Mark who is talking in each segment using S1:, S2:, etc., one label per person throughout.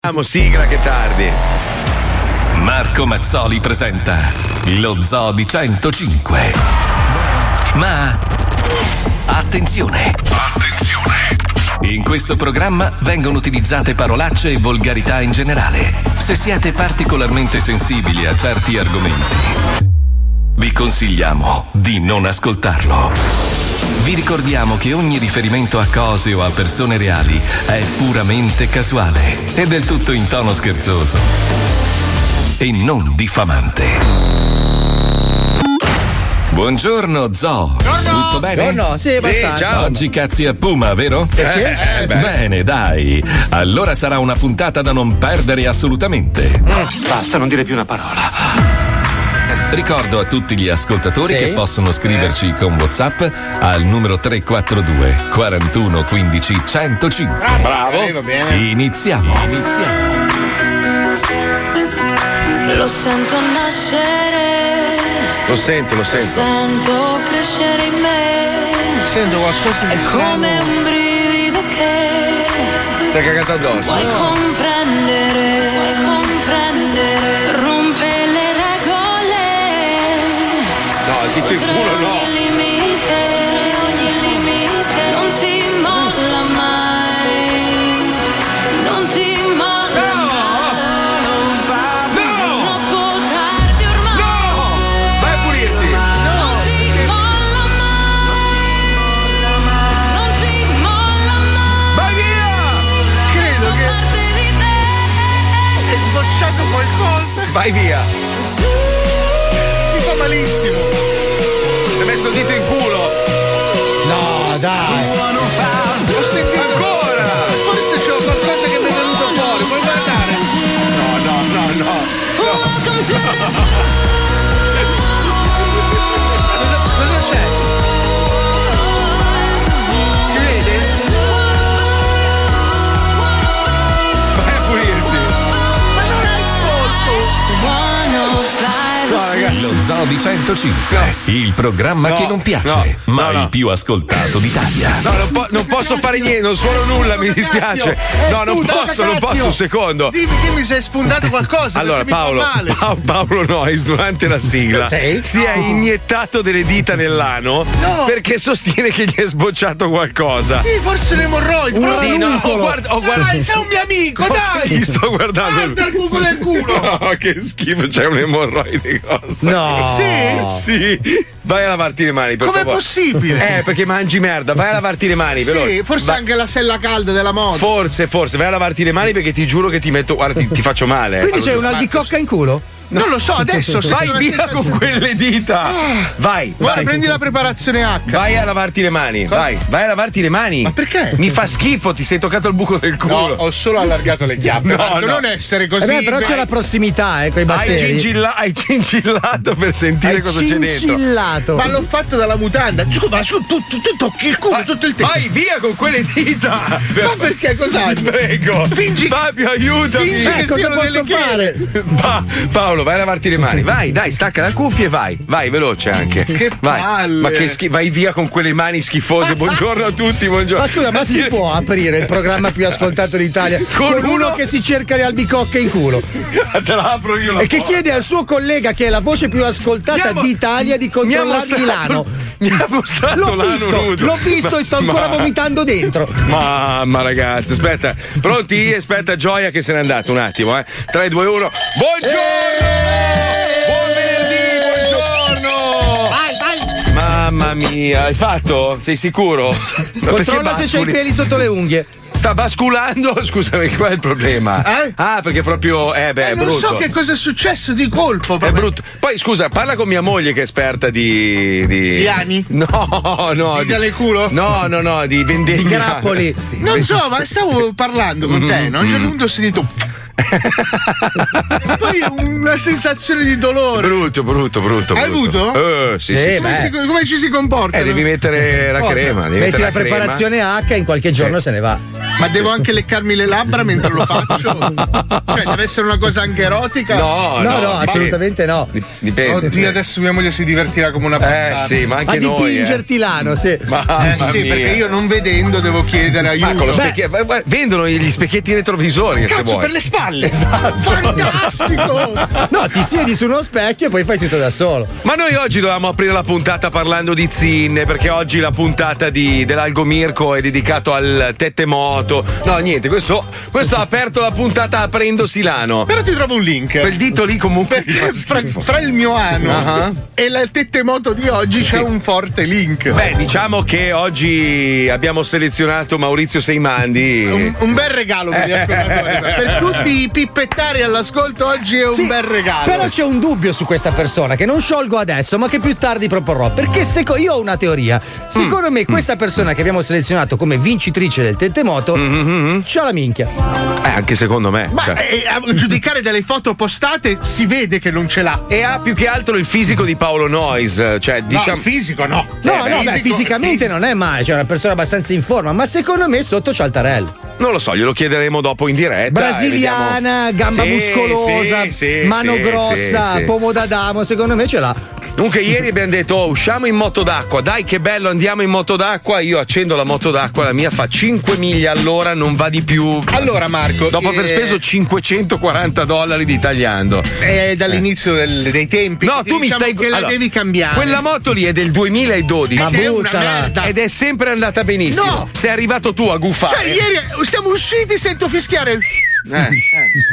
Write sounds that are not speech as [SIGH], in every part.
S1: Andiamo, sigla che tardi.
S2: Marco Mazzoli presenta lo Zoo di 105. Ma attenzione! Attenzione! In questo programma vengono utilizzate parolacce e volgarità in generale. Se siete particolarmente sensibili a certi argomenti, vi consigliamo di non ascoltarlo. Vi ricordiamo che ogni riferimento a cose o a persone reali è puramente casuale e del tutto in tono scherzoso e non diffamante. Buongiorno Zoo. Tutto bene?
S3: Ah,
S4: Buongiorno, sì, Sì, abbastanza. ciao.
S2: Oggi cazzi a Puma, vero?
S4: Perché?
S2: Eh,
S4: beh.
S2: bene, dai. Allora sarà una puntata da non perdere assolutamente.
S5: Basta, non dire più una parola.
S2: Ricordo a tutti gli ascoltatori
S5: Sì.
S2: che possono scriverci con WhatsApp al numero 342 41 15 105.
S6: Bravo. Eh, va bene.
S2: Iniziamo. Iniziamo.
S7: Lo sento nascere,
S1: Lo sento, lo sento.
S7: sento crescere in me.
S6: Sento qualcosa
S7: È come un brivido che
S1: Ti hai cagato addosso.
S7: vuoi comprendere, vuoi comprendere, rompe le regole.
S1: No, dito in
S7: Oltre
S1: culo no.
S7: ogni limite, oltre ogni limite, non ti molla mai, non ti molla mai.
S1: No!
S7: È troppo tardi ormai.
S1: Vai a pulirti.
S7: Non ti molla mai. Non ti molla mai.
S1: Vai via!
S7: Credo che parte di te.
S6: È sbocciato qualcosa.
S1: Vai via.
S6: Mi fa malissimo.
S1: Si è messo il dito in culo.
S4: No, dai.
S6: Ho sentito. Ancora! Forse c'è qualcosa che mi è venuto fuori. Puoi guardare? No, no, no, no.
S7: Welcome to the
S6: Cosa c'è? Si vede?
S1: Vai a pulirti.
S6: Ma non ascolto.
S2: Lo Zoo di 105, il programma che non piace, ma il più ascoltato d'Italia.
S1: No, non, po- non posso fare niente, non suono nulla, mi dispiace.
S6: Cazio,
S1: No,
S6: eh,
S1: non
S6: tu,
S1: posso, non
S6: cazio.
S1: posso un secondo.
S6: Dimmi, dimmi se hai spuntato qualcosa.
S1: Allora,
S6: perché mi fa
S1: Paolo,
S6: male.
S1: Pa- [LAUGHS] Paolo Nois durante la sigla
S4: Sì?
S1: si è iniettato delle dita nell'ano
S6: No.
S1: perché sostiene che gli è sbocciato qualcosa.
S6: Sì,
S1: [LAUGHS]
S6: forse l'emorroide. però
S1: Sì, no, ho guard- ho guard-
S6: Dai, sei un mio amico,
S1: Gli
S6: dai.
S1: [LAUGHS] sto guardando. il-
S6: Guarda il buco
S1: [LAUGHS]
S6: del culo.
S1: No, Oh, che schifo, c'è un emorroide grosso.
S4: No.
S1: Sì, sì. Vai a lavarti le mani, per
S6: Com'è
S1: favore.
S6: possibile?
S1: Eh, perché mangi merda, vai a lavarti le mani,
S6: sì,
S1: veloce.
S6: forse
S1: Va-
S6: anche la sella calda della moda.
S1: Forse, forse, vai a lavarti le mani perché ti giuro che ti metto. Guarda, ti, ti faccio male. eh.
S4: Quindi c'è
S1: Allora,
S4: una albicocca in culo?
S6: non
S1: [LAUGHS]
S6: lo so, adesso sento
S1: Vai
S6: una
S1: via con
S6: sensazione.
S1: quelle dita. Vai,
S6: Guarda,
S1: vai.
S6: prendi la preparazione H.
S1: Vai a lavarti le mani, vai, vai a lavarti le mani.
S6: Ma perché?
S1: Mi fa schifo, ti sei toccato il buco del
S8: No,
S1: culo.
S8: ho solo allargato le chiappe.
S1: No,
S8: Marco,
S1: no.
S8: Non essere così.
S4: Vabbè, Eh però
S8: beh.
S4: c'è la prossimità, eh, con i
S1: hai,
S4: batteri.
S1: gingilla- hai cingillato per sentire cosa c'è dentro.
S4: cincillato.
S8: Ma l'ho fatto dalla mutanda. Su, ma su, tu, tu, tu tocchi il culo
S1: Vai-
S8: tutto il tempo.
S1: Vai via con quelle dita.
S8: Ma perché cos'hai?
S1: Ti prego.
S8: Fingi-
S1: Fabio, aiutami. Eh,
S8: Fingi che
S4: cosa
S8: siano
S4: posso
S8: delle
S4: fare?
S8: chiere.
S1: Pa- Paolo, vai a lavarti le mani. Vai, dai, stacca la cuffia e vai. Vai, veloce anche.
S8: Che
S1: vai.
S8: palle.
S1: Ma che schi- vai via con quelle mani schifose. Buongiorno a tutti, buongiorno.
S4: Ma scusa, ma si può aprire il programma più ascoltato d'Italia
S1: [LAUGHS] Con
S4: con,
S1: uno-
S4: uno che si cerca le albicocche in culo
S1: [LAUGHS] Te la apro io la
S4: e che
S1: porta.
S4: chiede al suo collega, che è la voce più ascoltata
S1: Andiamo-
S4: d'Italia, di
S1: Mi ha
S4: controllare
S1: mostrato-
S4: Milano.
S1: [LAUGHS] Mi ha mostrato
S4: L'ho
S1: l'ano
S4: visto,
S1: nudo.
S4: l'ho visto
S1: Ma-
S4: e sto ancora
S1: ma- [LAUGHS]
S4: vomitando dentro.
S1: Mamma ragazzi, aspetta, pronti? Aspetta Gioia che se n'è andata un attimo, eh. 3, 2, 1. Buongiorno! Buon venerdì, buongiorno! Vai,
S6: Eh.
S1: vai! Mamma mia, hai fatto? Sei sicuro? Ma perché
S4: Controlla se c'hai i
S1: basculi?
S4: peli sotto le unghie.
S1: Sta basculando? [LAUGHS] Scusami, qual è il problema?
S6: Eh?
S1: Ah, perché proprio. Eh, beh, è
S6: non
S1: brutto.
S6: so che cosa è successo di colpo.
S1: È
S6: proprio.
S1: brutto. Poi scusa, parla con mia moglie che è esperta di. di.
S6: Di ami?
S1: No, no.
S6: Di dale culo?
S1: No, no, no, di vendetta. [LAUGHS]
S4: Di grappoli.
S1: Mm-hmm.
S6: Non so, ma stavo parlando con te, no? A un certo punto Cioè, ho sentito. Poi una sensazione di dolore.
S1: Brutto, brutto, brutto.
S6: Hai
S1: brutto.
S6: avuto?
S1: Eh, sì, sì, sì.
S6: come, si- come ci si comporta?
S1: Eh, devi mettere la
S6: Cosa?
S1: crema. devi
S4: Metti
S1: mettere
S4: la
S1: crema.
S4: preparazione H in qualche giorno se ne va.
S6: Ma devo anche leccarmi le labbra mentre lo faccio? cioè, deve essere una cosa anche erotica?
S1: No,
S4: No, no,
S1: dipende.
S4: assolutamente no.
S1: Di- Dipende.
S6: Oddio, adesso mia moglie si divertirà come una
S1: Eh
S6: bastarda.
S1: sì, ma
S4: A
S1: anche noi.
S4: dipingerti l'ano, sì.
S1: Eh. Mamma
S6: Eh sì,
S1: mia.
S6: perché io non vedendo devo chiedere
S1: Ma con
S6: aiuto.
S1: lo specchio- ma- ma- vendono gli specchietti retrovisori se
S6: Cazzo
S1: vuoi.
S6: per le spalle!
S1: Esatto.
S6: Fantastico!
S4: No, ti siedi su uno specchio e poi fai tutto da solo.
S1: Ma noi oggi dovevamo aprire la puntata parlando di zinne, perché oggi la puntata di, dell'Algo Mirko è dedicata al tettemoto. No, niente, questo, questo ha aperto la puntata aprendo Silano.
S6: Però ti trovo un link.
S1: Quel dito lì comunque. [LAUGHS]
S6: Perché fra, fra il mio ano
S1: Ah.
S6: e la tettemoto di oggi c'è un forte link.
S1: Beh, diciamo che oggi abbiamo selezionato Maurizio Seimandi. Eh,
S6: Un, un bel regalo per gli ascoltatori. per tutti i pippettari all'ascolto oggi è un
S4: Sì,
S6: bel regalo.
S4: Però c'è un dubbio su questa persona che non sciolgo adesso, ma che più tardi proporrò. Perché seco- io ho una teoria.
S1: Mm.
S4: Secondo me, questa persona che abbiamo selezionato come vincitrice del tettemoto
S1: Mm-hmm,
S4: c'ha la minchia.
S1: Eh, anche secondo me.
S6: Ma
S1: cioè.
S6: eh, a giudicare dalle foto postate si vede che non ce l'ha.
S1: E ha più che altro il fisico di Paolo Noyes. Cioè,
S6: Diciamo...
S1: diciamo.
S6: fisico no.
S4: No,
S6: Eh,
S4: no, beh,
S6: fisico-
S4: fisicamente non è male, cioè è una persona abbastanza in forma, ma secondo me sotto c'ha il tarello.
S1: Non lo so, glielo chiederemo dopo in diretta.
S4: Brasiliana,
S1: e vediamo.
S4: gamba
S1: Sì,
S4: muscolosa,
S1: sì, sì,
S4: mano
S1: sì,
S4: grossa,
S1: sì, sì.
S4: pomodadamo, secondo me ce l'ha.
S1: Dunque, ieri abbiamo detto: oh, usciamo in moto d'acqua. Dai, che bello, andiamo in moto d'acqua. Io accendo la moto d'acqua, la mia fa 5 miglia all'ora, non va di più.
S6: Allora Marco,
S1: Dopo aver
S6: eh,
S1: speso 540 dollari di tagliando.
S6: eh, dall'inizio del- dei tempi.
S1: No, tu mi
S6: diciamo
S1: stai.
S6: che la
S1: allora,
S6: devi cambiare.
S1: Quella moto lì è del 2012.
S4: Ma
S6: Che è una
S4: buttala.
S6: merda.
S1: Ed è sempre andata benissimo.
S6: No.
S1: Sei arrivato tu a guffare.
S6: Cioè, ieri siamo usciti, sento fischiare. il-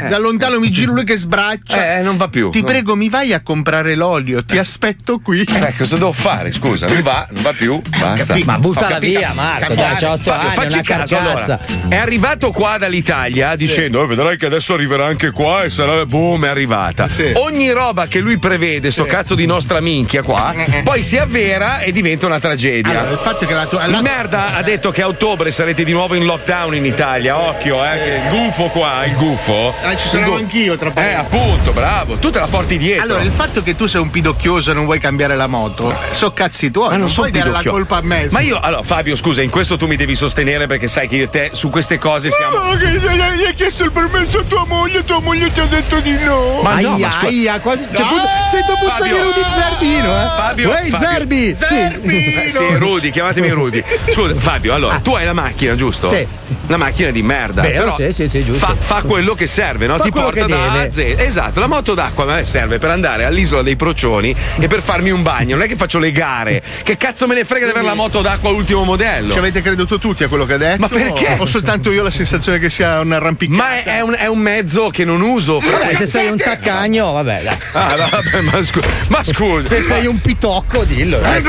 S6: Da lontano mi giro lui che sbraccia.
S1: Eh, non va più.
S6: Ti
S1: Non-
S6: prego, mi vai a comprare l'olio, ti aspetto qui.
S1: Eh, cosa devo fare? Scusa, non va, non va più. Basta.
S6: capito.
S4: Ma
S6: Ho
S4: buttala
S6: capito.
S4: via, Marco,
S6: Cambiare.
S4: dai, c'ha 8
S1: Fabio,
S4: anni, è
S1: facci
S4: una
S1: caso.
S4: carcassa.
S1: Allora, è arrivato qua dall'Italia dicendo: "Eh, Vedrai che adesso arriverà anche qua e sarà. Boom, è arrivata.
S6: Sì.
S1: Ogni roba che lui prevede, sto cazzo di nostra minchia qua, poi si avvera e diventa una tragedia.
S6: Eh, Allora, il fatto è che la tua.
S1: La
S6: la-
S1: merda ha detto che a ottobre sarete di nuovo in lockdown in Italia. Occhio, eh, che il gufo qua, il gufo.
S6: Ah, ci sarò
S1: Il gu-
S6: anch'io tra poco.
S1: Eh, appunto, bravo. Tu te la porti dietro.
S6: Allora, il fatto che tu sei un pidocchioso e non vuoi cambiare la moto, so cazzi tuoi,
S1: Ma non
S6: non
S1: sono
S6: puoi dare la
S1: pidocchio.
S6: colpa a me.
S1: Ma io, allora, Fabio, scusa, in questo tu mi devi sostenere perché sai che io e te su queste cose siamo.
S6: che gli hai chiesto il permesso a tua moglie, tua moglie ti ha detto di no.
S1: Ma no,
S4: aia,
S1: ma scusa-
S4: aia, quasi. c'è
S6: No,
S4: puzza- sento puzza di
S1: Fabio.
S4: Rudy Zerbino, eh.
S1: Fabio,
S4: Uè,
S1: Fabio.
S4: Zerbi! sì.
S1: [LAUGHS] Eh, sì, Rudy, chiamatemi Rudy. Scusa, Fabio, allora, tu hai la macchina, giusto?
S4: Sì.
S1: Una macchina di merda.
S4: Vero,
S1: però
S4: sì, sì, sì, giusto.
S1: Fa, fa quello che serve, no?
S4: Fa
S1: Ti
S4: quello
S1: porta
S4: che
S1: da A a Z.
S4: deve.
S1: Esatto, la moto d'acqua a me serve per andare all'isola dei procioni e per farmi un bagno. Non è che faccio le gare. Che cazzo me ne frega di avere la moto d'acqua ultimo modello?
S6: Ci avete creduto tutti a quello che ha detto?
S1: Ma perché?
S6: Ho soltanto io la sensazione che sia un arrampicata.
S1: ma è, è un, è un mezzo che non uso. fra-
S4: Vabbè, se sei un taccagno, vabbè, dai.
S1: Ah, no, vabbè, ma, scu- ma scusa.
S4: Se sei un pitocco, dillo. dai.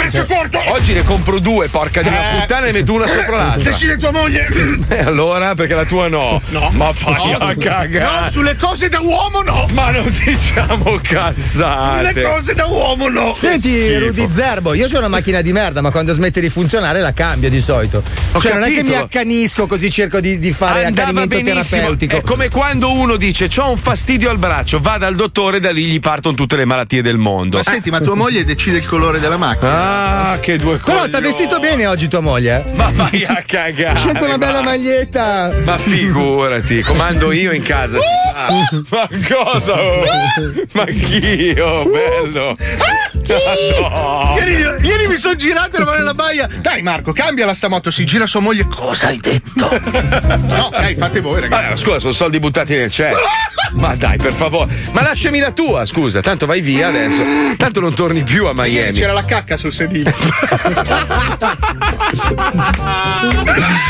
S1: Oggi ne compro due, porca di una puttana, e ne metto una sopra l'altra.
S6: Eh. Decide tua moglie!
S1: E allora, perché la tua no?
S6: No.
S1: Ma fai
S6: No.
S1: a cagare.
S6: No, sulle cose da uomo no!
S1: Ma non diciamo
S6: Sulle
S1: cazzate.
S6: cose da uomo no!
S4: Senti,
S1: schifo.
S4: Rudy
S6: [LAUGHS]
S4: Zerbo, io ho una macchina di merda, ma quando smette di funzionare la cambio di solito.
S1: Ho
S4: cioè, non è che
S1: capito.
S4: mi accanisco così cerco di, di fare
S1: Andava
S4: accanimento
S1: benissimo. Ecco.
S4: terapeutico.
S1: È Eh, come quando uno dice: C'ho un fastidio al braccio, va dal dottore, da lì gli partono tutte le malattie del mondo.
S6: Ma senti, ma tua moglie decide il colore della macchina.
S1: Ah, che due cose.
S4: Però ti ha vestito bene oggi tua moglie. eh?
S1: Ma vai a
S4: Ha
S1: cagare.
S4: scelto una bella
S1: ma-
S4: maglietta.
S1: Ma figurati, comando io in casa. Ah, ma cosa? oh? Ma anch'io, bello. Ah, no.
S6: Ieri, ieri mi sono girato e eravamo nella baia. Dai Marco, cambiala sta moto, si gira sua moglie. Cosa hai detto? no, dai, fate voi, ragazzi.
S1: Vabbè, ma scusa, sono soldi buttati nel cielo. Ma dai, per favore. Ma lasciami la tua, scusa. Tanto vai via adesso. Tanto non torni più a
S6: Ieri
S1: Miami.
S6: c'era la cacca
S1: [LAUGHS]
S6: sul sedile. [LAUGHS]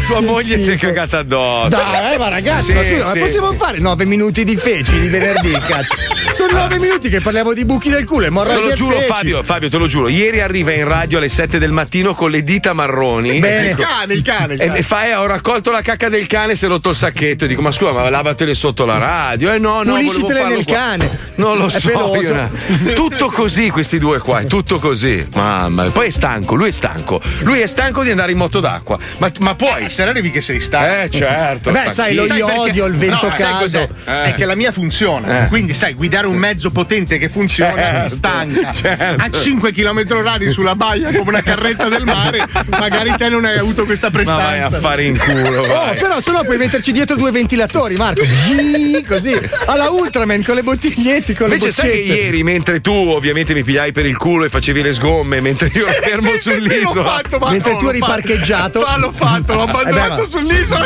S1: Sua moglie si è cagata addosso.
S4: Dai, eh, ma ragazzi,
S1: Sì,
S4: ma scusa, ma
S1: sì,
S4: possiamo
S1: sì.
S4: fare
S1: [LAUGHS]
S4: 9 minuti di feci di venerdì, cazzo? Sono 9 minuti che parliamo di buchi del culo e
S1: Te lo
S4: morroidi e
S1: giuro,
S4: feci.
S1: Fabio, Fabio, Fabio, te lo giuro, ieri arriva in radio alle 7 del mattino con le dita marroni. Ecco,
S6: Bene.
S1: E dico-
S6: Il cane, il cane, il
S1: E-
S6: cane.
S1: E fa, eh, ho raccolto la cacca del cane, si è rotto il sacchetto. E dico, ma scusa, ma lavatele sotto la radio. Eh no, no, volevo
S4: Puliscitele
S1: farlo
S4: nel
S1: qua.
S4: cane.
S1: Non lo
S4: È
S1: so.
S4: peloso.
S1: io na- Tutto così, questi due qua, è tutto così. Mamma mia. Poi è stanco, lui è stanco. Lui è stanco di andare in moto d'acqua. Ma, ma puoi.
S6: Eh, Se non arrivi che sei stato.
S1: Eh, certo.
S4: Beh, sai, lo
S1: stanchissimo.
S4: io odio il vento
S6: no, sai
S4: caldo.
S6: cos'è? È che la mia funziona.
S1: Eh.
S6: Quindi, sai, guidare un mezzo potente che funziona mi
S1: Certo,
S6: stanca.
S1: certo.
S6: A 5 km orari sulla baia come una carretta del mare, magari te non hai avuto questa
S1: Ma vai a
S6: prestanza.
S1: fare in culo.
S4: Oh,
S1: vai.
S4: però sennò puoi metterci dietro due ventilatori, Marco. Zii, Così. Alla Ultraman con le bottigliette, con
S1: Invece
S4: le
S1: sai che
S4: boccette.
S1: ieri, mentre tu ovviamente mi pigliai per il culo e facevi le sgomme, mentre io ero fermo
S6: Sì, sì, sì,
S1: sull'isola.
S6: l'ho fatto, ma
S4: Mentre
S6: no,
S4: tu
S6: l'ho
S4: eri
S6: fatto.
S4: parcheggiato.
S6: Fa, l'ho fatto, l'ho abbandonato
S4: Eh, beh, ma-
S6: sull'isola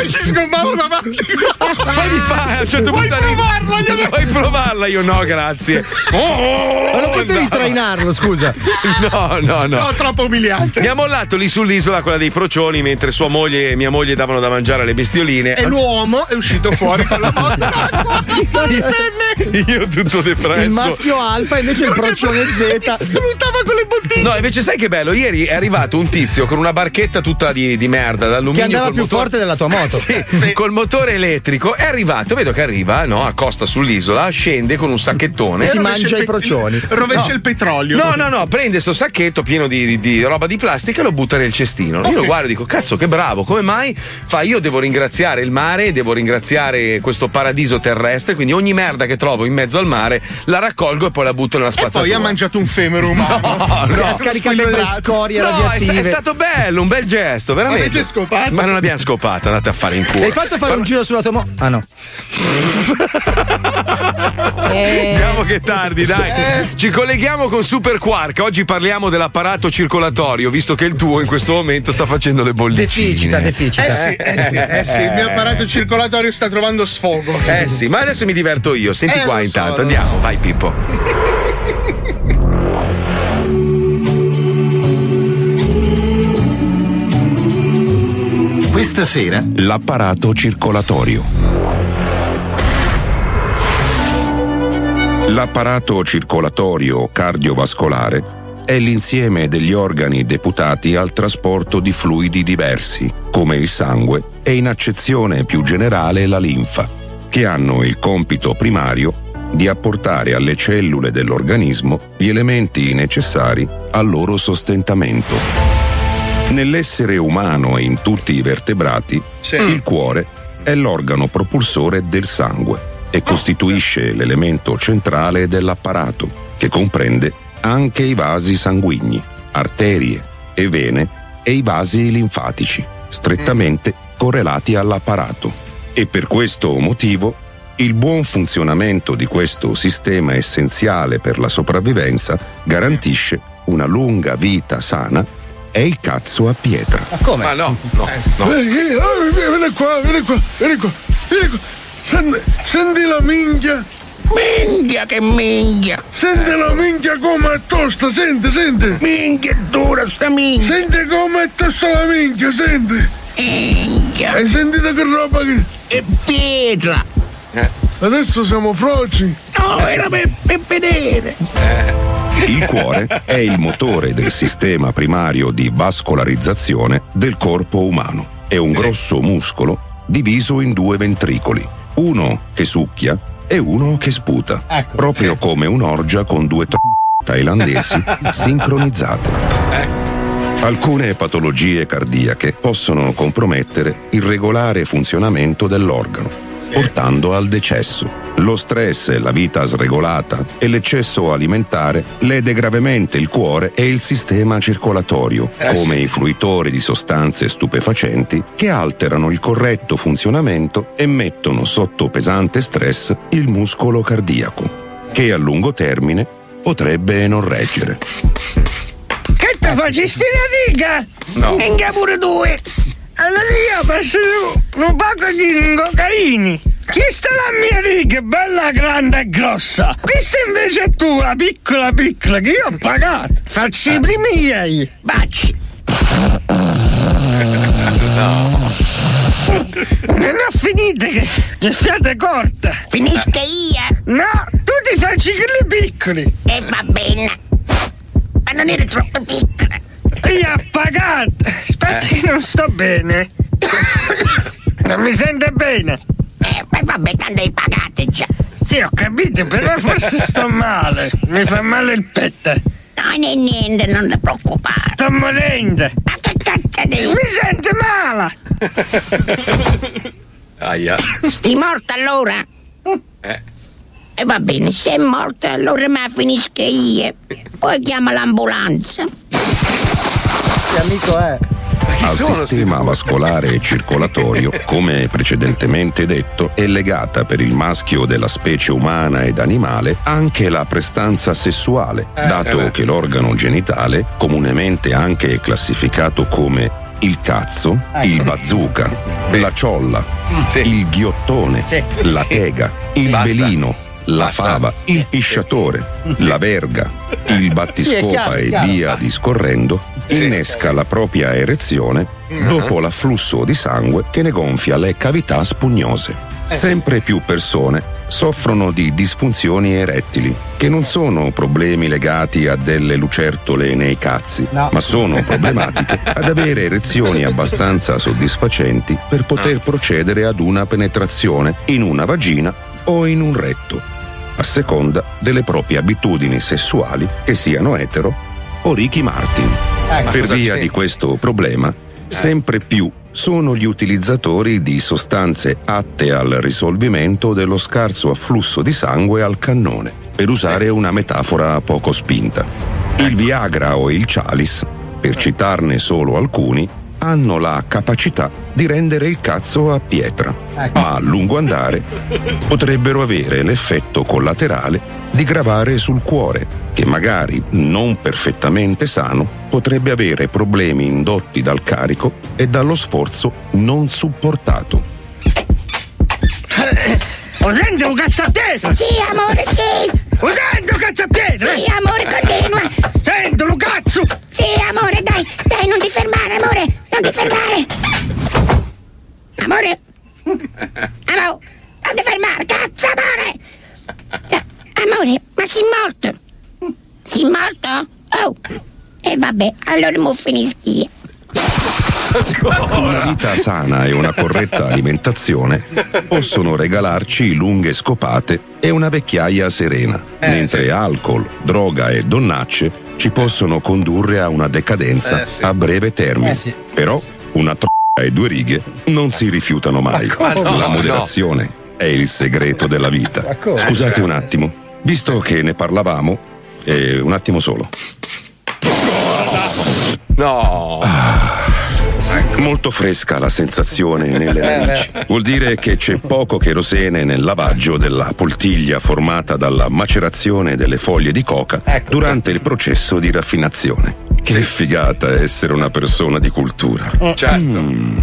S4: [LAUGHS]
S6: e gli sgommavo davanti.
S1: Poi mi fa, a un certo
S6: Vuoi
S1: punto arrivo-
S6: provarla? Io non-
S1: Vuoi provarla? Io no,
S6: [LAUGHS]
S1: grazie. Oh,
S4: Ma non potevi
S1: no.
S4: trainarlo, scusa.
S1: [LAUGHS] No, no, no.
S6: No, troppo umiliante.
S1: Mi ha mollato lì sull'isola quella dei procioni mentre sua moglie e mia moglie davano da mangiare alle bestioline.
S6: E l'uomo è uscito fuori con la moto d'acqua.
S1: [LAUGHS] Io tutto depresso.
S4: Il maschio alfa invece il procione Z.
S6: Salutava con le bottiglie.
S1: No, invece sai che bello? Ieri è arrivato un tizio con una barchetta tutta di, di merda d'alluminio.
S4: Che andava
S1: col
S4: più
S1: motore-
S4: forte della tua moto.
S1: [LAUGHS] Sì, col motore elettrico è arrivato, vedo che arriva, no, accosta sull'isola, scende con un sacchettone.
S4: Si
S6: Rovescia
S4: mangia
S6: il
S4: i
S6: pe-
S4: procioni.
S6: [LAUGHS] Rovescia
S1: No.
S6: il petrolio.
S1: No, no, no, prende sto sacchetto pieno di, di- di roba di plastica e lo butta nel cestino. Io lo
S6: Ok.
S1: guardo e dico, cazzo, che bravo, come mai? Fa, io devo ringraziare il mare, devo ringraziare questo paradiso terrestre, quindi ogni merda che trovo in mezzo al mare la raccolgo e poi la butto nella
S6: E
S1: spazzatura.
S6: poi ha mangiato un femore umano. Cioè,
S4: Si
S6: no.
S4: ha scaricato Cioè, le
S6: Squilibrato.
S4: scorie
S1: No, è, sta-
S4: radioattive.
S1: è stato bello, un bel gesto, veramente.
S6: Avete scopato?
S1: Ma non abbiamo scopato, andate a fare in culo.
S4: Hai fatto fare un giro sulla tua moto? Ah no.
S1: Andiamo che è tardi,
S4: Eh.
S1: dai. Ci colleghiamo con Super Quark. Oggi parliamo dell'apparato circolatorio, visto che il tuo in questo momento sta facendo le bollicine.
S4: Deficita,
S6: Eh
S4: deficita.
S6: sì, eh sì, eh sì, il mio apparato circolatorio sta trovando sfogo.
S1: Eh sì, ma adesso mi diverto io. Senti
S6: Eh,
S1: qua
S6: lo so,
S1: intanto,
S6: lo
S1: andiamo, vai Pippo.
S9: Questa sera l'apparato circolatorio. L'apparato circolatorio cardiovascolare è l'insieme degli organi deputati al trasporto di fluidi diversi, come il sangue e in accezione più generale la linfa, che hanno il compito primario di apportare alle cellule dell'organismo gli elementi necessari al loro sostentamento. Nell'essere umano e in tutti i vertebrati,
S6: Sì.
S9: il cuore è l'organo propulsore del sangue e costituisce l'elemento centrale dell'apparato, che comprende anche i vasi sanguigni, arterie e vene e i vasi linfatici, strettamente correlati all'apparato. E per questo motivo il buon funzionamento di questo sistema essenziale per la sopravvivenza garantisce una lunga vita sana e il cazzo a pietra.
S1: Come? Ma no, no, no.
S10: Eh, eh, Vieni qua, vieni qua, vieni qua, vieni qua. Senti, senti la minchia.
S11: Minchia che minchia!
S10: Senti la minchia come è tosta, senti, senti.
S11: Minchia è dura sta minchia!
S10: Senti come è tosta la minchia, senti.
S11: Minchia!
S10: Hai sentito che roba che...
S11: È pietra!
S10: Adesso siamo froci.
S11: No, era per, per vedere!
S9: Eh. Il cuore è il motore del sistema primario di vascolarizzazione del corpo umano. È un grosso muscolo diviso in due ventricoli, uno che succhia e uno che sputa, proprio come un'orgia con due tro thailandesi sincronizzate. Alcune patologie cardiache possono compromettere il regolare funzionamento dell'organo, portando al decesso. Lo stress, la vita sregolata e l'eccesso alimentare lede gravemente il cuore e il sistema circolatorio, come i fruitori di sostanze stupefacenti che alterano il corretto funzionamento e mettono sotto pesante stress il muscolo cardiaco, che a lungo termine potrebbe non reggere.
S11: Che te facesti la riga? No! Minchia pure due! Allora io passo su un pacco di ringocarini! Questa è la mia riga, è bella grande e grossa! Questa invece è tua, piccola piccola, che io ho pagato! Facci i primi miei! Baci! Non ho finito che, che fiate corta!
S12: Finisca io
S11: No, tu ti facci quelli piccoli.
S12: e va bene.
S11: rimanere troppo piccola. Io appagato. Aspetta,
S2: Eh.
S11: io non sto bene. non mi sento bene. Eh, ma vabbè, tanto hai pagato già. Sì, ho capito, però forse sto male. Mi fa male il petto. Non è niente, non ti preoccupare. Sto morendo. Ma che cazzo dici? Mi sento male.
S1: Aia.
S12: Sti morta allora?
S1: Eh.
S12: E va bene, se è morta allora me la finisco io. Poi chiama l'ambulanza.
S4: Che amico è?
S9: Al sistema vascolare e
S2: [LAUGHS]
S9: circolatorio, come precedentemente detto, è legata per il maschio della specie umana ed animale anche la prestanza sessuale,
S2: Eh,
S9: dato che l'organo genitale, comunemente anche classificato come il cazzo,
S2: Ecco.
S9: il bazooka, la ciolla,
S2: Mm,
S9: il ghiottone, la tega, il belino, la fava, il pisciatore, la verga, il battiscopa
S2: Sì, è chiaro, è
S9: e
S2: chiaro.
S9: via discorrendo, innesca la propria erezione dopo l'afflusso di sangue che ne gonfia le cavità spugnose. Sempre più persone soffrono di disfunzioni erettili, che non sono problemi legati a delle lucertole nei cazzi, ma sono problematiche ad avere erezioni abbastanza soddisfacenti per poter procedere ad una penetrazione in una vagina o in un retto a seconda delle proprie abitudini sessuali, che siano etero o Ricky Martin.
S2: Ecco. Ma
S9: per
S2: cosa
S9: via
S2: c'è?
S9: di questo problema, sempre più sono gli utilizzatori di sostanze atte al risolvimento dello scarso afflusso di sangue al cannone, per usare una metafora poco spinta. Il Viagra o il Cialis, per citarne solo alcuni, hanno la capacità di rendere il cazzo a pietra, ma a lungo andare potrebbero avere l'effetto collaterale di gravare sul cuore, che magari non perfettamente sano potrebbe avere problemi indotti dal carico e dallo sforzo non supportato.
S11: Usando un cazzo a pietra! Sì, amore, sì! Usando un cazzo a pietra! Sì, amore, continua! Sento un cazzo!
S12: Sì, amore, dai, dai, non ti fermare, amore, non ti fermare. Amore, amore, non ti fermare, cazzo, amore. Eh, Amore, ma sei morto. Sei morto? Oh, e vabbè, allora mo finisco io.
S9: Una vita sana e una corretta alimentazione possono regalarci lunghe scopate e una vecchiaia serena,
S2: Eh,
S9: mentre alcol, droga e donnacce ci possono condurre a una decadenza
S2: Eh, sì.
S9: a breve termine.
S2: Eh, sì.
S9: Però una trocca e due righe non si rifiutano mai.
S2: Ma come?
S9: La
S2: No,
S9: moderazione è il segreto della vita.
S2: come? Cioè.
S9: Scusate un attimo, visto che ne parlavamo, eh, un attimo solo.
S1: No. Ah.
S9: Molto fresca la sensazione nelle
S1: Eh,
S9: narici. Vuol dire che c'è poco cherosene nel lavaggio della poltiglia formata dalla macerazione delle foglie di coca
S1: Ecco.
S9: durante il processo di raffinazione. Che figata essere una persona di cultura. Mm.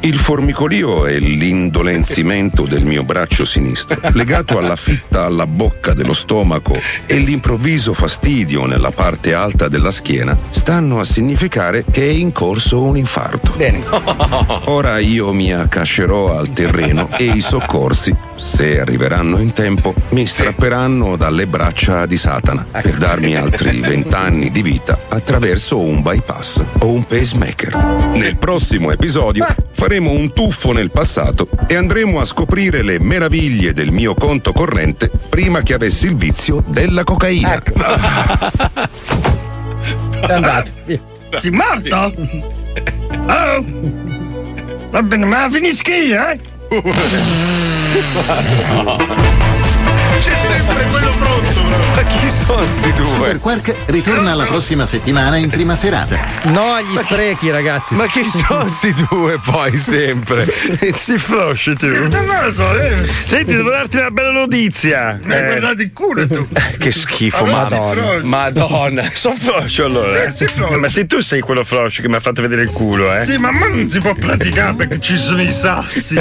S9: Il formicolio e l'indolenzimento del mio braccio sinistro, legato alla fitta alla bocca dello stomaco e l'improvviso fastidio nella parte alta della schiena, stanno a significare che è in corso un infarto. Bene. [LAUGHS] Ora io mi accascerò al terreno e i soccorsi, se arriveranno in tempo, mi strapperanno dalle braccia di Satana per darmi altri vent'anni di vita attraverso un bypass o un pacemaker. Nel prossimo episodio faremo un tuffo nel passato e andremo a scoprire le meraviglie del mio conto corrente prima che avessi il vizio della cocaina. [LAUGHS]
S4: È andato.
S11: Sei morto? Oh! Va bene, ma la finisco io, eh!
S2: C'è sempre quello pronto. Ma chi sono sti
S3: Super Quark ritorna la prossima settimana in prima serata.
S4: No agli sprechi, ragazzi.
S1: Ma [LAUGHS] chi sono sti due poi sempre? [LAUGHS] si flosci tu.
S11: Non lo so, eh.
S1: Senti, devo darti una bella notizia.
S11: Mi hai
S1: Eh,
S11: guardato il culo tu!
S1: Che schifo,
S11: Allora si
S1: madonna.
S11: floscia.
S1: Madonna, [LAUGHS] sono floscio allora. eh.
S11: Sì, si floscia.
S1: ma sei tu sei quello floscio che mi ha fatto vedere il culo, eh?
S11: Sì, ma a me non si può praticare perché ci sono i sassi!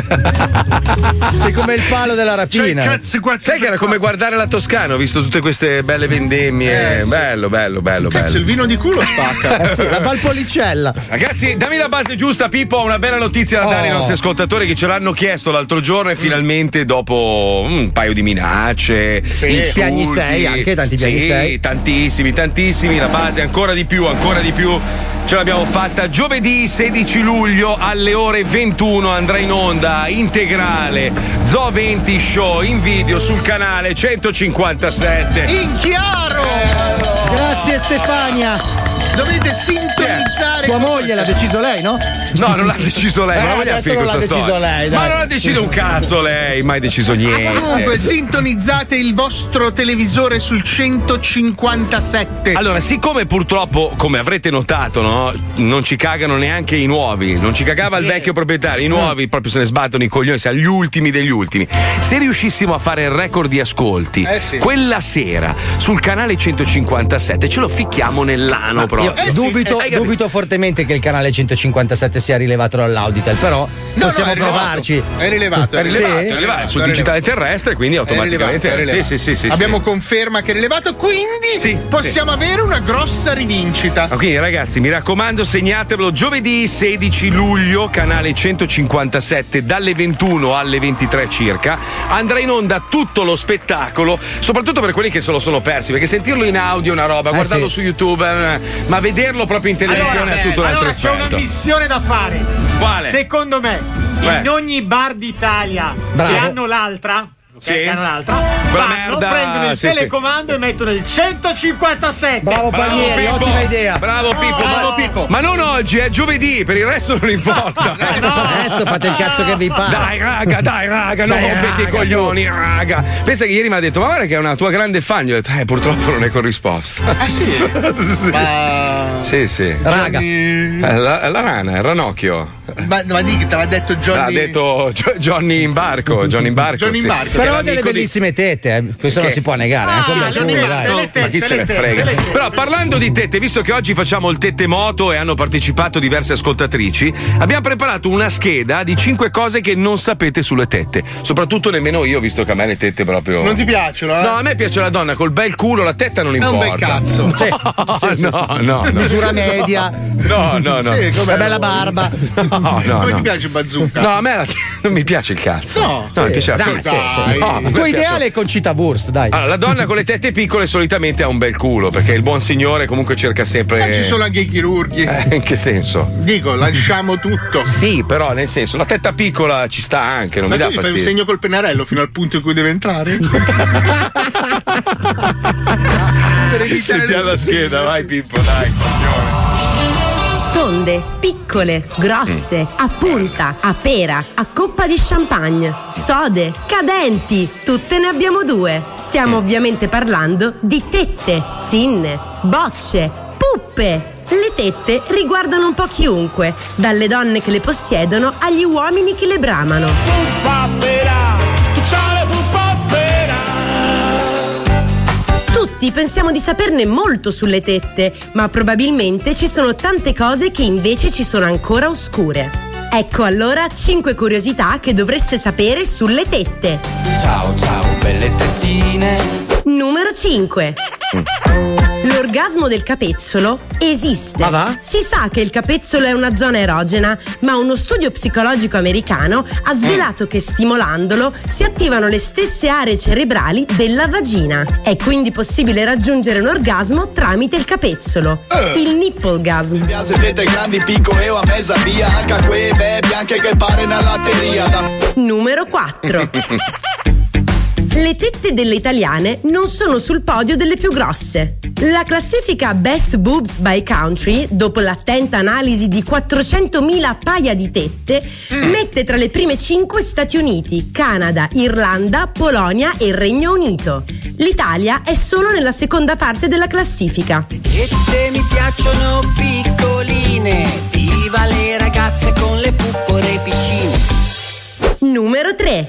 S4: Sei come il palo della
S11: Cioè,
S4: rapina.
S11: cazzo, qua
S1: Cioè, Sai che era come come guardare la Toscana, ho visto tutte queste belle
S4: Eh,
S1: vendemmie. Bello, bello, bello,
S6: Cazzo,
S1: bello.
S6: il vino di culo spacca.
S1: Eh sì, la
S4: Valpolicella.
S1: Ragazzi, dammi la base giusta, Pippo. Ho Una bella notizia da
S6: Oh.
S1: dare ai nostri ascoltatori che ce l'hanno chiesto l'altro giorno
S4: Mm.
S1: e finalmente, dopo un paio di minacce,
S4: Sì.
S1: insulti,
S4: Piagnistei, anche tanti
S1: Sì,
S4: piagnistei.
S1: tantissimi, tantissimi. La base ancora di più, ancora di più. Ce l'abbiamo fatta giovedì 16 luglio alle ore 21 andrà in onda integrale Zo 20 Show in video sul canale 157.
S6: In chiaro!
S4: Grazie Stefania.
S6: Dovete sintonizzare.
S4: Tua moglie l'ha deciso lei, no?
S1: No, non l'ha deciso lei,
S4: Eh,
S1: ma non vogliamo
S4: adesso
S1: finire
S4: non l'ha
S1: questa
S4: deciso
S1: storia.
S4: lei, dai.
S1: ma non la decide un cazzo lei, mai deciso niente.
S6: Eh,
S4: eh.
S1: Eh.
S6: Comunque, sintonizzate il vostro televisore sul 157.
S1: Allora, siccome purtroppo, come avrete notato, no, non ci cagano neanche i nuovi, non ci cagava il vecchio proprietario, i
S4: Mm.
S1: nuovi proprio se ne sbattono i coglioni, siamo gli ultimi degli ultimi. Se riuscissimo a fare il record di ascolti,
S6: Eh sì.
S1: quella sera sul canale 157 ce lo ficchiamo nell'ano proprio.
S6: Eh,
S4: Io
S1: eh,
S4: dubito, dubito fortemente che il canale 157 sia rilevato dall'Auditel, però
S1: no,
S4: possiamo
S1: è rilevato.
S4: provarci.
S6: È rilevato, è
S1: Sì? È
S6: rilevato, è rilevato,
S1: rilevato, sul
S6: è rilevato.
S1: digitale terrestre, quindi
S6: È rilevato,
S1: automaticamente.
S6: è rilevato.
S1: Sì, sì, sì, sì,
S6: Abbiamo
S1: sì.
S6: conferma che è rilevato, quindi possiamo avere una grossa rivincita.
S1: Ah, Quindi ragazzi, mi raccomando, segnatevelo giovedì 16 luglio, canale 157, dalle 21 alle 23 circa. Andrà in onda tutto lo spettacolo, soprattutto per quelli che se lo sono persi, perché sentirlo in audio è una roba, guardarlo su YouTube, eh, ma vederlo proprio in televisione
S13: Allora,
S1: è
S4: eh,
S1: tutto un altro
S13: allora c'è
S1: effetto.
S13: una missione da fare.
S1: Quale?
S13: Secondo me,
S1: Beh.
S13: in ogni bar d'Italia
S1: Bravo.
S13: che hanno l'altra. ok,
S1: Sì.
S13: che hanno l'altra,
S1: Quella
S13: vanno,
S1: merda,
S13: prendono il
S1: sì, sì.
S13: telecomando e mettono il 157.
S4: Bravo
S1: Palmieri, Pippo. ottima idea. Bravo Pippo,
S13: bravo
S1: ma- Ma non oggi, è giovedì, per il resto non importa.
S4: Adesso fate il
S1: Ah,
S4: cazzo che vi pare.
S1: Dai, raga, dai, raga, non
S4: Dai,
S1: rompete i
S4: raga,
S1: coglioni, raga. Pensa che ieri mi ha detto, ma guarda che è una tua grande fan. Gli ho detto, eh, purtroppo non è
S6: [LAUGHS]
S1: corrisposta.
S6: Ah sì?
S1: Sì.
S6: Ma...
S1: Sì, sì.
S6: Raga.
S1: Eh, La, la rana, il ranocchio.
S6: Ma, ma di che te l'ha detto
S1: L'ha
S6: Johnny?
S1: detto Gio- Johnny in barco. Johnny in barco.
S6: Johnny in
S1: sì.
S6: barco.
S1: Che
S4: Però
S1: era
S4: ha delle
S1: amico di-
S4: bellissime tette, eh. questo non si può negare.
S6: Ah,
S4: eh. Quello- quello, dai.
S1: Ma chi se ne frega? Però parlando di tette, visto che oggi facciamo il tette moto e hanno partecipato diverse ascoltatrici, abbiamo preparato una scheda di 5 cose che non sapete sulle tette. Soprattutto nemmeno io, visto che a me le tette proprio.
S6: Non ti piacciono? eh?
S1: No, a me piace la donna col bel culo, la tetta non
S6: È un
S1: importa.
S6: bel cazzo.
S1: No,
S6: [LAUGHS] Sì, sì, sì,
S1: no,
S6: sì, sì.
S1: no, no.
S4: Misura media.
S1: [LAUGHS] No, no, no.
S6: Sì,
S4: La
S6: com'è?
S4: bella barba.
S1: [LAUGHS] No, no,
S6: Come
S1: no.
S6: ti piace Bazooka?
S1: No, a me certo. la- [LAUGHS] non mi piace il cazzo.
S6: No,
S1: mi piace la
S4: Dai,
S1: testa.
S4: sì, sì.
S1: No, mi
S4: Il
S1: piace-
S4: tuo
S1: Ah.
S4: ideale è Concita Wurst, dai.
S1: Allora, la donna con le tette piccole solitamente ha un bel culo, perché il buon signore comunque cerca sempre.
S6: Ma ci sono anche i chirurghi.
S1: Eh, in che senso?
S6: Dico, lasciamo Diciamo tutto.
S1: Sì, però nel senso, la tetta piccola ci sta anche, non
S6: Ma
S1: mi
S6: tu
S1: dà
S6: gli fai un
S1: fastidio.
S6: segno col pennarello fino al punto in cui deve entrare?
S1: Sentiamo la scheda, vai Pippo, dai.
S14: Tonde, piccole, grosse, a punta, a pera, a coppa di champagne, sode, cadenti, tutte ne abbiamo due. Stiamo ovviamente parlando di tette, zinne, bocce, puppe. Le tette riguardano un po' chiunque, dalle donne che le possiedono agli uomini che le bramano. Tutti pensiamo di saperne molto sulle tette, ma probabilmente ci sono tante cose che invece ci sono ancora oscure. Ecco allora 5 curiosità che dovreste sapere sulle tette.
S15: Ciao ciao belle tettine
S14: Numero 5. L'orgasmo del capezzolo esiste.
S15: Ma va?
S14: Si sa che il capezzolo è una zona erogena, ma uno studio psicologico americano ha svelato che stimolandolo si attivano le stesse aree cerebrali della vagina. È quindi possibile raggiungere un orgasmo tramite il capezzolo.
S15: Eh.
S14: Il nipplegasm.
S8: piace tette grandi, picco e o a mezza via Anche quei baby, anche che pare una latteria da...
S14: Numero 4. Le tette delle italiane non sono sul podio delle più grosse. La classifica Best Boobs by Country, dopo l'attenta analisi di 400.000 paia di tette, mette tra le prime 5 Stati Uniti, Canada, Irlanda, Polonia e Regno Unito. L'Italia è solo nella seconda parte della classifica.
S7: Tette mi piacciono piccoline, viva le ragazze con le puppore piccine.
S14: Numero 3.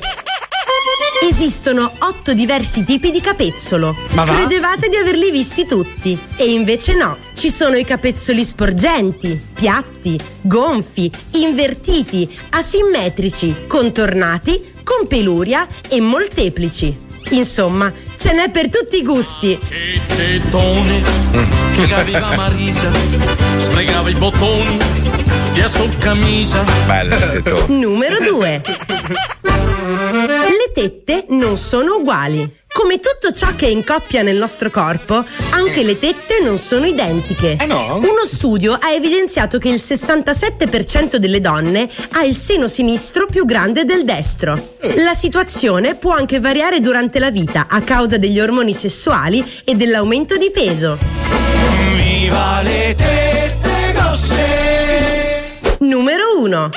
S14: Esistono otto diversi tipi di capezzolo.
S7: Ma va?
S14: Credevate di averli visti tutti. E invece no. Ci sono i capezzoli sporgenti, piatti, gonfi, invertiti, asimmetrici, contornati, con peluria e molteplici. Insomma, ce n'è per tutti i gusti.
S16: Gettone che aveva Marisa spregava i bottoni via sul camicia
S1: bella
S14: Numero 2. Le tette non sono uguali. Come tutto ciò che è in coppia nel nostro corpo, anche le tette non sono identiche. Uno studio ha evidenziato che il 67% delle donne ha il seno sinistro più grande del destro. La situazione può anche variare durante la vita a causa degli ormoni sessuali e dell'aumento di peso.
S15: Viva le tette grosse!
S14: Numero 1.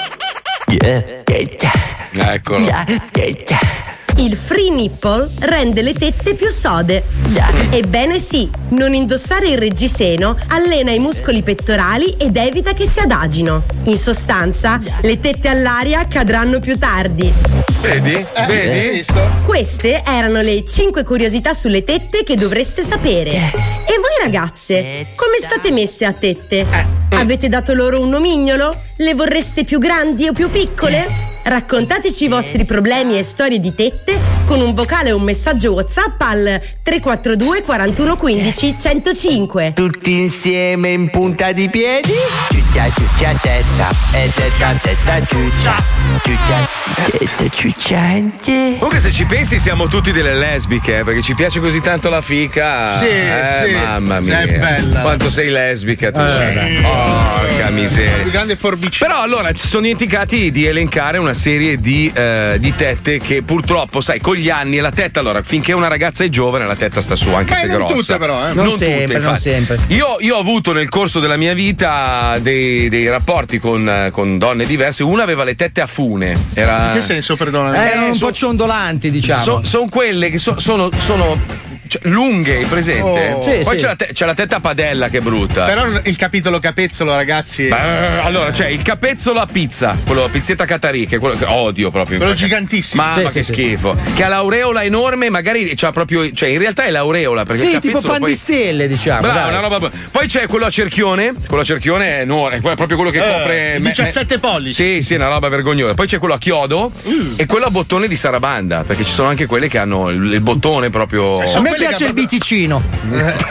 S1: Eccolo.
S14: Il free nipple rende le tette più sode. Ebbene sì, non indossare il reggiseno allena i muscoli pettorali ed evita che si adagino. In sostanza, le tette all'aria cadranno più tardi.
S1: Vedi?
S8: Eh,
S1: Vedi?
S14: Certo. Queste erano le 5 curiosità sulle tette che dovreste sapere. E voi ragazze, come state messe a tette?
S17: Eh,
S14: Avete dato loro un nomignolo? Le vorreste più grandi o più piccole? Raccontateci i vostri problemi e storie di tette con un vocale o un messaggio WhatsApp al 342 41 15 105.
S17: Tutti insieme in punta di piedi. Ciuccia, ciuccia, testa. E testa, testa, ciuccia. Ciuccia, testa, ciucciante.
S1: Comunque se ci pensi siamo tutti delle lesbiche, eh, perché ci piace così tanto la fica.
S6: Sì,
S1: eh,
S6: sì. Cioè,
S1: Mamma mia.
S6: È bella.
S1: Quanto sei lesbica tu.
S6: Eh,
S1: sei.
S6: sì.
S1: Porca miseria.
S6: Più grande
S1: Però allora ci sono indicati di elencare una serie di, eh, di tette che purtroppo, sai, con gli anni e la tetta, allora, finché una ragazza è giovane la tetta sta su, anche
S6: Beh,
S1: se
S6: non
S1: grossa.
S6: tutte però, eh. Non
S1: tutte,
S6: sempre, non
S1: infatti.
S6: sempre.
S1: Io, io ho avuto nel corso della mia vita dei, dei rapporti con, eh, con donne diverse. Una aveva le tette a fune. Era...
S6: In che senso, perdona?
S1: Eh,
S4: Erano un po' ciondolanti, diciamo.
S1: Sono quelle che so- sono. sono cioè, lunghe, hai presente?
S6: Oh. Sì,
S1: Poi
S6: sì.
S1: C'è, la te- c'è la tetta a padella che è brutta.
S6: Però il capitolo capezzolo, ragazzi.
S1: Beh, allora, c'è il capezzolo a pizza, quello pizzetta Catari, che è quello che odio proprio.
S6: Quello
S1: Perché-
S6: gigantissimo.
S1: Mamma
S6: Sì,
S1: che
S6: sì, sì.
S1: schifo. Che ha l'aureola enorme, magari c'ha proprio. Cioè, in realtà è l'aureola. Perché il
S4: Sì, tipo
S1: capezzolo
S4: pan
S1: poi-
S4: di stelle, diciamo.
S1: Bravo,
S4: dai.
S1: una roba. Poi c'è quello a cerchione. Quello a cerchione è enorme, è proprio quello che
S6: Eh,
S1: copre. me- me-
S6: 17 pollici. Mm.
S1: Sì, sì, è una roba vergognosa. Poi c'è quello a chiodo e quello a bottone di sarabanda. Perché ci sono anche quelle che hanno il, il bottone
S6: Eh,
S1: proprio.
S4: A me piace il biticino.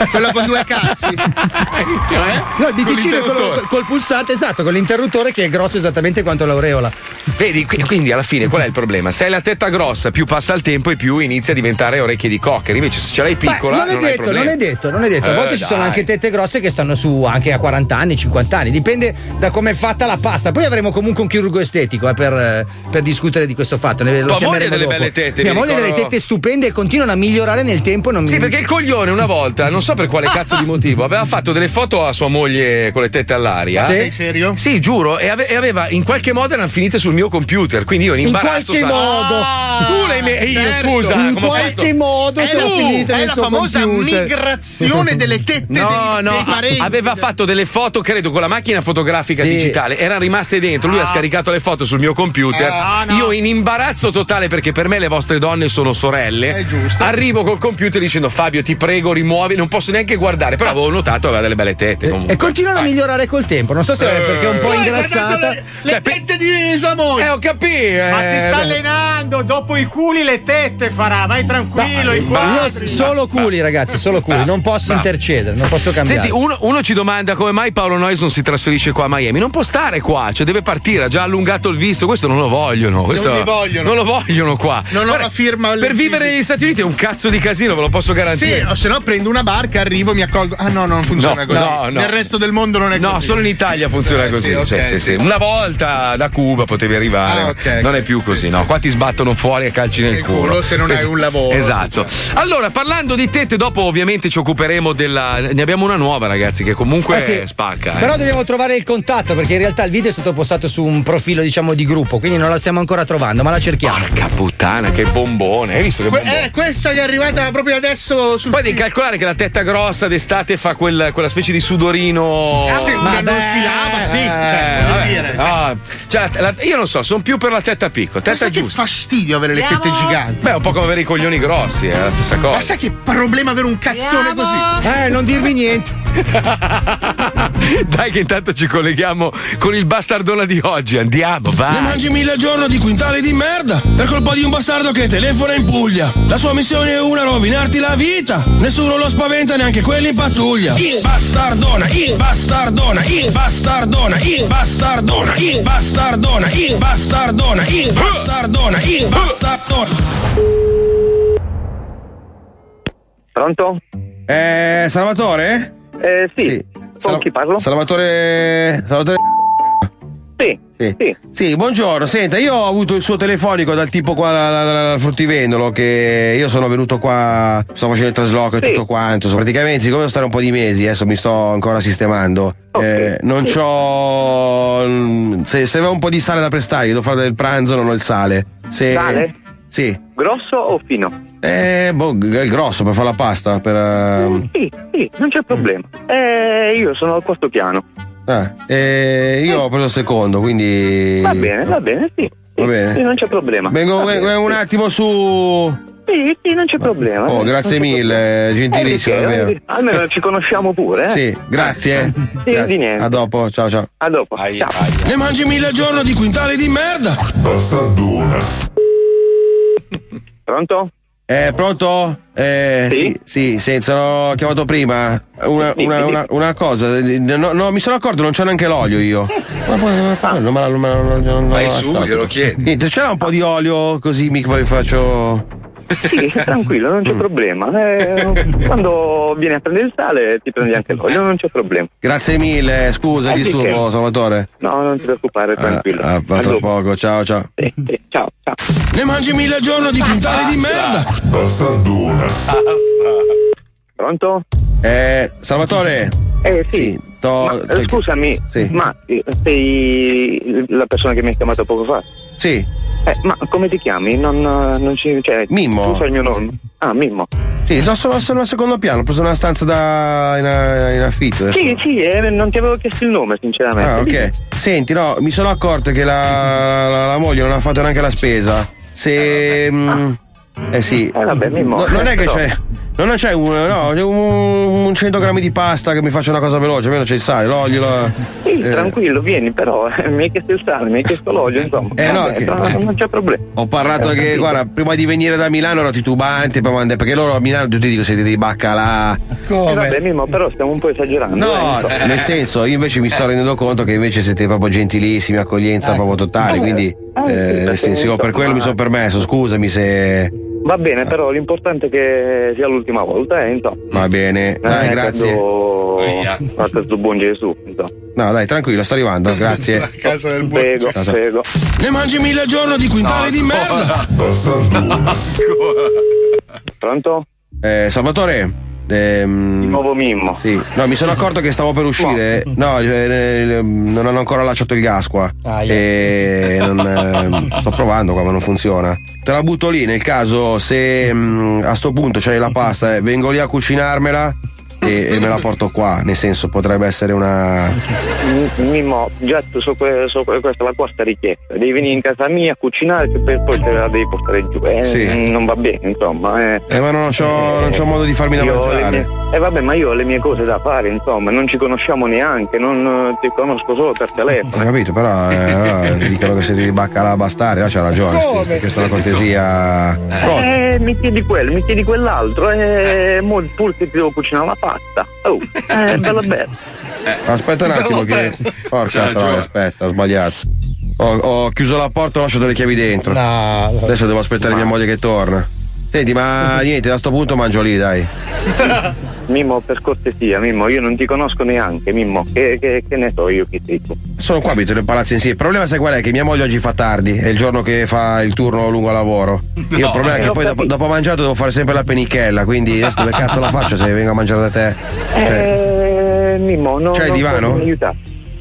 S6: quello con due cazzi.
S1: Eh, cioè?
S4: No, il biticino è quello
S1: l'interruttore.
S4: col, col pulsante, esatto, con l'interruttore che è grosso esattamente quanto l'aureola.
S1: Vedi, qui- quindi alla fine qual è il problema? Se hai la tetta grossa, più passa il tempo e più inizia a diventare orecchie di cocker. Invece, se ce l'hai piccola.
S4: Beh, non, è
S1: hai
S4: detto,
S1: problemi.
S4: non è detto, non è detto. A
S1: Eh,
S4: volte ci
S1: dai.
S4: sono anche tette grosse che stanno su anche a 40 anni, 50 anni, dipende da come è fatta la pasta. Poi avremo comunque un chirurgo estetico eh, per, eh, per discutere di questo fatto. Ne,
S1: Tua
S4: lo
S1: moglie ha
S4: chiameremo
S1: delle
S4: dopo.
S1: belle tette,
S4: Mia
S1: mi
S4: moglie ha delle
S1: ricordo.
S4: tette stupende e continuano a migliorare nel tempo. Non
S1: Sì,
S4: mi...
S1: perché il coglione una volta, non so per quale cazzo
S4: [LAUGHS]
S1: di motivo, aveva fatto delle foto a sua moglie con le tette all'aria.
S6: Sì? Sei serio?
S1: Sì, giuro, e ave- e aveva in qualche modo erano finite sul mio computer, quindi io in
S4: In
S1: imbarazzo
S4: qualche
S1: sa-
S4: modo.
S1: Ah, tu le hai me- e io,
S6: certo.
S1: scusa,
S6: In
S1: come ho
S6: qualche
S1: fatto?
S4: modo
S1: Eh,
S6: sono
S1: no,
S6: finite
S1: è
S6: nel
S1: la
S6: suo
S1: famosa
S6: computer.
S1: migrazione
S6: delle tette
S1: No,
S6: dei-
S1: no,
S6: dei
S1: a-
S6: parenti.
S1: aveva fatto delle foto, credo, con la macchina fotografica
S4: Sì.
S1: digitale, erano rimaste dentro, lui ha scaricato le foto sul mio computer.
S6: Ah, no.
S1: Io in imbarazzo totale perché per me le vostre donne sono sorelle.
S6: È giusto.
S1: Arrivo col computer dicendo Fabio, ti prego, rimuovi, non posso neanche guardare, però avevo notato aveva delle belle tette comunque.
S4: E continuano a migliorare col tempo. Non so se è perché è un po'
S6: Poi hai guardato
S4: ingrassata.
S6: Le, le
S1: Cioè,
S6: tette di sua moglie.
S1: Eh, ho capito.
S13: Ma si sta allenando, dopo i culi le tette farà, vai tranquillo, i
S4: Io-
S13: quadri.
S4: Solo culi, ragazzi, solo culi. Non posso intercedere, non posso cambiare.
S1: Ah. Senti, uno, uno ci domanda come mai Paolo Noison si trasferisce qua a Miami. Non può stare qua, cioè deve partire, ha già allungato il visto. Questo non lo vogliono. questo-
S6: li vogliono.
S1: Non lo vogliono qua.
S6: Non ho la firma
S1: Per vivere negli Stati Uniti è un cazzo di casino, ve lo posso
S6: Sì,
S1: garantire.
S6: o se no prendo una barca, arrivo, mi accolgo. Ah no, non funziona
S1: No,
S6: così.
S1: no, no.
S6: Nel resto del mondo non è
S1: No,
S6: così.
S1: solo in Italia funziona
S6: Eh,
S1: così.
S6: sì,
S1: cioè,
S6: ok,
S1: sì,
S6: sì.
S1: sì. Una volta da Cuba potevi arrivare,
S6: Ah, ok,
S1: non è
S6: ok,
S1: più
S6: sì,
S1: così.
S6: sì,
S1: no, qua ti sbattono fuori a calci nel
S6: Nel
S1: culo.
S6: culo, se non hai
S1: Esa-
S6: un lavoro, diciamo.
S1: Esatto. Allora, parlando di tette, dopo ovviamente ci occuperemo della. Ne abbiamo una nuova, ragazzi, che comunque
S4: Eh sì.
S1: spacca. eh.
S4: Però dobbiamo trovare il contatto perché in realtà il video è stato postato su un profilo diciamo di gruppo, quindi non la stiamo ancora trovando, ma la cerchiamo.
S1: Porca puttana, che bombone. Hai visto che
S6: Que-
S1: bombone?
S6: eh, questa che è arrivata proprio adesso sul
S1: Poi devi calcolare che la tetta grossa d'estate fa quel- quella specie di sudorino.
S6: Ah, sì, ma non si lava, sì, cioè, voglio
S1: Eh, vabbè.
S6: dire, cioè.
S1: Ah, cioè, la- la- io non so, sono più per la tetta piccola. Tetta
S6: Sai che
S1: giusta.
S6: fastidio avere le tette giganti.
S1: Beh, è un po' come avere i coglioni grossi, è la stessa cosa.
S6: Ma sai che problema avere un cazzone così?
S4: Eh, non dirmi niente.
S1: [LAUGHS] Dai che intanto ci colleghiamo con il bastardona di oggi. Andiamo,
S18: Ne
S1: vai.
S18: mangi mille al giorno di quintali di merda per colpa di un bastardo che telefona in Puglia. La sua missione è una, rovinarti la vita. Nessuno lo spaventa, neanche quelli in pattuglia.
S15: Il
S18: bastardona, il bastardona, il bastardona, il bastardona, il Uh! bastardona, il bastardona, il bastardona, il bastardona.
S19: Pronto?
S18: Eh, Salvatore?
S19: Eh, sì.
S18: Con chi parlo? Salvatore. Salvatore.
S19: Sì,
S18: sì. Sì, buongiorno. Senta, io ho avuto il suo telefonico dal tipo qua al- al al fruttivendolo che io sono venuto qua, sto facendo il trasloco e tutto quanto. So, praticamente, siccome devo stare un po' di mesi, adesso mi sto ancora sistemando. eh, non c'ho. mm, Se, se avevo un po' di sale da prestare, gli devo fare del pranzo, non ho il sale. Se,
S19: Sale?
S18: Sì.
S19: Grosso o fino?
S18: Eh, boh, g- il grosso per fare la pasta. Per, ehm,
S19: Sì, sì, non c'è problema. Eh, io sono al quarto piano.
S18: Ah, eh, io ho preso il secondo, quindi.
S19: Va bene, va bene, sì.
S18: Va bene.
S19: Sì, Eh, non c'è problema.
S18: Vengo,
S19: Va bene,
S18: vengo un
S19: sì.
S18: attimo su.
S19: Sì, sì, non c'è problema.
S18: Oh,
S19: eh,
S18: grazie
S19: non c'è
S18: mille,
S19: problema.
S18: gentilissimo,
S19: Eh, perché,
S18: davvero.
S19: voglio dire, Almeno ci conosciamo pure, eh?
S18: Sì, grazie.
S19: Sì,
S18: Grazie.
S19: di niente.
S18: A dopo, ciao ciao.
S19: A dopo. Ciao.
S18: Ne mangi mille al giorno di quintali di merda. Bastardona.
S19: Pronto?
S18: Eh, pronto? Eh, sì, sì, sì, sono chiamato prima. Una,
S19: Sì,
S18: una-
S19: sì.
S18: una- una cosa, eh, no, no, mi sono accorto, non c'ho neanche l'olio io. Ma poi come fa? Non me la- non me la- non- non- non
S1: Vai
S18: me la-
S1: su,
S18: no.
S1: glielo chiedi.
S18: Niente, c'era un po' di olio così mi poi faccio. Mm.
S19: Sì, tranquillo, non c'è problema. Eh, quando vieni a prendere il sale ti
S1: [LAUGHS]
S19: prendi anche l'olio, non c'è problema.
S18: Grazie mille, scusa,
S19: Eh,
S18: di
S19: sì,
S18: disturbo,
S19: che-
S18: Salvatore.
S19: No, non ti preoccupare, tranquillo.
S18: Ah,
S19: A
S18: a tra
S19: dopo.
S18: poco, ciao ciao.
S19: Ciao, ciao.
S18: Ne mangi mille al giorno di quintali di merda.
S15: Bastardona.
S19: Pronto?
S18: Eh, Salvatore?
S19: Eh sì.
S18: to-
S19: Ma, eh,
S18: to-
S19: scusami,
S18: Sì.
S19: ma eh, sei la persona che mi ha chiamato poco fa?
S18: Sì.
S19: Eh, ma come ti chiami? Non, eh, non ci, cioè,
S18: Mimmo.
S19: Tu sai il mio nome? Ah, Mimmo.
S18: Sì, sono, sono, sono al secondo piano, ho preso una stanza da, in, in affitto. adesso.
S19: Sì, sì, eh, non ti avevo chiesto il nome, sinceramente.
S18: Ah, ok.
S19: Dimmi.
S18: Senti, no, mi sono accorto che la, la- la moglie non ha fatto neanche la spesa. Se. mm, eh sì. No, non è che
S19: però.
S18: c'è. Non c'è un, no, c'è un, un 100 grammi di pasta che mi faccia una cosa veloce, almeno c'è il sale, l'olio. la-
S19: Sì,
S18: eh,
S19: tranquillo, vieni però, [LAUGHS] eh, mi hai chiesto il sale, mi hai chiesto l'olio, insomma.
S18: Eh, no,
S19: Vabbè,
S18: che-
S19: no, non c'è problema.
S18: Ho parlato
S19: Eh,
S18: che,
S19: sì.
S18: guarda, prima di venire da Milano ero titubante, poi mandai- perché loro a Milano tutti dicono siete dei baccalà.
S19: Eh, vabbè, Mimmo, però stiamo un po' esagerando.
S18: No,
S19: eh,
S18: nel senso, io invece mi sto rendendo conto che invece siete proprio gentilissimi, accoglienza
S19: Ecco.
S18: proprio totale, quindi eh, nel senso io per quello mi sono permesso, scusami se
S19: Va bene, però l'importante è che sia l'ultima volta, eh, insomma.
S18: va bene. Dai,
S19: Eh,
S18: grazie.
S19: quando- Fatto questo buon Gesù, insomma.
S18: No, dai, tranquillo, sto arrivando, grazie.
S19: Casa del buon prego,
S18: Ciao, ciao.
S19: prego.
S18: Ne mangi mille al giorno di quintali di
S19: [LAUGHS]
S18: merda.
S19: Pronto?
S18: Eh, Salvatore? Ehm,
S19: nuovo Mimmo.
S18: Sì. No, mi sono accorto che stavo per uscire. No, eh, eh, non hanno ancora lasciato il gas qua. E non, eh, sto provando qua, ma non funziona. Te la butto lì nel caso se mm, a sto punto c'hai la pasta, eh, vengo lì a cucinarmela e, e me la porto qua. Nel senso, potrebbe essere una.
S19: M- Mimmo, già tu so, que- so que- questa è la quarta richiesta. Devi venire in casa mia a cucinare e poi poi te la devi portare giù. Eh,
S18: Sì.
S19: Non va bene, insomma. Eh.
S18: Eh, ma non c'ho, non c'ho modo di farmi da
S19: Io ho le
S18: mangiare.
S19: mie- eh, vabbè, ma io ho le mie cose da fare, insomma, non ci conosciamo neanche, non eh, ti conosco solo per telefono.
S18: Ho capito, però eh, allora dicono che siete di baccalà bastare, là c'ha ragione.
S19: Come?
S18: Questa è una cortesia. Pronto?
S19: Eh, mi chiedi quello, mi chiedi quell'altro, e eh, mo pur che ti devo cucinare la pasta. Oh,
S18: [LAUGHS]
S19: eh, bella bella.
S18: Aspetta un attimo che. Porca
S19: Ciao,
S18: troia,
S19: Giovanni.
S18: aspetta, ho sbagliato. Ho, ho chiuso la porta, ho lasciato le chiavi dentro. Adesso devo aspettare mia moglie che torna. Senti, ma niente, da sto punto mangio lì, dai.
S19: Mimmo, per cortesia, Mimmo, io non ti conosco neanche, Mimmo, che, che- che ne so io chi sei tu?
S18: Sono qua abito nel palazzo in sì. Il problema sai qual è? Che mia moglie oggi fa tardi, è il giorno che fa il turno lungo lavoro. Io il problema è che
S19: Ho
S18: poi dopo, dopo mangiato devo fare sempre la penichella, quindi adesso dove cazzo la faccio se vengo a mangiare da te?
S19: Eh, Mimmo, no,
S18: C'è il
S19: non
S18: divano?
S19: posso aiutare.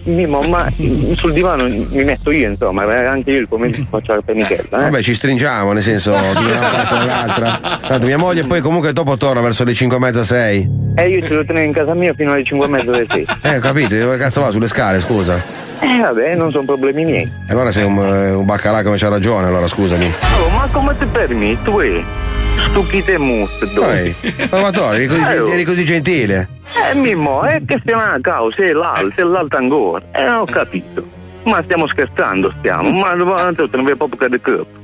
S19: Mimmo, ma sul divano mi metto io, insomma, eh, anche io
S18: [LAUGHS]
S19: il pomeriggio faccio la penichella. Eh.
S18: Vabbè, ci stringiamo, nel senso, di una parte all'altra. Tanto mia moglie poi comunque dopo torna verso le 5 e mezza 6.
S19: E Eh, io ti devo tenere in casa mia fino alle 5 e mezza del sera.
S18: [LAUGHS] Eh, capite? Dove cazzo va? Sulle scale, scusa.
S19: Eh, vabbè, non sono problemi miei.
S18: E Allora sei un, eh, un baccalà come c'ha ragione, allora scusami.
S19: Oh, ma come ti permetti, tu eh? Stucchite mousse, dove?
S18: Poi, Salvatore, eri così,
S19: Eh, oh.
S18: eri così gentile.
S19: Eh Mimmo, è che stiamo a causa, è l'altro, è l'altro ancora. Eh, non ho capito. Ma stiamo scherzando, stiamo. Ma ma tu non vedi proprio che di corpo.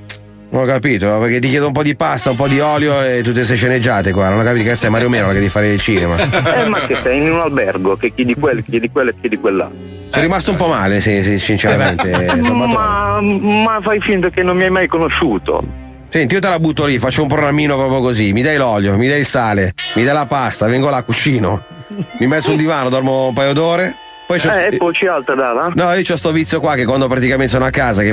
S18: Non ho capito, perché ti chiedo un po' di pasta, un po' di olio e tutte queste sceneggiate qua. Non ho capito che sei Mario Mero che devi fare il cinema.
S19: Eh, ma che sei in un albergo che chiedi quello, chiedi quello e chiedi quell'altro.
S18: Sono rimasto un po' male, sì, sì, sinceramente.
S19: Eh Ma, ma fai finta che non mi hai mai conosciuto.
S18: Senti, io te la butto lì, faccio un programmino proprio così. Mi dai l'olio, mi dai il sale, mi dai la pasta, vengo là, cucino. Mi metto sul divano, dormo un paio d'ore. Poi c'ho
S19: eh, e poi ci alta dava.
S18: No, io ho sto vizio qua che quando praticamente sono a casa, che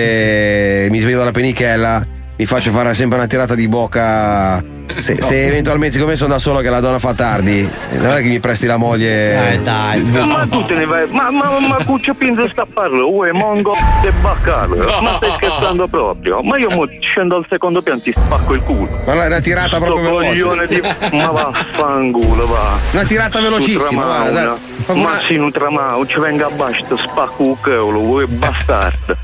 S18: praticamente mi sveglio dalla penichella, mi faccio fare sempre una tirata di bocca. Se, se eventualmente, siccome sono da solo che la donna fa tardi, non è che mi presti la moglie. Eh dai.
S19: Ma tu te ne vai, ma, ma, ma Cuccio Pinto sta a parlo, uè, mongo e baccarlo. Ma stai scherzando proprio? Ma io mo scendo al secondo piano e ti spacco il culo.
S18: Ma no, è una tirata proprio
S19: Sto
S18: veloce.
S19: coglione di. Ma vaffanculo, va.
S18: Una tirata velocissima,
S19: Nutramauna.
S18: guarda, dai.
S19: Ma sì, Nutramau, ci venga a basto, spacco il cavolo, uè, bastardo.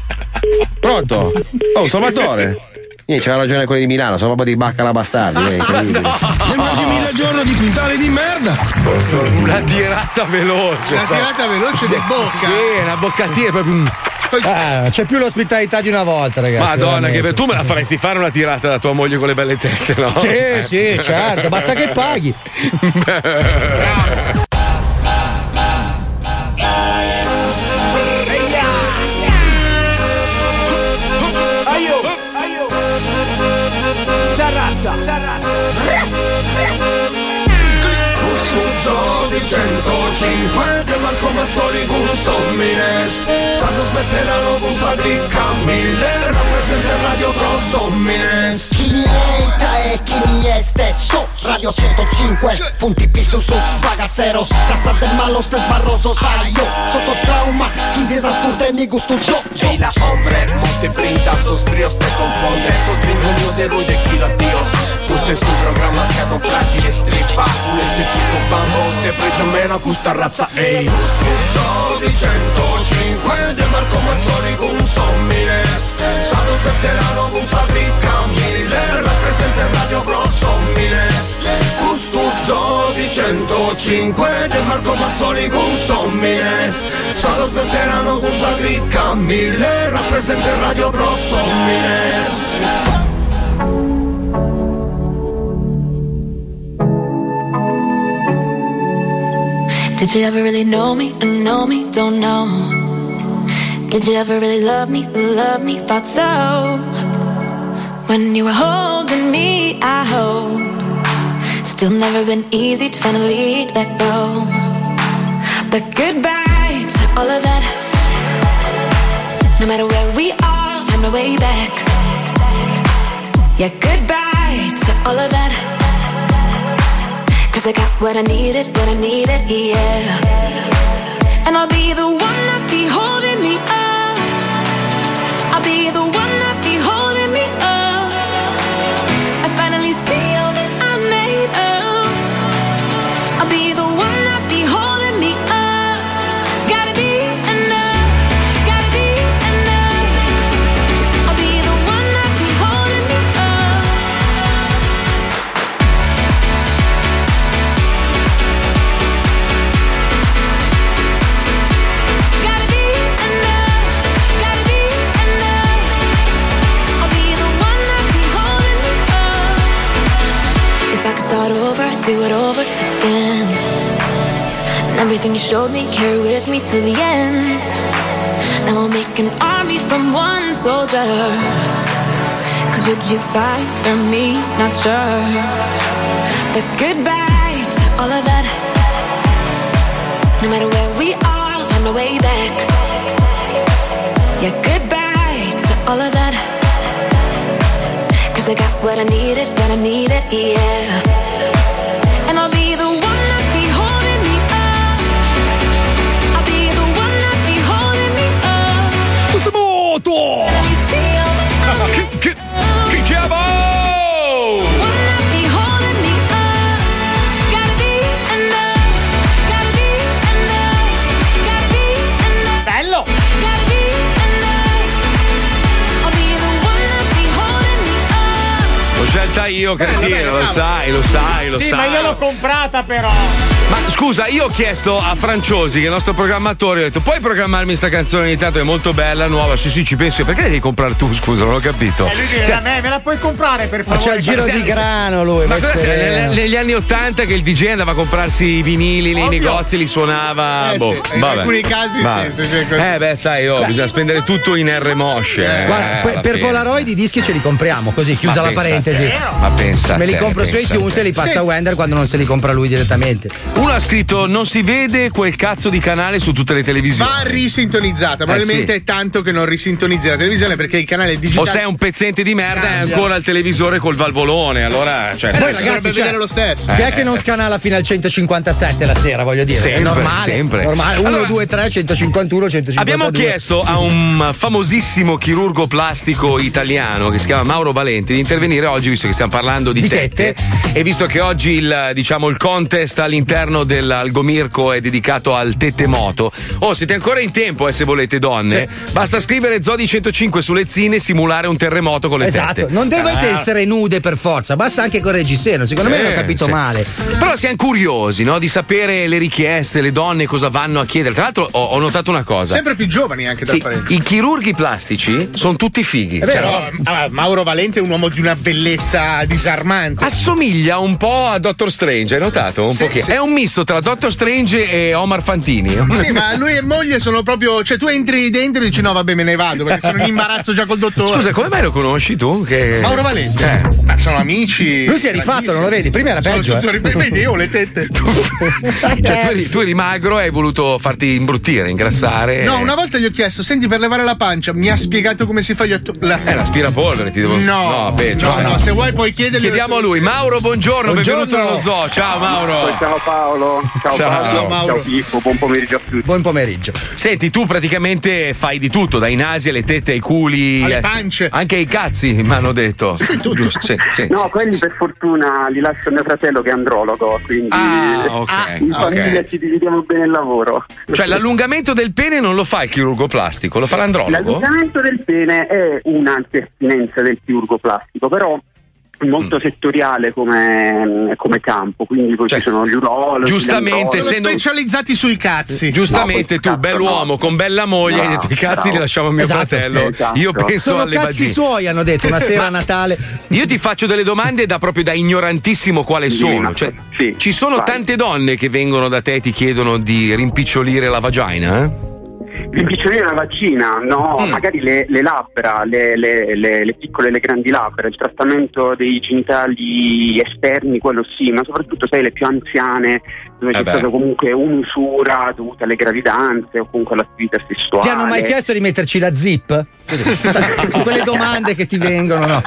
S18: Pronto? Oh, Salvatore. Niente, c'ha ragione quelli di Milano, sono proprio di baccala [LAUGHS] bastardi. eh, incredibile.
S10: Ne mangi mille al giorno di quintali di merda.
S1: Una tirata veloce.
S10: Una
S1: sai.
S10: tirata veloce
S1: Sì,
S10: di bocca.
S1: Sì, una boccatina proprio. un-
S4: Ah, c'è più l'ospitalità di una volta, ragazzi.
S1: Madonna, che
S4: veramente.
S1: be- tu me la faresti fare una tirata da tua moglie con le belle tette, no?
S4: Sì, sì,
S1: Eh.
S4: certo, basta che paghi.
S15: Aio, aio. Sarrazza,
S8: Gusto di 105 che Marco Mazzoli gusto mines Sanno smetteranno gusto di Camille Rappresenta Radio Grosso mines
S5: Quinienta e quinieste su Radio 105 Funti piso su spagaceros Casa de malos del barrosos Ayo, sotto trauma Quisieras curte ni e gusto yo
S15: Y la hombre no te brinda, sus tríos te confonden Sos gringos no de ruido y kilo tíos Gusto es un programa que no tragi e strippa Unisci chico bambo, te precio meno a questa razza Ehi
S8: Gusto di 105 di Marco Mazzoli gusto mines Sanno smetteranno gusto di Camille Rappresenta Radio Grosso mines Gusto di 105 di Marco Mazzoli gusto mines Sanno smetteranno gusto di Camille Rappresenta Radio Grosso mines
S20: Did you ever really know me or know me? Don't know. Did you ever really love me? Love me? Thought so. When you were holding me, I hope. Still never been easy to finally let go. But goodbye to all of that. No matter where we are, find my way back. Yeah, goodbye to all of that. Cause I got what I needed, what I needed, yeah. And I'll be the one that be holding me up. I'll be the one that be holding me up. I finally see all that I made of. I'll be the one that be holding me up. Gotta be enough. Gotta be enough. I'll be the one that be holding me up. Gotta be enough, gotta be enough. I'll be the one that be holding me up. If I could start over, I'd do it over again. And everything you showed me, carry with me till the end. Now I'll make an army from one soldier. Cause would you fight for me? Not sure. But goodbye to all of that. No matter where we are, I'll find a way back. Yeah, goodbye to all of that. Cause I got what I needed, what I needed, yeah. And I'll be the one that be holding me up. I'll be the one that be holding me up.
S1: Chi- chi- chi siamo? Oh!
S20: Be holding me up. Gotta be enough. Gotta be enough. Gotta be enough.
S13: Bello.
S20: Gotta be enough. I'll be the one that be holding me up.
S1: L'ho scelta io cretino, cretino, lo sai, lo sai, lo
S13: sì,
S1: sai.
S13: ma io l'ho comprata però.
S1: Ma scusa, io ho chiesto a Franciosi, che è il nostro programmatore, ho detto puoi programmarmi sta canzone ogni tanto, è molto bella, nuova, sì sì ci penso io, perché la devi comprare tu, scusa, non ho capito.
S6: Eh,
S13: E lui dice
S1: Cioè,
S13: da me, me la puoi comprare per favore?
S4: c'ha il giro di grano lui,
S1: ma
S4: vai
S1: cosa sei,
S4: sereno.
S6: Eh,
S1: neg- negli anni Ottanta che il DJ andava a comprarsi i vinili nei negozi, li suonava.
S6: Eh
S1: boh,
S6: sì, in
S1: vabbè.
S6: alcuni casi sì,
S1: Vabbè.
S6: sì, sì, così.
S1: Eh beh, sai, oh, bisogna spendere tutto in R mosce. eh,
S4: Guarda, que-
S1: alla
S4: per
S1: fine.
S4: Polaroid i dischi ce li compriamo, così chiusa
S1: Ma pensa
S4: la
S1: a te,
S4: parentesi.
S1: Ma pensa. a
S4: Me li
S1: te,
S4: compro su
S1: pensa a
S4: iTunes
S1: te.
S4: e li passa
S1: Sì. Eh,
S4: a Wender quando non se li compra lui direttamente.
S1: Uno ha scritto: Non si vede quel cazzo di canale su tutte le televisioni.
S6: Va risintonizzata,
S1: Eh,
S6: probabilmente
S1: sì.
S6: è tanto che non risintonizzi la televisione perché il canale
S1: O
S6: digitale.
S1: sei un pezzente di merda e hai
S6: Cambia.
S1: ancora il televisore col valvolone, allora. Cioè, cioè,
S4: Poi, ragazzi,
S1: dovrebbe
S4: cioè,
S1: vedere lo stesso.
S4: Chi è
S1: Eh,
S4: che non scanala fino al 157 la sera, voglio dire?
S1: Sempre,
S4: è normale.
S1: sempre.
S4: normale. 1,
S1: Allora-
S4: 2, 3, 151, 152.
S1: Abbiamo chiesto a un famosissimo chirurgo plastico italiano che si chiama Mauro Valenti di intervenire oggi, visto che stiamo parlando di,
S4: Di
S1: tette, e visto che oggi il, diciamo, il contest all'interno dell'Algomirco è dedicato al tettemoto. Oh, siete ancora in tempo, eh, se volete donne. Basta scrivere Zodi 105 sulle zine e simulare un terremoto con le
S4: Esatto,
S1: tette.
S4: non dovete
S1: Ah.
S4: essere nude per forza, basta anche con il reggiseno, secondo me
S1: Eh,
S4: l'ho capito
S1: sì.
S4: male.
S1: Però siamo curiosi no? di sapere le richieste, le donne cosa vanno a chiedere. Tra l'altro ho, ho notato una cosa.
S6: Sempre più giovani anche da
S1: Sì,
S6: apparenza.
S1: I chirurghi plastici sono tutti fighi.
S6: È vero,
S1: Cioè,
S6: allora, ah, Mauro Valente è un uomo di una bellezza disarmante.
S1: Assomiglia un po' a Doctor Strange, hai notato? Un
S6: Sì,
S1: pochino.
S6: sì.
S1: È un misto tra Doctor Strange e Omar Fantini.
S6: [LAUGHS] Sì, ma lui e moglie sono proprio. Cioè, tu entri dentro e dici: No, vabbè, me ne vado perché sono in imbarazzo già col dottore.
S1: Scusa, come mai lo conosci tu? Che...
S6: Mauro Valente.
S1: Eh.
S6: [LAUGHS] Ma sono amici.
S1: Lui si è rifatto, non lo vedi? Prima era
S6: Sono
S1: peggio,
S6: tutto
S1: eh.
S6: ri- Vedi, io ho
S1: [LAUGHS]
S6: le tette.
S1: Cioè, tu, eri, tu eri magro e hai voluto farti imbruttire, ingrassare.
S6: No,
S1: e-
S6: una volta gli ho chiesto: Senti, per levare la pancia, mi ha spiegato come si fa gli atto- la
S1: Eh, l'aspirapolvere ti devo. cioè,
S6: No,
S1: peggio. ah,
S6: no, no, se vuoi puoi chiedergli-
S1: Chiediamo a lui. Mauro, buongiorno, benvenuto allo zoo. Ciao Mauro.
S21: Ciao Paolo. Ciao,
S1: Ciao.
S21: Paolo.
S1: Ciao, Mauro.
S21: Ciao Pippo, buon pomeriggio a tutti.
S4: Buon pomeriggio.
S1: Senti, tu praticamente fai di tutto, dai nasi alle tette, ai culi,
S21: Alle
S1: eh,
S21: pance.
S1: Anche ai cazzi, mi hanno detto. Sì, tu giusto. Sì, sì.
S21: No, quelli per fortuna li lascio a mio fratello che è andrologo, quindi [LAUGHS]
S1: Ah, ok,
S21: in
S1: ok.
S21: famiglia ci dividiamo bene il lavoro.
S1: Cioè, l'allungamento del pene non lo fa il chirurgo plastico, lo fa l'andrologo.
S21: L'allungamento del pene è un'antiestinenza del chirurgo plastico, però è
S1: Mm.
S21: molto settoriale come, come campo, quindi poi ci sono gli urologi.
S1: Cioè, giustamente,
S21: se
S1: essendo-
S6: specializzati sui cazzi.
S1: Giustamente tu, bell'uomo, con bella moglie, hai detto i cazzi li lasciamo a mio
S4: Esatto.
S21: Eh,
S1: fratello. Io penso
S4: Sono
S1: alle
S4: cazzi
S1: vagine.
S4: suoi, hanno detto
S1: [LAUGHS]
S4: una sera a Natale.
S1: Io ti faccio delle domande da proprio da ignorantissimo quale sono. Cioè, ci sono
S21: vai.
S1: tante donne che vengono da te e ti chiedono di rimpicciolire la vagina? eh?
S21: L'impicciolire la vaccina, no,
S4: Mm.
S21: magari le, le labbra, le, le- le- le piccole e le grandi labbra, il trattamento dei genitali esterni, quello sì, ma soprattutto sai le più anziane dove c'è
S4: Eh beh.
S21: stata comunque un'usura dovuta alle gravidanze o comunque all'attività sessuale.
S4: Ti hanno mai chiesto di metterci la zip? Sai, Quelle domande che ti vengono, no?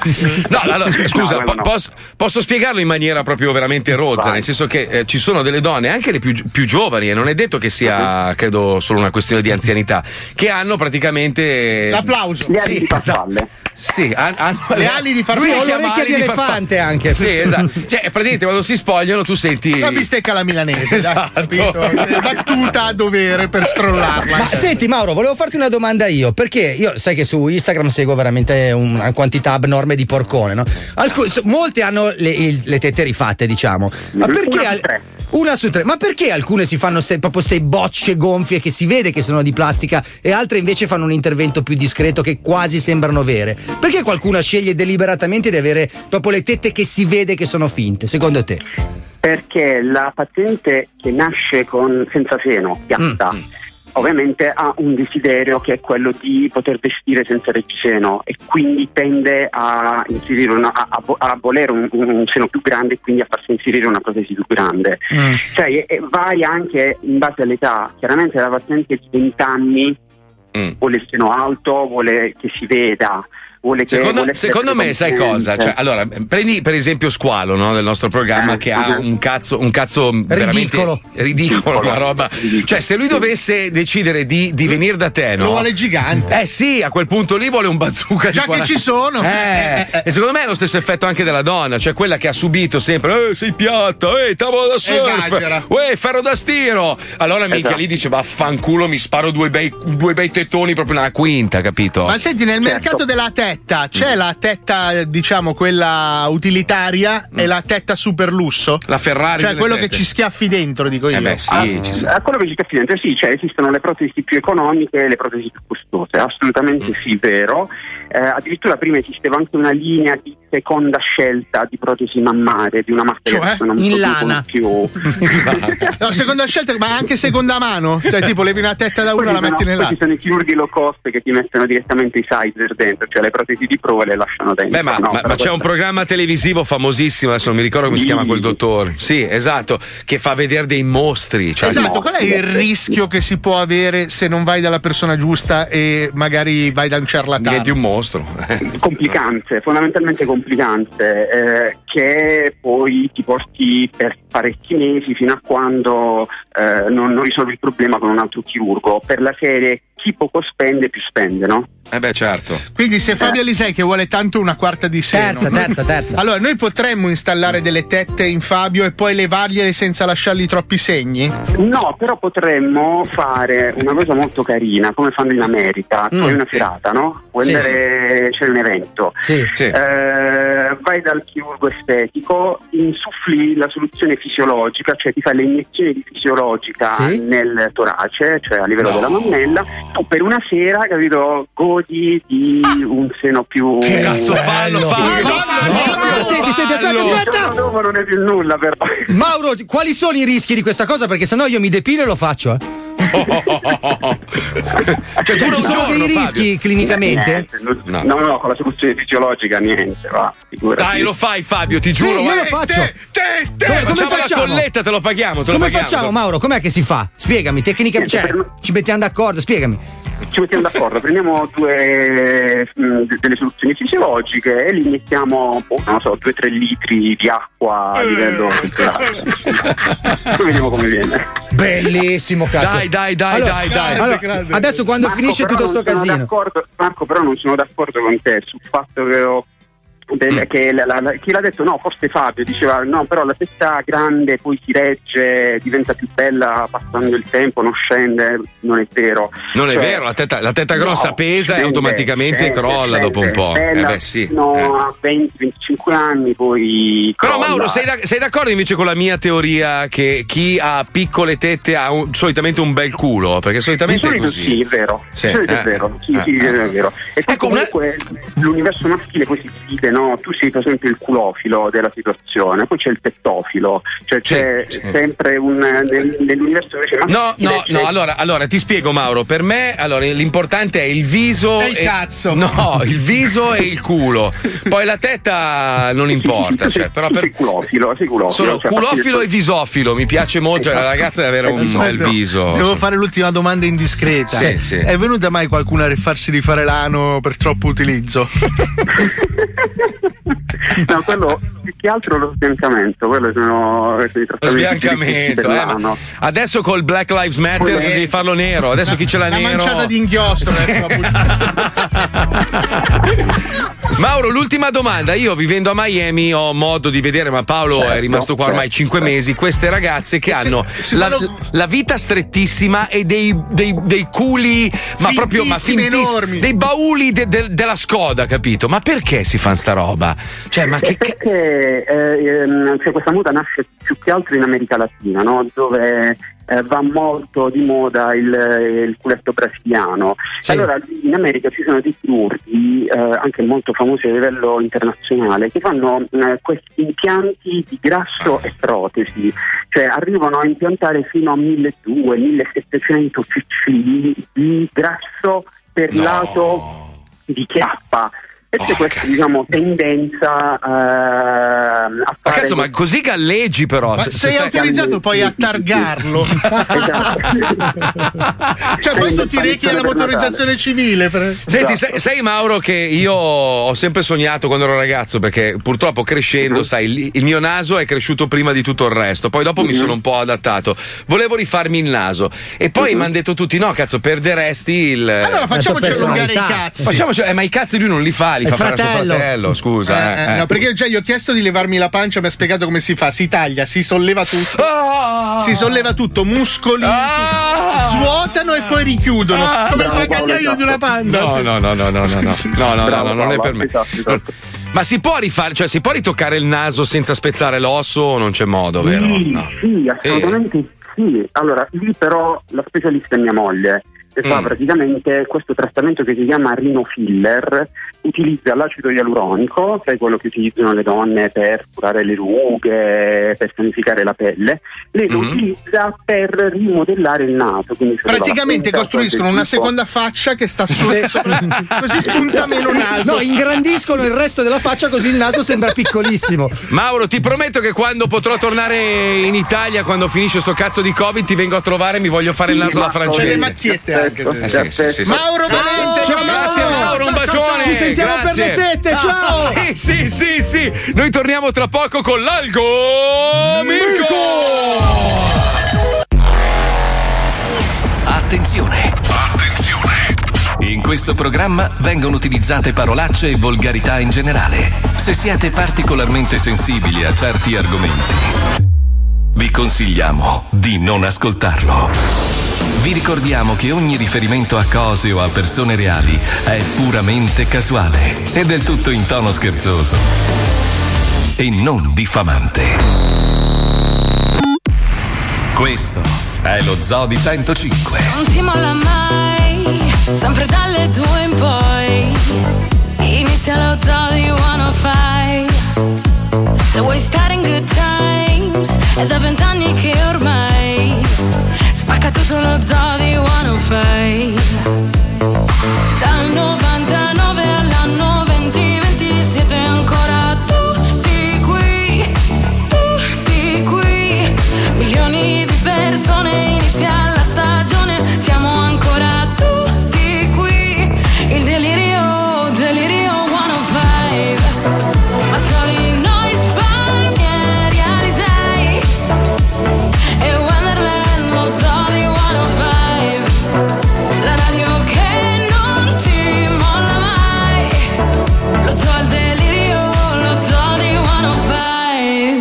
S1: No, allora, s- scusa,
S21: no,
S1: po-
S21: no.
S1: Posso, posso spiegarlo in maniera proprio veramente rozza, nel senso che eh, ci sono delle donne, anche le più, gio- più giovani, e non è detto che sia, credo, solo una questione di anzianità, che hanno praticamente...
S6: L'applauso.
S21: Le
S1: Sì, esatto.
S21: ali di farfalle.
S1: Sì, han- hanno
S21: Le ali di farfalle.
S1: Lui
S21: Sì,
S1: chiama
S21: l'orecchia
S1: ali
S21: di
S1: farfalle.
S21: elefante
S4: anche.
S1: Sì, esatto. Cioè, praticamente quando si spogliano tu senti...
S6: La bistecca alla milanese,
S1: Esatto. [LAUGHS]
S6: dai, capito? Battuta a dovere per strollarla.
S4: Ma senti Mauro, volevo farti una domanda io, perché io sai che su Instagram seguo veramente una quantità abnorme di porcone, no? Alcu- so- molte hanno le, il- le tette rifatte, diciamo. Ma perché al- una su tre? Ma perché alcune si fanno ste- proprio ste bocce gonfie che si vede che sono di plastica e altre invece fanno un intervento più discreto che quasi sembrano vere? Perché qualcuna sceglie deliberatamente di avere proprio le tette che si vede che sono finte, secondo te?
S21: Perché la paziente che nasce con, senza seno, piatta,
S1: Mm,
S21: ovviamente ha un desiderio che è quello di poter vestire senza reggiseno e quindi tende a, inserire una- a- a vo- a volere un, un seno più grande e quindi a farsi inserire una protesi più grande.
S1: Mm.
S21: Cioè e- e varia anche in base all'età. Chiaramente la paziente di 20 anni
S1: Mm.
S21: vuole il seno alto, vuole che si veda. Vuole che,
S1: Secondo,
S21: vuole essere
S1: secondo me, sai cosa?
S21: competente.
S1: Cioè, allora, prendi per esempio Squalo no, del nostro programma che ha un cazzo, un cazzo veramente
S21: Ridicolo.
S1: ridicolo, una roba. Cioè, se lui dovesse decidere di, di venire da te, no?
S6: Lo vuole gigante.
S1: Eh sì, a quel punto lì vuole un [LAUGHS] bazooka. di
S6: Già che
S1: 40
S6: ci sono.
S1: Eh, e secondo me è lo stesso effetto anche della donna, cioè quella che ha subito sempre, eh, sei piatta, eh, tavolo da
S6: Esagera.
S1: surf, eh, ferro da stiro. Allora minchia lì dice, vaffanculo, mi sparo due bei, due bei tettoni proprio una quinta, capito? Certo. Cioè,
S6: Ma senti, nel mercato della tetta,
S1: Mm.
S6: c'è la tetta, eh, diciamo, quella utilitaria e la tetta super lusso.
S1: Mm. La Ferrari
S6: Cioè
S1: delle
S6: quello
S1: tette. Eh
S6: che ci schiaffi dentro, dico io. Ah.
S21: a, ah, a quello che ci sta finendo, sì, cioè, esistono le protesi più economiche e le protesi più costose, assolutamente sì, vero. Eh, addirittura prima esisteva anche una linea di seconda scelta di protesi mammare di una marca
S6: Cioè?
S21: che adesso non
S6: In
S21: producono
S6: lana.
S21: più.
S6: No, seconda scelta, ma anche seconda mano. Cioè, tipo, levi una tetta da
S21: Poi
S6: una e la
S21: ci sono-
S6: metti
S21: poi ci
S6: nell'altra.
S21: sono i chirurghi low cost che ti mettono direttamente i sizer dentro, cioè le protesi di prova le lasciano dentro.
S1: Beh, ma,
S21: no?
S1: ma-
S21: Però
S1: ma c'è un programma televisivo famosissimo, adesso non mi ricordo come si chiama quel dottore. Sì, esatto, che fa vedere dei mostri. Cioè
S6: Esatto, qual è il rischio che si può avere se non vai dalla persona giusta e magari vai da un ciarlatano?
S1: Diventi un mostro.
S21: complicanze, fondamentalmente complicanze, eh, che poi ti porti per parecchi mesi fino a quando eh, non, non risolvi il problema con un altro chirurgo. Per la serie chi poco spende più spende, no?
S1: Eh beh, certo.
S6: Quindi se Fabio Alisei che vuole tanto una quarta di seno
S21: Eh. Terza,
S6: noi-
S21: terza, terza.
S6: Allora noi potremmo installare delle tette in Fabio e poi levargliele senza lasciargli troppi segni?
S21: No, però potremmo fare una cosa molto carina, come fanno in America,
S1: Mm.
S21: c'è una serata, no? Vuoi
S8: Sì.
S21: andare, c'è un evento.
S8: sì.
S21: Eh, vai dal chirurgo estetico, insuffli la soluzione fisiologica, cioè ti fa le iniezioni di fisiologica
S8: Sì.
S21: nel torace, cioè a livello
S8: No.
S21: della mammella, tu per una sera, capito, godi di un seno più... Che
S1: cazzo
S21: fanno,
S4: Ma senti, senti, aspetta, aspetta!
S21: non è più nulla però.
S4: [LAUGHS] Mauro, quali sono i rischi di questa cosa? Perché sennò io mi depilo e lo faccio. eh.
S1: Cioè,
S4: ci sono dei rischi clinicamente?
S21: no. no, no, con la soluzione fisiologica niente, va, figurati. Eh,
S1: Dai, lo fai Fabio, ti giuro.
S4: io
S1: guarda.
S4: lo faccio.
S1: Te, te, te,
S4: Come- come
S1: facciamo la
S4: facciamo?
S1: colletta, te lo paghiamo. Te lo
S4: Come
S1: paghiamo.
S4: facciamo, Mauro? Com'è che si fa? Spiegami, tecnica. Cioè, ci mettiamo d'accordo, spiegami.
S21: Ci mettiamo d'accordo, prendiamo due, mh, de- delle soluzioni fisiologiche e li mettiamo, boh, non lo so, 2-3 litri di acqua a livello corporale. Poi vediamo come viene.
S4: Bellissimo, cazzo.
S21: Dai, dai, dai, dai, dai.
S4: allora,
S21: Grande,
S4: Adesso quando
S21: Marco,
S4: finisce
S21: però
S4: tutto
S21: non
S4: sto
S21: sono
S4: casino.
S21: d'accordo- Marco, però non sono d'accordo con te sul fatto che ho. del- che la- la- la- chi l'ha detto? No, forse Fabio diceva no, però la testa grande poi si regge, diventa più bella passando il tempo, non scende, non è vero.
S1: Non è
S21: Cioè,
S1: vero, la tetta, la tetta grossa
S21: no,
S1: pesa e
S21: scende,
S1: automaticamente
S21: scende,
S1: crolla dopo un
S21: scende,
S1: po'. Eh
S21: bella
S1: beh, sì.
S21: Fino a 20-25 anni poi.
S1: Però
S21: crolla.
S1: Mauro, sei, d'ac- sei d'accordo invece con la mia teoria che chi ha piccole tette ha un- solitamente un bel culo? Perché
S21: Di
S1: solitamente è
S21: solito
S1: così.
S21: sì, è vero. Di
S1: Sì,
S21: solito
S1: eh,
S21: è vero. Sì,
S1: eh,
S21: sì,
S1: eh.
S21: è vero. E poi comunque l'universo maschile poi si divide, no? Tu sei per esempio il culofilo della situazione, poi c'è il tettofilo, cioè c'è
S1: sì.
S21: sempre un nel- nell'universo invece maschile.
S1: No, no,
S21: c'è-
S1: no, allora, allora ti spiego Mauro, per me allora, l'importante è il viso
S6: E il cazzo.
S1: No, il viso e il culo. Poi la tetta non importa, cioè, però per
S21: culofilo, sei culofilo,
S1: Sono
S21: cioè, Esatto.
S1: culofilo
S21: partire-
S1: e visofilo, mi piace molto, cioè, la ragazza deve avere un
S6: Aspetta,
S1: bel viso.
S6: Devo fare l'ultima domanda indiscreta.
S1: Sì, sì.
S6: È venuta mai qualcuno a rifarsi rifare l'ano per troppo utilizzo?
S21: No, quello più che altro lo sbiancamento, quello sono, sono i
S1: Lo
S21: trattamenti
S1: sbiancamento, eh,
S21: dell'ano.
S1: ma adesso col Black Lives Matter
S21: Quello è-
S1: devi farlo nero, adesso chi ce l'ha
S6: Una manciata
S1: nero?
S6: di inchiostro eh, adesso la
S1: Mauro, l'ultima domanda. Io vivendo a Miami ho modo di vedere, ma Paolo è
S21: Certo,
S1: rimasto qua ormai
S21: certo,
S1: 5
S21: certo.
S1: mesi. Queste ragazze che
S21: Si-
S1: hanno
S21: si
S1: la,
S21: fanno-
S1: la vita strettissima e dei, dei- dei culi, ma proprio ma
S6: Fintissimi,
S1: fintiss-
S6: enormi.
S1: dei bauli de- de- della Scoda, capito? Ma perché si fanno sta roba? Cioè, ma che.
S21: perché eh, ehm, cioè, questa moda nasce più che altro in America Latina, no? dove eh, va molto di moda il, il culetto brasiliano. Allora in America ci sono dei chirurghi, eh, anche molto famosi a livello internazionale, che fanno eh, questi impianti di grasso e protesi, cioè arrivano a impiantare fino a 1200-1700 cc di- di grasso per lato di chiappa. E c'è questa diciamo, tendenza ehm, a
S1: Ma
S21: fare.
S1: cazzo, ma così galleggi però. se- se stai-
S6: Sei
S1: Esatto.
S6: autorizzato poi a targarlo. [LAUGHS] cioè, poi tu ti rechi alla motorizzazione civile. per-
S1: Senti,
S6: Esatto.
S1: sai, sai, Mauro che io ho sempre sognato quando ero ragazzo perché purtroppo
S6: Mhm.
S1: crescendo, sai, il, il mio naso è cresciuto prima di tutto il resto, poi dopo mi
S21: Mhm.
S1: sono un po' adattato. Volevo rifarmi il naso e poi
S6: Mhm.
S1: mi hanno detto tutti no, cazzo, perderesti il
S6: Allora facciamoci allungare i cazzi.
S1: Facciamoci, eh, ma i cazzi lui non li fa, li
S6: È
S1: fa fare a suo
S6: fratello.
S1: fratello, scusa.
S6: Eh,
S1: eh, eh.
S6: no, perché già gli ho chiesto di levarmi la pancia, mi ha
S1: Oh. Ah!
S6: spiegato come si fa. Si taglia, si solleva tutto. Si solleva tutto, muscoli. Svuotano e poi richiudono.
S1: Ah.
S6: come il
S1: Bravo, Paolo,
S6: bagagliaio di una panda.
S1: No, no, no, no, no, no, no, no, no, no, no, non è per me.
S6: esatto,
S1: Ma si può rifare, cioè si può ritoccare il naso senza spezzare l'osso o non c'è modo, vero?
S6: Mm.
S21: Sì,
S1: No.
S21: sì, assolutamente sì. Allora, lì però la specialista è mia moglie che
S1: Mm.
S21: fa praticamente questo trattamento che si chiama rinofiller, utilizza l'acido ialuronico, che è quello che utilizzano le donne per curare le rughe, per tonificare la pelle, lei lo
S1: Mm-hmm.
S6: Mhm.
S21: utilizza per rimodellare il naso. quindi se
S6: Praticamente
S21: la punta,
S1: esatto,
S6: costruiscono una
S21: qualche tipo-
S6: seconda faccia che sta su. sopra-
S4: cioè, [LAUGHS]
S6: così spunta meno il naso.
S4: No, ingrandiscono il resto della faccia così il naso sembra piccolissimo.
S1: Mauro, ti prometto che quando potrò tornare in Italia, quando finisce sto cazzo di Covid, ti vengo a trovare e mi voglio fare il naso alla francese.
S6: C'è le macchiette anche.
S1: Eh, sì, sì, sì, sì.
S6: Mauro Valente,
S1: Grazie Mauro, un bacione.
S6: Ci sentiamo
S1: grazie. Ah,
S6: per le tette, ciao.
S1: Sì, sì, sì, sì. Noi torniamo tra poco con l'Algo Mirko.
S2: Attenzione! Attenzione! In questo programma vengono utilizzate parolacce e volgarità in generale. Se siete particolarmente sensibili a certi argomenti, vi consigliamo di non ascoltarlo. Vi ricordiamo che ogni riferimento a cose o a persone reali è puramente casuale e del tutto in tono scherzoso e non diffamante. Questo è lo Zoo di 105.
S7: Non ti molla mai, sempre dalle due in poi. Inizia lo zoo di 105. Se vuoi stare in good times, è da vent'anni che ormai spacca tutto lo zoo di 105. Dal 99 all'anno 2020 siete ancora tutti qui, tutti qui. Milioni di persone inizia la stagione, siamo ancora tutti qui. Il delirio, delirio 105. Mazzoli, noi spalmieri, Alisei. E Wonderland, Mazzoli 105. La radio che non ti molla mai. Lo zoo al delirio, lo zoo di 105.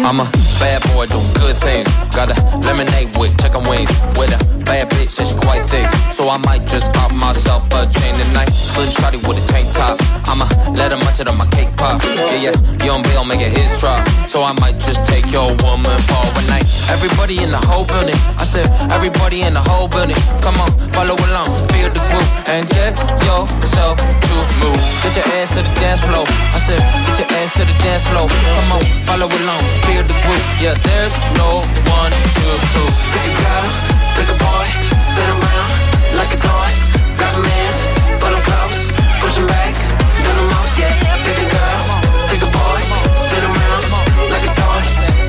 S22: I'm a bad boy, do good things. Got a lemonade with chicken wings. With a bad bitch, and she quite thick. So I might just pop myself a chain tonight. Slim shotty with a tank top. I'ma let her munch it on my cake pop. Yeah, yeah, young Bill make it his drop. So I might just take your woman for a night. Everybody in the whole building. I said, everybody in the whole building. Come on, follow along, feel the groove, and get yourself to move. Get your ass to the dance floor. I said, get your ass to the dance floor. Come on, follow along, feel the groove. Yeah, there's no one to prove. Big girl, big boy, spin around like a toy. Grab a man's, pull him close, push him back, gun him off. Yeah, big girl, big boy, spin around like a toy.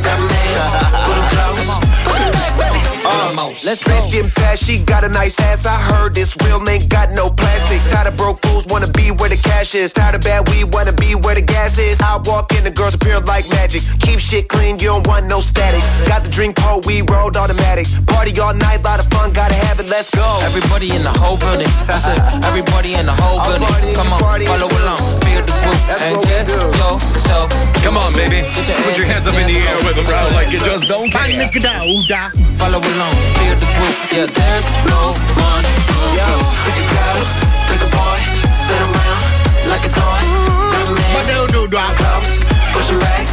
S22: Grab a man's, pull him close, push him back, baby. Uh, let's go.
S18: Let's get past, she got a nice ass. I heard this real ain't got no plastic. Tired of broke fools, wanna be where the cash is. Tired of bad weed, wanna be where the gas is. I walk in, the girls appear like magic. Keep shit clean, you don't want no static. Got the drink pole, we rolled automatic. Party all night, lot of fun, gotta have it, let's go.
S22: Everybody in the whole building. I
S18: [LAUGHS]
S22: said, everybody in the whole building. Come on, follow along, feel the groove, and get yourself.
S1: Come on, baby.
S22: Get your
S1: Put your
S22: ass
S1: hands up in the air with them, bro, like you just don't care.
S22: Panic dauda. Follow along, feel the groove. Yeah, there's no one to Yo, pick a girl, pick a boy, spin around like a toy. Grab a man, close, push him back,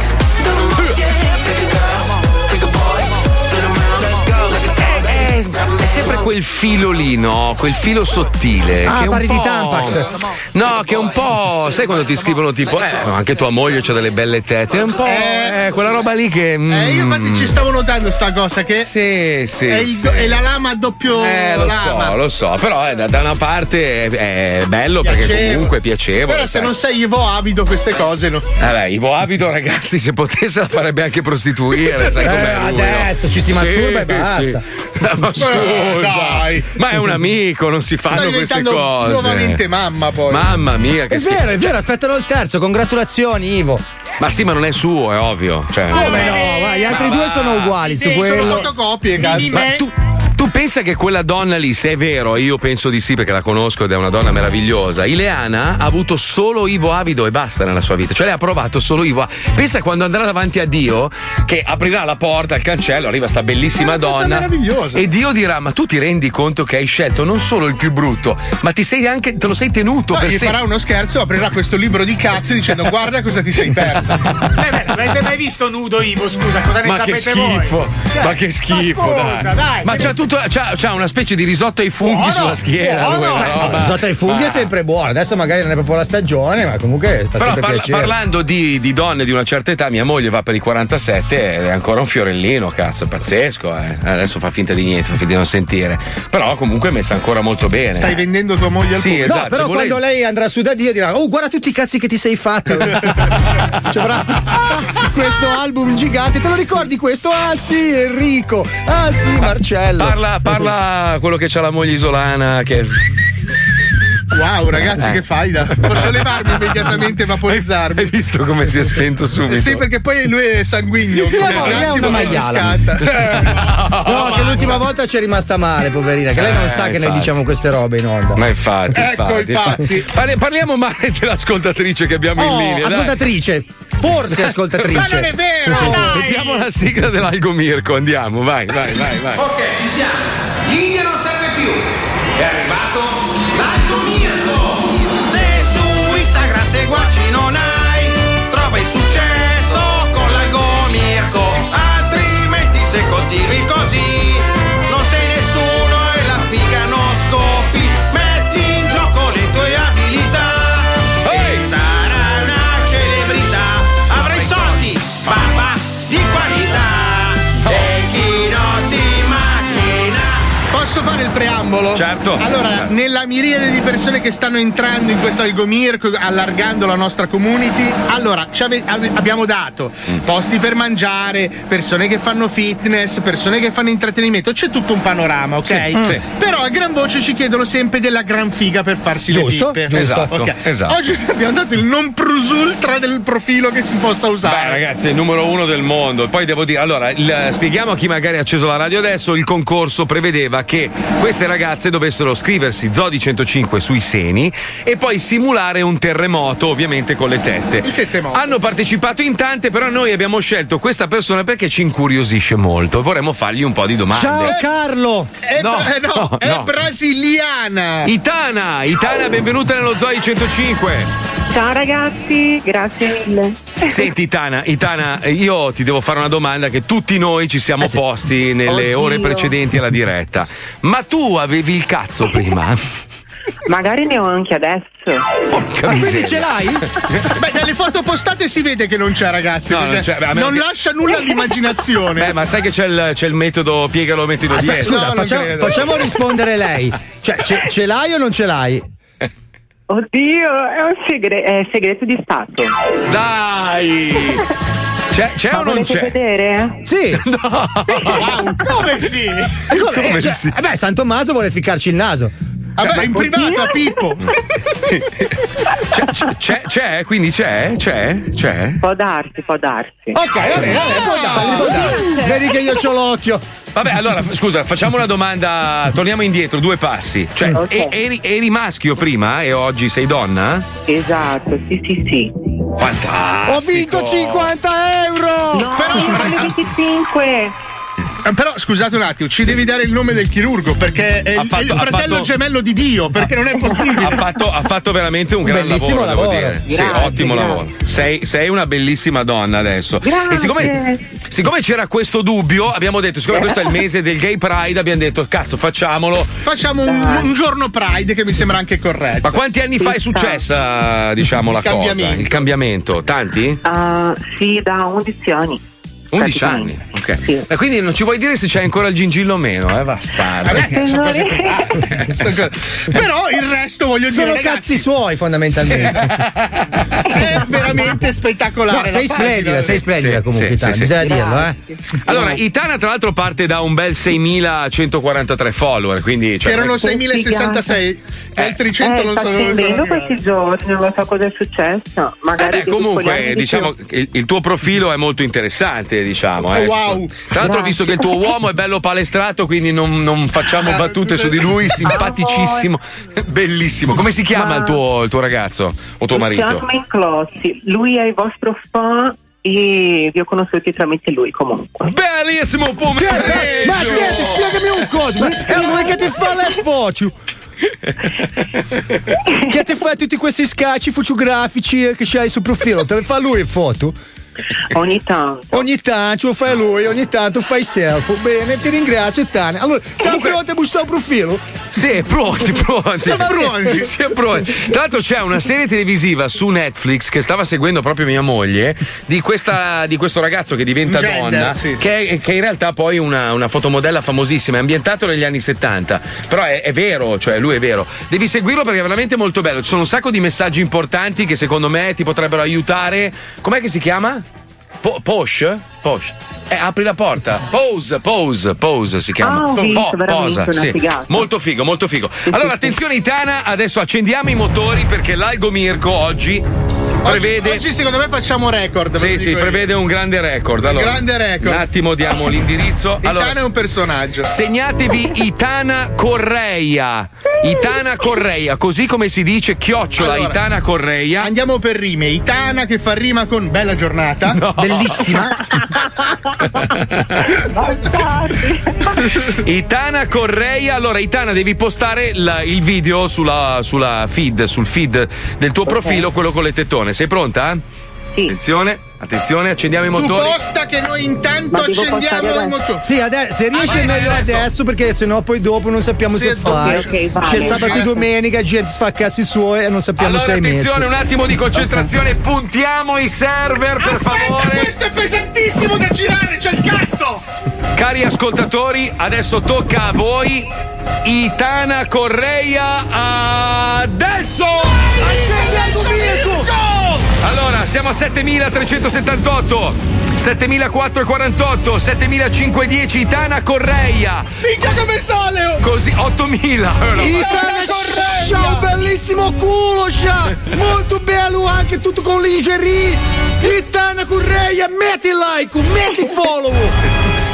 S22: don't rush. Yeah, pick a girl, pick a boy, spin around like a toy.
S4: Eh,
S1: È sempre quel filo lì, no? Quel filo sottile.
S4: Ah,
S1: che è un
S4: parli di
S1: po'-
S4: Tampax.
S1: No, che è un po'. Sai quando ti scrivono tipo, eh, anche tua moglie c'ha delle belle tette. È un po'. Eh, quella roba lì che.
S6: Eh, io infatti
S1: mm,
S6: ci stavo notando sta cosa che
S1: Sì, sì,
S6: è, il-
S1: sì.
S6: è la lama a doppio
S1: Eh, lo
S6: lama.
S1: so, lo so, però eh, da, da una parte è, è bello perché
S6: Piacevole.
S1: comunque è piacevole.
S6: Però se
S1: sai.
S6: non sei Ivo Avido queste cose no.
S1: Eh beh, Ivo Avido, ragazzi, se potesse la farebbe anche prostituire, sai
S6: Eh,
S1: com'è lui, no?
S6: adesso ci si masturba e basta.
S1: No, [LAUGHS] ma
S6: Eh,
S1: scusa,
S6: dai.
S1: ma è un amico, non si
S6: Sta
S1: fanno queste
S6: diventando
S1: cose.
S6: nuovamente mamma poi.
S1: Mamma mia, che
S4: È
S1: schifo.
S4: vero, è vero, aspettano il terzo, congratulazioni Ivo.
S1: Ma sì, ma non è suo, è ovvio. Cioè,
S4: Come no? Ma gli altri due sono uguali su
S1: Eh,
S6: Sì,
S4: quello. eh.
S6: Sono fotocopie, cazzo.
S1: Ma tu, tu pensa che quella donna lì, se è vero, e io penso di sì perché la conosco ed è una donna meravigliosa, Ileana ha avuto solo Ivo Avido e basta nella sua vita, cioè lei ha provato solo Ivo. A- Pensa quando andrà davanti a Dio che aprirà la porta, il cancello, arriva sta bellissima donna
S6: meravigliosa.
S1: e Dio dirà "Ma tu ti rendi conto che hai scelto non solo il più brutto, ma ti sei anche te lo sei tenuto
S6: Poi
S1: per
S6: gli
S1: sempre".
S6: farà uno scherzo, aprirà questo libro di cazzi dicendo guarda cosa ti sei perso.
S13: Eh beh, avete mai visto nudo Ivo? Scusa, cosa ne
S1: Ma che
S13: sapete
S1: schifo,
S13: voi? Cioè,
S1: ma che schifo,
S13: scusa,
S1: dai.
S13: dai,
S1: ma
S13: che
S1: c'ha,
S13: ne-
S1: tutto, c'ha, c'ha una specie di risotto ai funghi
S6: Oh,
S4: Buono,
S1: sulla schiena.
S4: buono.
S1: lui,
S4: Eh,
S1: una
S6: Esatto,
S1: roba. Ah.
S4: Risotto ai funghi
S6: Ah.
S1: Ma-
S4: è sempre buono. Adesso magari non è proprio la stagione, ma comunque fa
S1: Però
S4: sempre
S1: parla-
S4: piacere.
S1: parlando di, di donne di una certa età, mia moglie va per i 47 ed è ancora un fiorellino, cazzo, è pazzesco. eh. Adesso fa finta di niente, fa finta di non sentire. Però comunque è messa ancora molto bene.
S6: Stai vendendo tua moglie al
S1: Sì,
S6: pubblico.
S1: esatto.
S4: No, però
S1: se volete-
S4: quando lei andrà su da Dio dirà: Oh, guarda tutti i cazzi che ti sei
S6: [LAUGHS]
S4: fatto. Cioè, bravo. questo album gigante, te lo ricordi questo? Ah sì, Enrico. Ah sì, Marcello.
S1: Parla, parla quello che c'ha la moglie isolana che.
S6: Wow, ragazzi,
S1: Eh.
S6: che faida! Posso levarmi immediatamente e vaporizzarmi?
S1: [LAUGHS] Hai visto come si è spento subito?
S6: Sì, perché poi lui è sanguigno.
S4: No,
S6: Un
S4: no, lei è una
S6: attimo non
S4: maiala.
S1: [LAUGHS]
S6: scatta.
S4: No, che l'ultima volta c'è rimasta male, poverina. Che lei non
S1: Eh,
S4: sa che noi
S1: infatti.
S4: diciamo queste robe in onda.
S1: Ma infatti,
S4: Ecco,
S1: infatti. Parli- Parliamo male dell'ascoltatrice che abbiamo in
S4: Oh,
S1: linea. dai.
S4: ascoltatrice,
S6: [LAUGHS]
S4: forse ascoltatrice.
S1: Ma non è
S13: vero,
S1: dai. Mettiamo la sigla dell'Algo Mirko, andiamo, vai, vai, vai, vai.
S4: Oh.
S15: Ok, ci siamo. L'India non serve più. È arrivato l'altro Mirko. Se su Instagram seguaci non hai, trova il successo con l'algo Mirko. Altrimenti se continui così, non sei nessuno e la figa non scoppi. Metti in gioco le tue abilità e sarà una celebrità. Avrai soldi, papà, di qualità. E chi non ti macchina
S6: Posso fare il preambolo?
S1: Certo.
S6: Allora, nella miriade di persone che stanno entrando in questo algomirco, allargando la nostra community, allora ci ave- ave- abbiamo dato
S1: Mm.
S6: posti per mangiare, persone che fanno fitness, persone che fanno intrattenimento, c'è tutto un panorama, ok? Mm.
S1: Sì, sì.
S6: Però a gran voce ci chiedono sempre della gran figa per farsi
S1: Giusto,
S6: le pippe.
S1: giusto.
S6: Ok.
S1: Esatto.
S6: Oggi [LAUGHS] abbiamo dato il non plus ultra del profilo che si possa usare.
S1: Beh, ragazzi, è il numero uno del mondo. Poi devo dire, allora, il- eh, spieghiamo a chi magari ha acceso la radio adesso. Il concorso prevedeva che queste ragazze dovessero scriversi Zodi 105 sui seni e poi simulare un terremoto, ovviamente con le tette. Hanno partecipato in tante, però noi abbiamo scelto questa persona perché ci incuriosisce molto. Vorremmo fargli un po' di domande. Ecco,
S4: Ciao Carlo!
S6: È,
S1: No,
S6: bra- eh, no,
S1: no,
S6: è
S1: no.
S4: Eh.
S6: brasiliana.
S1: Itana, Itana, benvenuta nello Zoi 105.
S2: Ciao ragazzi, grazie mille.
S4: Eh,
S1: Senti Itana, Itana, io ti devo fare una domanda che tutti noi ci
S4: Eh,
S1: siamo posti nelle
S2: Oddio.
S1: ore precedenti alla diretta. Ma tu avevi il cazzo prima?
S2: Magari ne ho anche adesso.
S1: Porca miseria. [LAUGHS]
S6: Beh, dalle foto postate si vede che non c'è, ragazzi.
S1: No, non
S6: perché
S1: c'è, beh, a
S6: non
S1: meno che-
S6: lascia nulla all'immaginazione.
S1: Beh, ma sai che c'è il, c'è il metodo piegalo, mettilo
S4: Aspetta,
S1: dietro.
S4: scusa, facciamo, facciamo rispondere lei. Cioè, ce, ce l'hai o non ce l'hai?
S2: Oddio, è un segre- è segreto di Stato.
S4: [LAUGHS]
S1: Dai! C'è, c'è
S2: Ma
S1: o non
S2: volete
S1: c'è?
S2: vedere?
S1: [LAUGHS]
S4: Sì.
S6: Wow, come sì?
S4: E come?
S1: Come
S4: Cioè,
S1: sì?
S4: eh beh, San Tommaso vuole ficcarci il naso.
S1: cioè,
S6: Vabbè, in privato a Pippo.
S1: C'è, c'è, c'è, c'è? quindi c'è? C'è? C'è?
S2: Può darsi, può darsi.
S4: Ok, va bene, va bene, può darsi, può darsi. Vedi che io c'ho l'occhio.
S1: Vabbè, allora, f- scusa, facciamo una domanda. Torniamo indietro, due passi. Cioè, e- eri, eri maschio prima e oggi sei donna?
S2: Esatto, sì, sì, sì.
S1: Fantastico.
S2: Ho vinto
S4: 50 euro!
S2: No, però ne 25.
S6: Eh, Però scusate un attimo, ci devi dare il nome del chirurgo perché è,
S1: Ha
S6: il- è
S1: fatto-
S6: il
S1: ha
S6: fratello
S1: fatto-
S6: gemello di Dio, perché non è possibile.
S1: Ha fatto, ha fatto veramente un gran
S4: Bellissimo
S1: lavoro, devo
S4: lavoro.
S1: dire. sì,
S4: Grazie,
S1: ottimo
S4: grazie.
S1: lavoro. Sei, sei una bellissima donna adesso.
S2: Grazie.
S1: E siccome, siccome c'era questo dubbio, abbiamo detto: siccome questo è il mese del gay pride, abbiamo detto: cazzo, facciamolo.
S6: Facciamo un, un giorno Pride che mi sembra anche corretto.
S1: Ma quanti anni fa è successa, diciamo, la
S6: Il
S1: cosa?
S6: cambiamento.
S1: Il cambiamento? Tanti?
S2: Ah, sì, da 11 anni.
S1: 11 anni, ok. Eh, Quindi non ci vuoi dire se c'hai ancora il gingillo o meno, eh, bastardo.
S6: Ragazzi, sono cose
S2: Signore.
S1: [LAUGHS]
S6: private. Sono cose- Però il resto voglio dire.
S4: Sono
S6: ragazzi,
S4: cazzi suoi, fondamentalmente.
S6: è veramente spettacolare.
S4: No, sei
S6: La pagina-
S4: splendida, sei splendida
S1: Sì,
S4: comunque,
S1: sì,
S4: Tana,
S1: sì, sì.
S4: bisogna dirlo, eh.
S1: Allora, Itana tra l'altro parte da un bel 6143 follower, quindi
S6: Che
S1: cioè,
S6: erano 6066, gli altri 100
S2: Eh,
S6: non so dove sono.
S2: Io
S6: arrivati.
S2: questi giorni non so cosa è successo. Magari dei piccoli anni
S1: Vabbè, Eh, comunque
S2: di
S1: diciamo
S2: più.
S1: che il, il tuo profilo è molto interessante, facile, diciamo. Eh.
S6: Wow.
S1: Tra l'altro, ho visto che il tuo uomo è bello palestrato, quindi non, non facciamo battute su di lui. Simpaticissimo, bellissimo. Come si chiama
S2: Ma-
S1: il tuo, il tuo ragazzo o tuo marito?
S2: Carmen Clossi, lui è il vostro fan e vi ho conosciuti tramite lui comunque.
S1: Bellissimo pomeriggio!
S2: Ma senti,
S4: spiegami un coso, e allora che ti fa le foto?
S2: [LAUGHS]
S4: che ti fa tutti questi scacci fotografici che c'hai sul profilo? Te le fa lui le foto?
S2: Ogni tanto.
S4: Ogni tanto lo fai lui, ogni tanto fai selfie. Bene, ti ringrazio, Tania. Allora, siamo pronti a bustare un profilo?
S1: Sì, pronti, pronti.
S4: Siamo pronti.
S1: Siamo pronti. Tra l'altro c'è una serie televisiva su Netflix che stava seguendo proprio mia moglie di, questa- di questo ragazzo che diventa
S6: Un gender,
S1: donna,
S6: sì, sì.
S1: Che, è- che in realtà poi è una, una fotomodella famosissima, è ambientato negli anni 70, però è, è vero, cioè lui è vero. Devi seguirlo perché è veramente molto bello, ci sono un sacco di messaggi importanti che secondo me ti potrebbero aiutare. Com'è che si chiama? Po- Posh? Posh. Eh, apri la porta. Pose, pose, pose si
S2: Ah,
S1: chiama.
S2: ho visto, veramente
S1: posa,
S2: una
S1: sì.
S2: figata.
S1: Molto figo, molto figo.
S6: [LAUGHS]
S1: Allora, attenzione Itana, adesso accendiamo i motori perché l'Algo Mirko oggi prevede...
S6: Oggi secondo me facciamo record.
S1: Sì, sì, prevede un grande record.
S6: Un
S1: Allora,
S6: grande record.
S1: Un attimo
S6: [LAUGHS]
S1: diamo l'indirizzo.
S6: Itana
S1: Allora,
S6: è un personaggio.
S1: Segnatevi Itana Correia. Itana Correia, così come si dice chiocciola
S6: Allora.
S1: Itana Correia.
S6: Andiamo per rime. Itana che fa rima con bella giornata.
S1: [LAUGHS] Bellissima. Itana Correia, allora Itana devi postare la- il video sulla, sulla feed, sul feed del tuo profilo, quello con le tettone. Sei pronta? Sì. Attenzione, attenzione, accendiamo i
S6: Tu
S1: motori.
S6: posta che noi intanto
S1: Ma devo
S6: accendiamo
S1: portare
S6: il motore.
S4: Sì, adesso, se riesce
S6: Ah, vai,
S4: meglio
S6: vai,
S4: adesso. perché sennò poi dopo non sappiamo
S6: Sì,
S4: se
S6: ok,
S4: fai.
S6: ok, vale.
S4: C'è sabato e
S6: Certo.
S4: domenica, gente fa cazzi suoi e non sappiamo
S1: Allora
S4: se hai messo.
S1: attenzione, un attimo di concentrazione, puntiamo i server per
S6: Aspetta,
S1: favore.
S6: questo è pesantissimo da girare, c'è il cazzo!
S1: Cari ascoltatori, adesso tocca a voi Itana Correia adesso! Allora, siamo a 7378, 7448, 7510 Itana Correia.
S6: Minchia come sale!
S1: Così 8000.
S4: Itana C'ha un bellissimo culo, c'ha! Molto bello anche tutto con lingerie! Itana Correia, metti like, metti follow!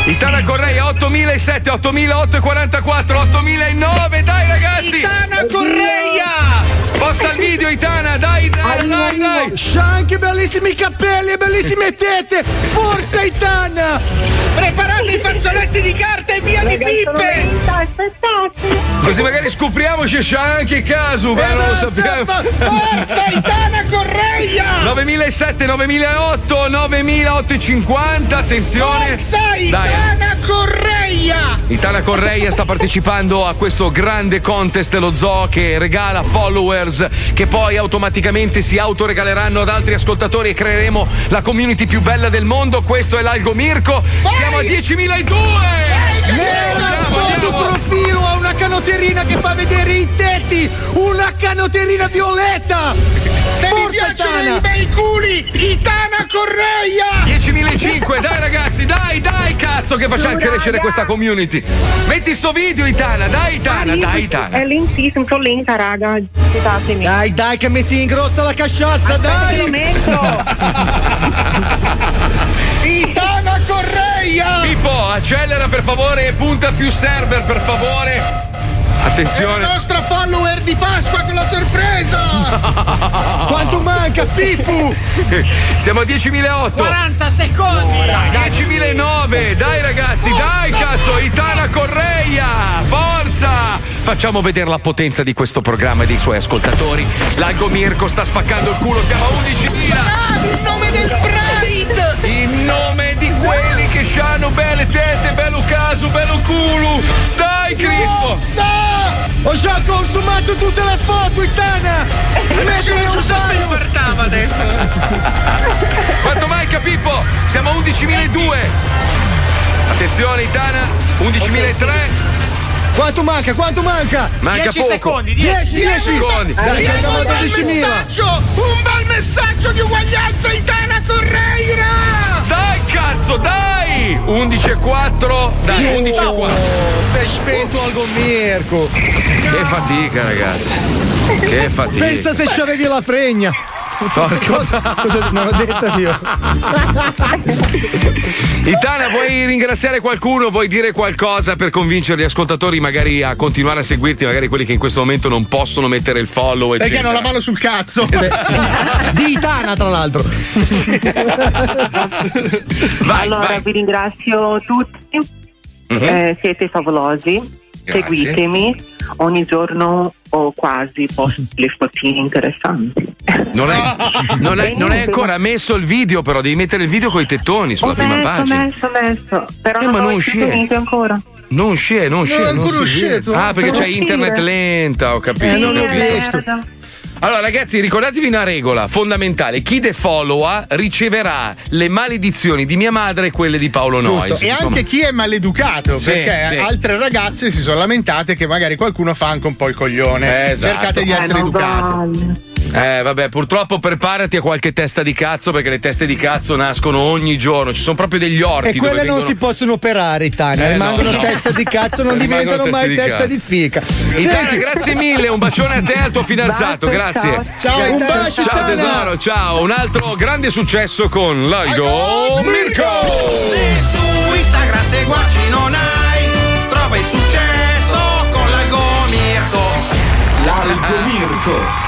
S1: Itana Correia 8007, 8844, 8009, dai ragazzi!
S6: Itana
S1: Correia! Posta il video Itana, dai, dai, dai, dai!
S4: C'ha anche bellissimi capelli e bellissime tette! Forza Itana!
S6: Preparate i fazzoletti di carta e via di pippe!
S1: Così magari scopriamo se c'è anche
S6: Eh,
S1: caso, ma non lo sappiamo.
S6: Forza Itana Correia!
S1: 9007, 9008, 9850, attenzione!
S6: Forza
S1: Dai.
S6: Itana Correia!
S1: Itana Correia sta partecipando a questo grande contest lo zoo che regala followers che poi automaticamente si autoregaleranno ad altri ascoltatori e creeremo la community più bella del mondo. Questo è l'Algo Mirko. Siamo a 10.002!
S4: Nella foto profilo ha una canotterina che fa vedere i tetti! Una canotterina violetta!
S6: Se vi
S4: Forza
S6: piacciono i
S4: Itana!
S6: bei culi, Itana Correia!
S1: 10.005, dai ragazzi, dai, dai, cazzo, che facciamo crescere questa community. Metti sto video, Itana, dai, Itana, dai, Itana.
S2: È lentissimo, sono lenta, raga. Scusatemi.
S4: Dai, dai, che mi si ingrossa la casciassa,
S2: Aspetta
S4: dai!
S2: che lo metto.
S6: Itana Correia!
S1: Pippo, accelera per favore e punta più server, per favore.
S6: È la
S1: Attenzione.
S6: nostra follower di Pasqua con la
S1: [LAUGHS]
S6: sorpresa!
S4: Quanto manca, Pippu!
S1: Siamo a 10.008.
S13: 40 secondi!
S1: 10.009, dai
S8: Oh,
S1: ragazzi, dai cazzo, Itana Correia, forza! Facciamo vedere la potenza di questo programma e dei suoi ascoltatori. L'Algo Mirko sta spaccando il culo, siamo a 11.000.
S6: Bravi, in nome del Pride!
S1: In nome di quelli che hanno belle tette, bello caso, bello culo. Dai Cristo!
S4: Ho già consumato tutte le foto, Itana!
S6: Invece Giuseppe infartava adesso!
S1: Quanto manca Pippo? Siamo a 11.002. Attenzione Itana, 11.003.
S4: Quanto manca, quanto manca?
S1: Manca
S13: 10
S1: poco.
S13: secondi,
S4: 10,
S13: 10!
S4: 10
S1: secondi.
S4: Dai, che
S6: Diamo
S4: andiamo
S6: un
S4: a
S6: bel
S4: 12.000!
S6: messaggio! Un bel messaggio di uguaglianza Itana Correia!
S1: Dai cazzo, dai! 11.4. Dai, 11.4.
S4: Sei spento Algo Mirko!
S1: Che fatica, ragazzi. Che fatica.
S4: Pensa se c'avevi la fregna!
S1: Porco
S10: Cosa- cosa- non ho detto io.
S1: Itana, vuoi ringraziare qualcuno? Vuoi dire qualcosa per convincere gli ascoltatori magari a continuare a seguirti, magari quelli che in questo momento non possono mettere il follow
S6: Perché
S1: eccetera.
S6: hanno la mano sul
S1: Eh
S6: cazzo.
S10: Di Itana, tra l'altro.
S2: allora vi ringrazio tutti,
S10: Mhm.
S2: Eh, siete favolosi.
S10: Grazie.
S2: Seguitemi, ogni giorno o quasi posto le fotine interessanti.
S1: Non hai, non hai- non hai ancora messo il video, però devi mettere il video con i tettoni sulla
S2: Ho
S1: prima
S2: messo,
S1: pagina.
S2: messo, messo, però non,
S1: ma
S2: ho
S1: non
S2: uscito
S1: uscì.
S2: niente ancora.
S1: Non uscì, eh, non uscì.
S2: Non è
S1: non
S2: ancora
S1: si vede.
S2: uscito.
S1: Ah, perché
S2: Non
S1: c'è
S2: uscire.
S1: internet lenta, ho capito.
S2: Sì,
S1: ho
S2: è
S1: capito.
S2: Eh, merda.
S1: Allora, ragazzi, ricordatevi una regola fondamentale: chi defollowa riceverà le maledizioni di mia madre e quelle di Paolo Noyes.
S6: E
S1: Insomma,
S6: anche chi è maleducato,
S1: Sì,
S6: perché
S1: sì.
S6: altre ragazze si sono lamentate che magari qualcuno fa anche un po' il coglione.
S1: Esatto.
S6: Cercate di
S1: Eh,
S6: essere
S1: non
S6: educati.
S1: Eh, vabbè, purtroppo preparati a qualche testa di cazzo, perché le teste di cazzo nascono ogni giorno. Ci sono proprio degli orti.
S4: E
S1: dove
S4: quelle non
S1: vengono-
S4: si possono operare, Tania.
S1: Eh,
S4: rimangono
S1: no, no.
S4: testa di cazzo, non
S1: Rimangono
S4: diventano
S1: teste
S4: mai
S1: di
S4: testa
S1: cazzo.
S4: di fica.
S1: Itana,
S4: Senti-
S1: grazie mille, un bacione a te e al tuo fidanzato,
S4: Bacio,
S1: grazie.
S4: ciao. Ciao, un bacio,
S1: Ciao
S4: Tana.
S1: tesoro, ciao. Un altro grande successo con Laigo Mirko.
S8: Se su Instagram seguaci non hai, trova il successo con l'algomirco. L'algomirco.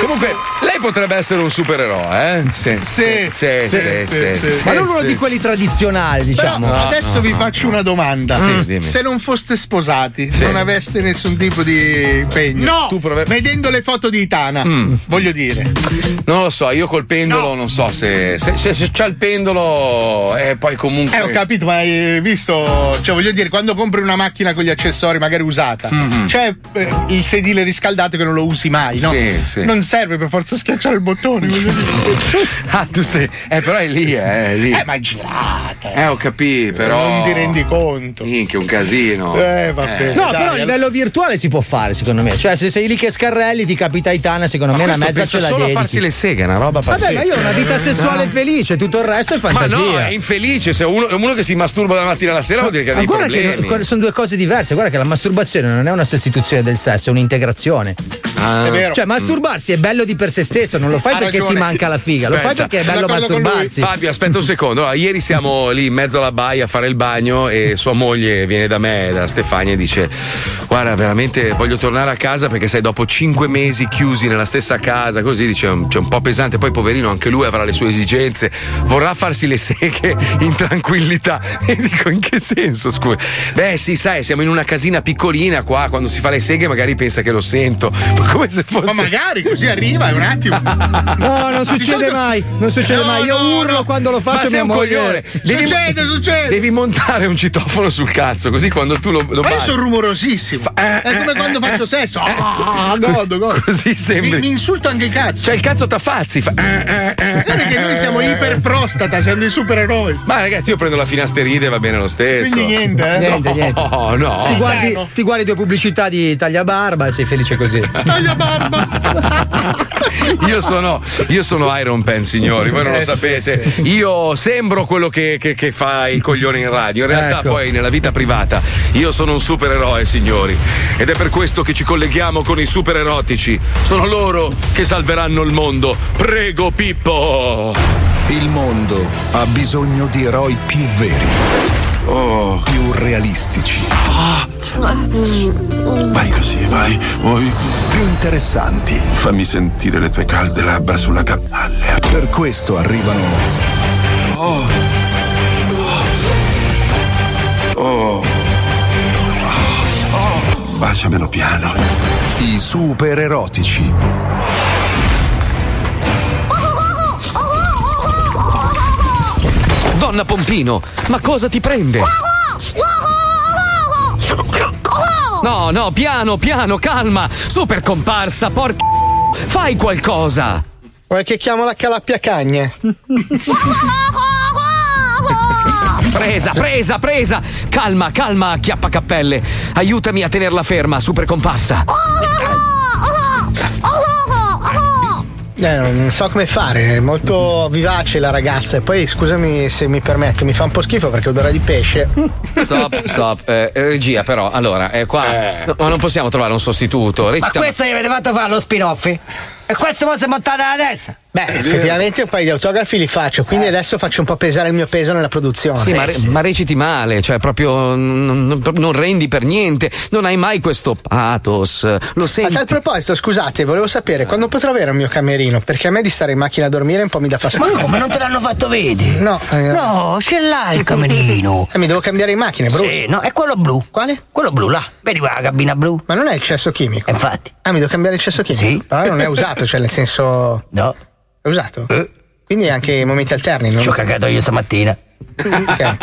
S1: Comunque, lei potrebbe essere un supereroe, eh? Sì, sì, sì,
S6: sì,
S1: sì,
S6: sì,
S1: sì,
S6: sì.
S1: sì,
S4: Eh, Ma non uno
S1: sì.
S4: di quelli tradizionali,
S6: Però
S4: diciamo.
S6: adesso vi faccio una domanda.
S4: Sì,
S6: Mm.
S4: dimmi.
S6: Se non foste sposati, non aveste nessun tipo di impegno.
S1: No!
S6: Vedendo le foto di Itana,
S1: Mm.
S6: voglio dire.
S1: Non lo so, io col pendolo non so se. Se, se- se c'ha il pendolo, e poi comunque.
S6: Eh, ho capito, ma hai visto, cioè voglio dire, quando compri una macchina con gli accessori, magari usata,
S1: Mhm.
S6: c'è eh, il sedile riscaldato che non lo usi mai, no?
S1: Sì, sì.
S6: Non serve per forza schiacciare il bottone, voglio dire.
S1: [LAUGHS] Ah, tu stai. Eh, però è lì, eh, è lì.
S6: Eh, ma è girata.
S1: Eh, ho capito, però.
S6: Non ti rendi conto.
S1: Minchia, un casino.
S6: Eh,
S1: vabbè.
S4: No, però a livello virtuale si può fare, secondo me. Cioè, se sei lì che scarrelli, ti capita Itana, secondo me una mezza ce la
S1: solo a
S4: dedichi.
S1: farsi le seghe, una roba pazzesca.
S4: Vabbè, ma io ho una vita sessuale
S1: No.
S4: felice, tutto il resto è
S1: Ma
S4: fantasia.
S1: no, è infelice. Se uno, uno che si masturba dalla mattina alla sera vuol dire che ha
S4: Ma
S1: dei
S4: guarda che
S1: problemi.
S4: que- sono due cose diverse. Guarda che la masturbazione non è una sostituzione del sesso, è un'integrazione.
S1: Ah. È vero.
S4: Cioè, masturbarsi è bello di per se stesso, non lo fai
S1: Ha
S4: perché
S1: ragione.
S4: ti manca la figa, lo fai
S1: Aspetta.
S4: perché è bello
S1: D'accordo con
S4: masturbarsi.
S1: lui. Fabio, aspetta un secondo. Allora, ieri siamo lì in mezzo alla baia a fare il bagno e sua moglie viene da me, da Stefania, e dice: Guarda, veramente voglio tornare a casa perché, sai, dopo cinque mesi chiusi nella stessa casa, così dice, c'è un po' pesante. Poi, poverino, anche lui avrà le sue esigenze, vorrà farsi le seghe [LAUGHS] in tranquillità. [LAUGHS] E dico: In che senso? Scusa. Beh, sì, sai, siamo in una casina piccolina qua. Quando si fa le seghe, magari pensa che lo sento. [LAUGHS] Ma come se fosse.
S6: Ma magari così arriva, è
S1: [LAUGHS]
S6: un attimo.
S4: No, non succede mai, non succede
S6: No,
S4: mai. Io
S6: no,
S4: urlo quando lo
S1: Ma
S4: faccio
S1: sei
S4: mia
S1: un coglione.
S4: moglie.
S1: Devi- Devi montare un citofono sul cazzo, così quando tu lo, lo eh,
S6: Ma io
S1: balli-
S6: sono rumorosissimo. è come quando faccio sesso. Ah, godo, godo.
S1: eh, Così sembri-
S6: Mi, mi insulto anche il cazzo.
S1: Cioè, il cazzo t'affazzi. Fa... eh,
S6: Guarda che noi siamo iperprostata, siamo dei supereroi.
S1: Ma ragazzi, io prendo la finasteride e va bene lo stesso.
S6: Quindi niente, eh?
S4: Niente, niente.
S1: [LAUGHS] Ah, No, no.
S4: Ti guardi, ti guardi due pubblicità di tagliabarba e sei felice
S1: [LAUGHS]
S4: così.
S1: Io sono, io sono Iron Pen, signori, voi non lo
S4: Eh, sì,
S1: sapete. Io sembro quello che, che- che fa il coglione in radio. In realtà,
S4: Ecco.
S1: poi nella vita privata, io sono un supereroe, signori. Ed è per questo che ci colleghiamo con i supererotici. Sono loro che salveranno il mondo. Prego, Pippo!
S9: Il mondo ha bisogno di eroi più veri. Oh, più realistici.
S10: Vai così, vai. Vuoi? Più interessanti. Fammi sentire le tue calde labbra sulla cappella.
S9: Per questo arrivano.
S10: Oh. Oh. Baciamelo piano.
S9: I super erotici.
S1: Donna Pompino, ma cosa ti prende? No, no, piano, piano, calma. Super comparsa, porca. Fai qualcosa.
S11: [LAUGHS] Vuoi che chiamo la calappia cagne?
S1: Presa, presa, presa. Calma, calma, acchiappa cappelle. Aiutami a tenerla ferma, super comparsa.
S11: Eh, non so come fare, è molto vivace la ragazza. E poi scusami se mi permette, mi fa un po' schifo perché odora di pesce.
S1: Stop, stop. Eh, regia, però, allora, eh, qua. no, ma non possiamo trovare un sostituto.
S3: Ma
S1: Recita-
S3: questo gli avete fatto fare lo spin-off?
S11: E questo poi si è montato alla testa. Beh, Eh. effettivamente un paio di autografi li faccio, quindi adesso faccio un po' pesare il mio peso nella produzione.
S3: Sì, ma, re- ma reciti male, cioè proprio non, non- non rendi per niente, non hai mai questo pathos. Lo senti.
S11: A tal proposito, scusate, volevo sapere quando potrò avere un mio camerino, perché a me di stare in macchina a dormire un po' mi dà fastidio.
S7: Ma come, non te l'hanno fatto vedere?
S11: No,
S7: No, ce l'ha
S11: [LAUGHS]
S7: il camerino.
S11: E mi devo cambiare in macchina, è bru.
S7: Sì, no, è quello blu.
S11: Quale?
S7: Quello blu là. Vedi qua la cabina blu?
S11: Ma non è il cesso chimico?
S7: Infatti.
S11: Ah, mi devo cambiare il cesso chimico?
S7: Sì.
S11: Però non è usato, cioè nel senso.
S7: [LAUGHS] No. Eh.
S11: È usato? Quindi anche in momenti alterni, non
S7: Ci ho cagato io stamattina.
S11: [LAUGHS] Ok. Ah,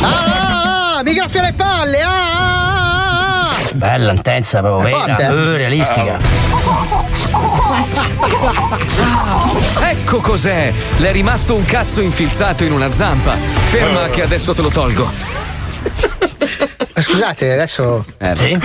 S11: ah, ah, mi graffia le palle! Ah, ah, ah,
S7: Bella, intensa, proprio
S11: È
S7: vera,
S11: forte, eh?
S7: eh, realistica.
S3: Ecco cos'è! Le è rimasto un cazzo infilzato in una zampa. Ferma che adesso te lo tolgo.
S11: ah. Ma Scusate, adesso.
S7: Sì?
S11: Eh,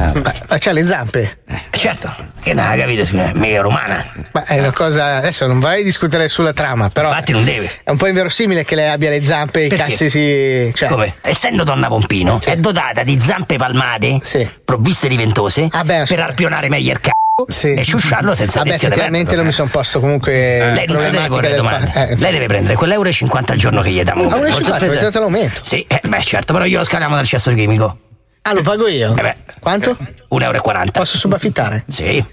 S11: Ma, Eh. ma c'ha le zampe?
S7: Certo, che non ha capito, scusa, mica romana.
S11: Ma è una cosa. Adesso non vorrei discutere sulla trama, però.
S7: Infatti non deve.
S11: È un po' inverosimile che lei abbia le zampe e i
S7: Perché?
S11: cazzi si. Cioè.
S7: Come? Essendo donna Pompino, è dotata di zampe palmate, provviste di ventose, per arpionare meglio il c***o e sciusciarlo senza
S11: Vabbè,
S7: rischio di
S11: effettivamente
S7: perdere. eh.
S11: non mi sono posto comunque.
S7: Lei non se deve
S11: problematica
S7: porre
S11: Eh, del fa-
S7: domande.
S11: eh,
S7: Lei deve prendere quell'euro e 50 al giorno che gli diamo.
S11: Ah, euro e 50, avete dato l'aumento?
S7: Sì, eh, beh, certo, però io lo scaliamo dal cesso chimico.
S11: Ah, lo pago io?
S7: Eh beh.
S11: Quanto?
S7: 1,40 euro.
S11: Posso subaffittare? Ah.
S7: Sì.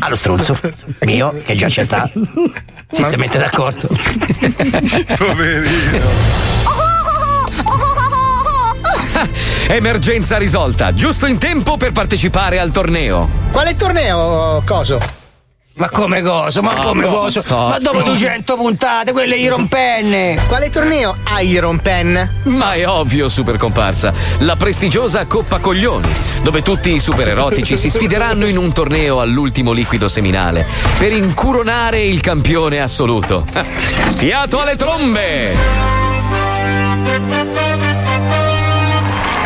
S7: Allo
S11: [LAUGHS]
S7: struzzo. Mio, che già ci sta. Sì, si mette d'accordo.
S3: [LAUGHS] Emergenza risolta, giusto in tempo per partecipare al torneo.
S11: Quale torneo, coso?
S7: Ma come coso? Ma
S3: Stop,
S7: come coso?
S3: stop.
S7: Ma dopo 200 puntate, quelle Iron Pen.
S11: Quale torneo? Iron Pen.
S3: Ma è ovvio, super comparsa, la prestigiosa Coppa Coglioni, dove tutti i supererotici si sfideranno in un torneo all'ultimo liquido seminale per incoronare il campione assoluto. [LAUGHS] Fiato alle trombe!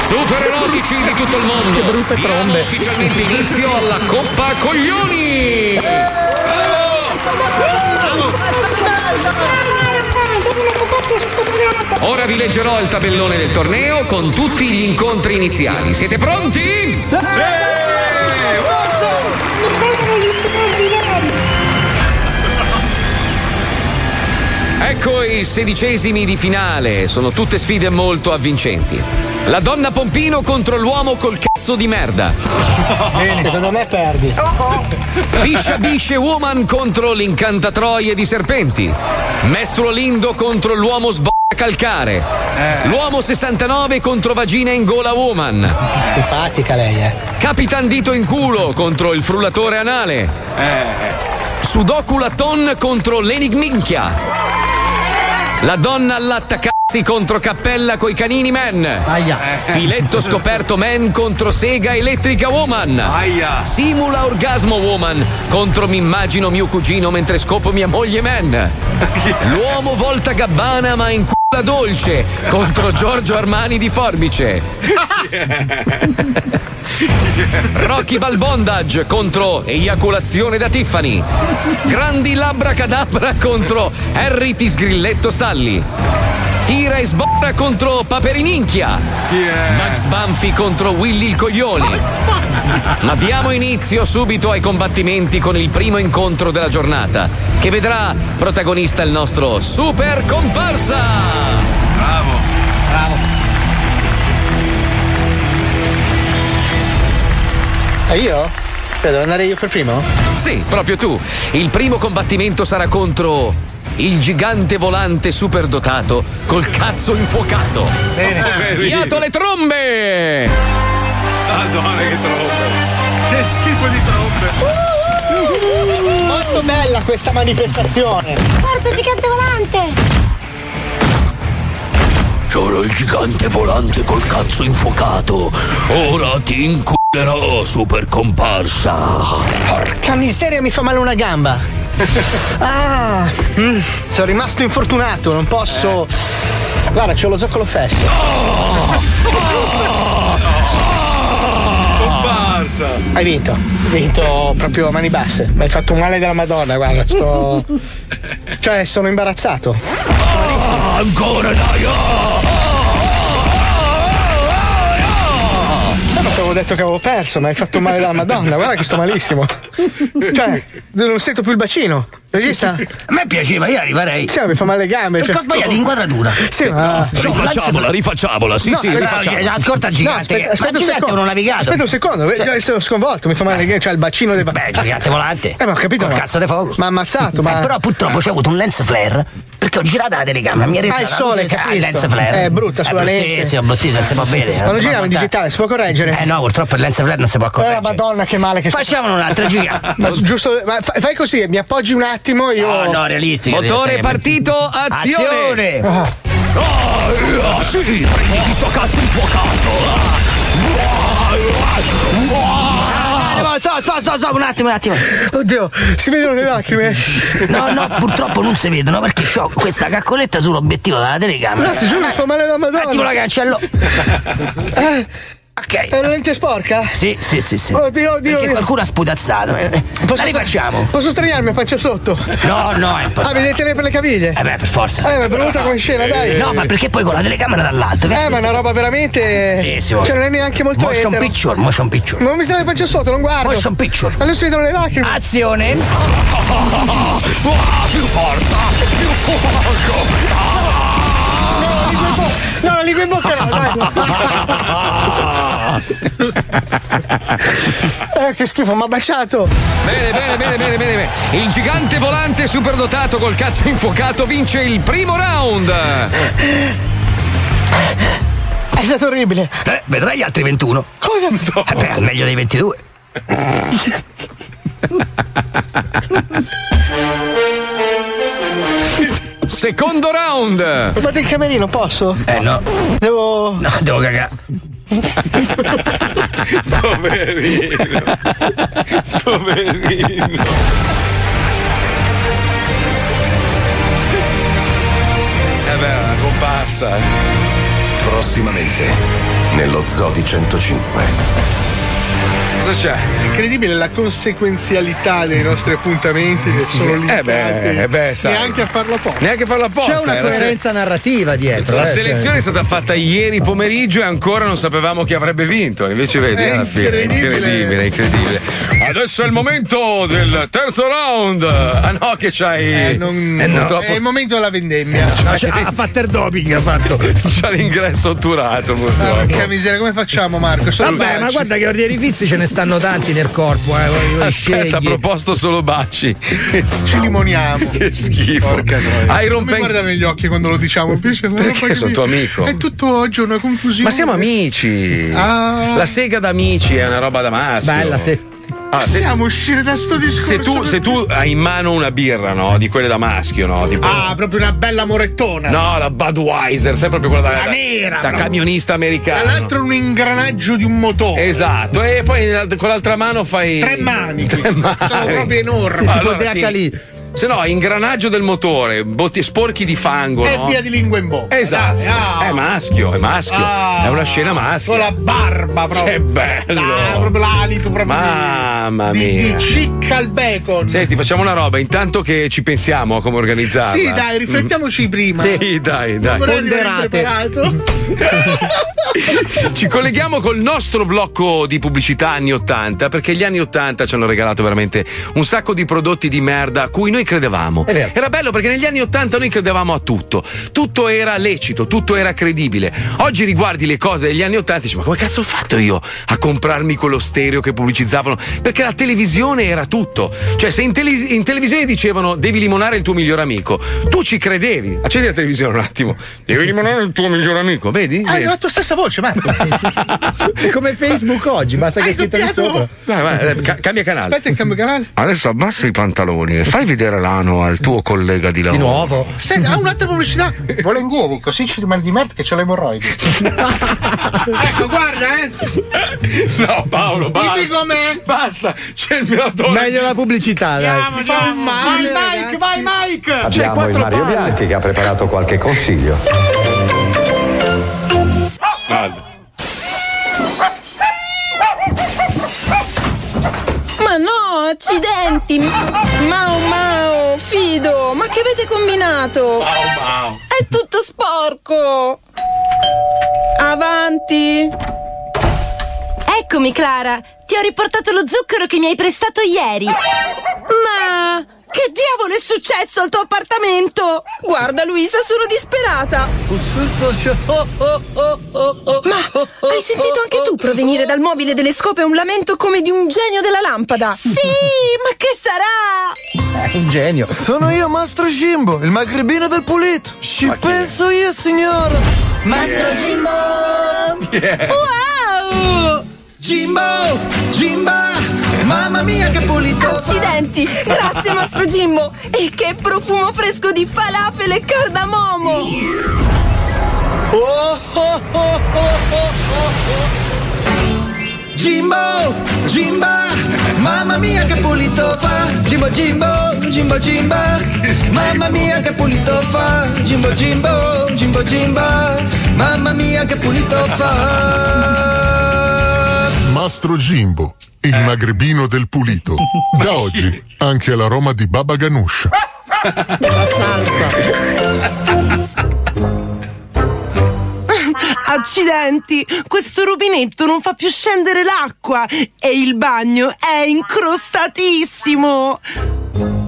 S3: Supererotici di tutto il mondo! Che brutte trombe! Ufficialmente inizio alla Coppa Coglioni! Ora vi leggerò il tabellone del torneo con tutti gli incontri iniziali. Siete pronti? Sì! Ecco i sedicesimi di finale, sono tutte sfide molto avvincenti. La donna Pompino contro l'uomo col cazzo di merda.
S11: Secondo me perdi. Ah,
S3: Biscia Bisce Woman contro l'incantatroie di serpenti. Mestro Lindo contro l'uomo sbocca calcare. L'uomo 69 contro vagina in gola woman.
S11: Simpatica lei, eh.
S3: Capitan dito in culo contro il frullatore anale. Sudoku Laton contro l'enigminchia. La donna allattacazzi contro cappella coi canini men. Filetto scoperto men contro sega elettrica woman. Simula orgasmo woman contro mi immagino mio cugino mentre scopo mia moglie men. L'uomo volta gabbana ma in culla dolce contro Giorgio Armani di forbice. Rocky Balbondage contro Eiaculazione da Tiffany. Grandi Labbra Cadabra contro Harry Tisgrilletto Salli. Tira e sborra contro Paperininchia. Max Banfi contro Willy il Coglione. Ma diamo inizio subito ai combattimenti con il primo incontro della giornata, che vedrà protagonista il nostro super comparsa. Bravo, bravo.
S11: E io? Cioè, devo andare io per primo?
S3: Sì, proprio tu. Il primo combattimento sarà contro il gigante volante superdotato col cazzo infuocato.
S1: Ah,
S8: Bene.
S3: Fiato le trombe!
S8: Madonna che trombe. Che schifo di trombe.
S11: Molto bella questa manifestazione.
S8: Forza gigante volante.
S16: C'ero il gigante volante col cazzo infuocato. Ora ti inculerò, super comparsa.
S11: Porca miseria, mi fa male una gamba. ah, mm, sono rimasto infortunato, non posso. Guarda, c'ho lo zoccolo fesso.
S8: Comparsa.
S11: Hai vinto, hai vinto proprio a mani basse. Mi hai fatto un male della Madonna, guarda, sto. cioè, sono imbarazzato.
S16: ancora dai!
S11: Tanto avevo detto che avevo perso, ma hai fatto male dalla Madonna. Guarda che sto malissimo. Cioè, non sento più il bacino. Regista? A
S7: me piaceva, io arriverei.
S11: Sì, ma mi fa male le gambe.
S7: Perché
S11: cioè.
S7: ho sbagliato inquadratura.
S11: Sì, ma.
S16: Rifacciamola, rifacciamola. Sì,
S11: No,
S16: sì,
S11: però,
S16: rifacciamola.
S11: eh,
S7: La scorta gigante.
S11: No, aspetta, aspetta
S7: ma
S11: un
S7: gigante
S11: secondo.
S7: non navigato.
S11: Aspetta un secondo, eh, eh, sono sconvolto, mi fa male, che- cioè il bacino del bacino. Beh,
S7: gigante volante.
S11: Eh, ma ho capito.
S7: Col
S11: ma-
S7: cazzo di fuoco.
S11: Ma ha ammazzato, ma.
S7: Eh, però purtroppo c'è avuto un lens flare perché ho girato la telecamera. Mi è
S11: Ah, il sole,
S7: ah, il
S11: capisco.
S7: lens flare.
S11: È brutta sulla
S7: lente. Sì, è bruttissima, non si può vedere.
S11: Ma lo giriamo in
S7: digitale.
S11: digitale, si può correggere?
S7: Eh no, purtroppo il lens flare non si può
S11: Oh, la
S7: correggere.
S11: madonna che male che
S7: Facciamone un'altra, gira.
S11: [LAUGHS] Ma giusto, ma fa- fai così, mi appoggi un attimo, io.
S7: No, no, realistico.
S16: Motore
S7: partito,
S16: azione!
S11: Ah.
S16: Ah, sì, prenditi sto cazzo infuocato.
S7: Sto, sto, sto, sto, un attimo, un attimo.
S11: Oddio, si vedono le lacrime.
S7: No, no, purtroppo non si vedono perché ho questa caccoletta sull'obiettivo della telecamera.
S11: No, ti giuro, mi fa male la madonna.
S7: Attimo la cancello.
S11: Eh,
S7: Ah, ok.
S11: È una lente sporca? Oh,
S7: Sì, sì, sì, sì.
S11: Oddio, oddio,
S7: Perché
S11: oddio.
S7: qualcuno ha spudazzato. Eh, La rifacciamo.
S11: Posso straniarmi a pancia sotto?
S7: No, no, è
S11: Ah,
S7: impossibile.
S11: vedete le per le caviglie?
S7: Eh beh, per forza.
S11: Eh, ma è brutta come scena, dai.
S7: No, ma perché poi con la telecamera dall'alto?
S11: Eh, ma è una roba veramente.
S7: Bellissimo.
S11: Cioè, non è neanche molto
S7: Motion
S11: etero.
S7: picture, motion picture.
S11: Ma non mi stai le pancia sotto, non guardo.
S7: Motion picture.
S11: Ma non si vedono le lacrime.
S7: Azione.
S16: Ah, più forza, più fuoco.
S11: No, la lingua in bocca no, [LAUGHS] dai. Eh, che schifo, mi ha baciato.
S1: Bene, bene, bene, bene, bene, bene. Il gigante volante superdotato col cazzo infuocato vince il primo round.
S11: È stato orribile.
S7: Eh, vedrai gli altri 21.
S11: Cosa?
S7: Eh beh, al meglio dei 22.
S1: Secondo round.
S11: Vado in camerino, posso?
S7: Eh no.
S11: Devo. No,
S7: devo cagare.
S11: [LAUGHS]
S1: Poverino. Poverino.
S10: Eh beh, una comparsa.
S1: eh.
S10: Prossimamente, nello Zoo di 105.
S1: Cosa c'è?
S6: Incredibile la conseguenzialità dei nostri appuntamenti che sono lì.
S1: Eh beh, eh beh, sai.
S6: Neanche a farlo poco.
S1: Neanche a farlo apposta,
S4: C'è una
S1: eh, la se-
S4: coerenza narrativa dietro.
S1: La
S6: certo.
S4: eh,
S1: selezione è stata fatta ieri pomeriggio e ancora non sapevamo chi avrebbe vinto. Invece, vedi,
S4: È
S1: alla fine,
S4: incredibile.
S1: incredibile, incredibile. Adesso è il momento del terzo round. Ah no, che c'hai.
S6: Eh, no.
S1: purtroppo- Eh,
S6: È il momento della vendemmia.
S1: ha fatto il doping, ha fatto. C'ha l'ingresso otturato,
S6: Ah, Porca
S1: purtroppo.
S6: miseria, come facciamo Marco? Solo
S1: Vabbè,
S6: baci.
S4: Ma guarda che ordini fizi ce ne stanno tanti nel corpo, eh. voi- voi scegli.
S1: Aspetta, ha proposto solo baci.
S6: Ci limoniamo.
S1: Che schifo.
S6: Porca
S1: Hai
S6: troia. Eh, Non mi
S1: rompen-
S6: guardano negli occhi quando lo diciamo. invece non Eh, lo
S1: Perché
S6: voglio
S1: sono
S6: dire.
S1: tuo amico?
S6: È tutto oggi una confusione.
S1: Ma siamo amici.
S6: Ah.
S1: La sega d'amici è una roba da maschio.
S6: Bella, sì.
S1: Ah, se-
S6: Possiamo uscire da sto discorso.
S1: se tu, se tu hai in mano una birra, no? Di quelle da maschio, no? Tipo,
S6: Ah, proprio una bella morettona.
S1: No, la Budweiser, sai proprio quella da,
S6: Eh. La
S1: da-
S6: nera,
S1: da
S6: proprio.
S1: camionista americano.
S6: Tra l'altro un ingranaggio di un motore.
S1: Esatto, e poi nel- con l'altra mano fai. Tre mani. Tre mani.
S6: Sono proprio enormi.
S1: Ma
S6: Sì, tipo
S1: ti-
S6: DHL.
S1: Se no, ingranaggio del motore, botti sporchi di fango.
S6: E
S1: no?
S6: via di lingua in bocca.
S1: Esatto,
S6: Dai, ah.
S1: è maschio, è maschio,
S6: Ah.
S1: è una scena
S6: Con la
S1: maschia.
S6: barba proprio.
S1: Che bello.
S6: Ah, proprio l'alito proprio.
S1: Mamma
S6: di, di,
S1: mia.
S6: di cicca al bacon.
S1: Senti, facciamo una roba, intanto che ci pensiamo a come organizzarla.
S6: Sì, dai, riflettiamoci prima.
S1: Mm. Sì, dai, dai.
S6: Vorrei arrivare preparato.
S1: Ci colleghiamo col nostro blocco di pubblicità anni 80 perché gli anni 80 ci hanno regalato veramente un sacco di prodotti di merda a cui noi credevamo. Era bello perché negli anni 80 noi credevamo a tutto. Tutto era lecito, tutto era credibile. Oggi riguardi le cose degli anni 80 e dici ma come cazzo ho fatto io a comprarmi quello stereo che pubblicizzavano? Perché la televisione era tutto. Cioè se in, tele- in televisione dicevano devi limonare il tuo miglior amico, tu ci credevi. Accendi la televisione un attimo. Ah, Devi limonare il tuo miglior amico, vedi?
S6: Hai
S1: Vedi?
S6: la tua stessa voce, Marco.
S4: È come Facebook oggi, basta che è scritto lì sopra.
S1: Vai, vai, eh, [LAUGHS] ca- cambia canale.
S6: Aspetta, il cambio canale.
S1: Adesso abbassa i pantaloni e fai vedere l'ano al tuo collega di lavoro. Di nuovo?
S6: Senti, ha un'altra pubblicità. Volentieri, così ci rimane di merda che c'ho le emorroidi. [LAUGHS] ecco, guarda, eh.
S1: No, Paolo,
S6: Dimmi
S1: basta.
S6: com'è.
S1: Basta, c'è il mio dono.
S4: Meglio la pubblicità, dai.
S6: Mi fa male,
S13: vai Mike, vai Mike!
S1: Cioè,
S6: Cioè,
S14: Abbiamo il Mario Bianchi che ha preparato qualche consiglio.
S11: Ah,
S17: Ma no, accidenti! Mao Mao, Fido, ma che avete combinato? È tutto sporco! Avanti! Eccomi, Clara. Ti ho riportato lo zucchero che mi hai prestato ieri. Ma. Che diavolo è successo al tuo appartamento? Guarda, Luisa, sono disperata. Ma hai sentito anche tu provenire dal mobile delle scope un lamento come di un genio della lampada? Sì, ma che sarà?
S11: un genio.
S8: Sono io, Mastro Jimbo, il magrebino del pulito. Ci penso io, signora.
S12: Mastro Yeah.
S8: Jimbo.
S1: Eh.
S17: Wow!
S8: Jimbo! Jimba!
S1: Eh.
S8: Mamma mia, che pulito!
S17: Accidenti! Grazie, Mastro Jimbo! E che profumo fresco di falafel e cardamomo!
S8: Oh, oh, oh, oh, oh, Jimbo! Jimba! Mamma mia, che pulito fa! Jimbo, Jimbo! Jimbo, Jimba! Mamma mia, che pulito fa! Jimbo, Jimbo! Jimbo, Jimba! Mamma mia, che pulito fa!
S23: Mastro Jimbo, il magrebino del [LAUGHS] pulito. Da oggi anche l'aroma di Baba Ganoush.
S11: La salsa.
S14: [LAUGHS] Accidenti, questo rubinetto non fa più scendere l'acqua e il bagno è incrostatissimo.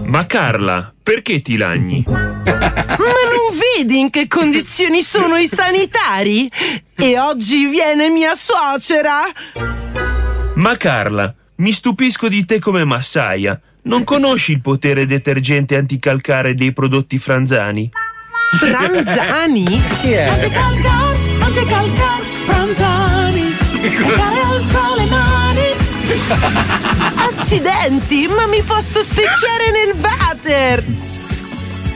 S24: Ma Carla, perché ti lagni?
S14: Ma non vedi in che condizioni sono i sanitari? E oggi viene mia suocera.
S24: Ma Carla, mi stupisco di te come massaia. Non conosci il potere detergente anticalcare dei prodotti franzani?
S14: Franzani?
S24: Chi è?
S12: Calcar, anche calcar, Franzani. Calcare alza le mani.
S14: Accidenti, ma mi posso specchiare nel water.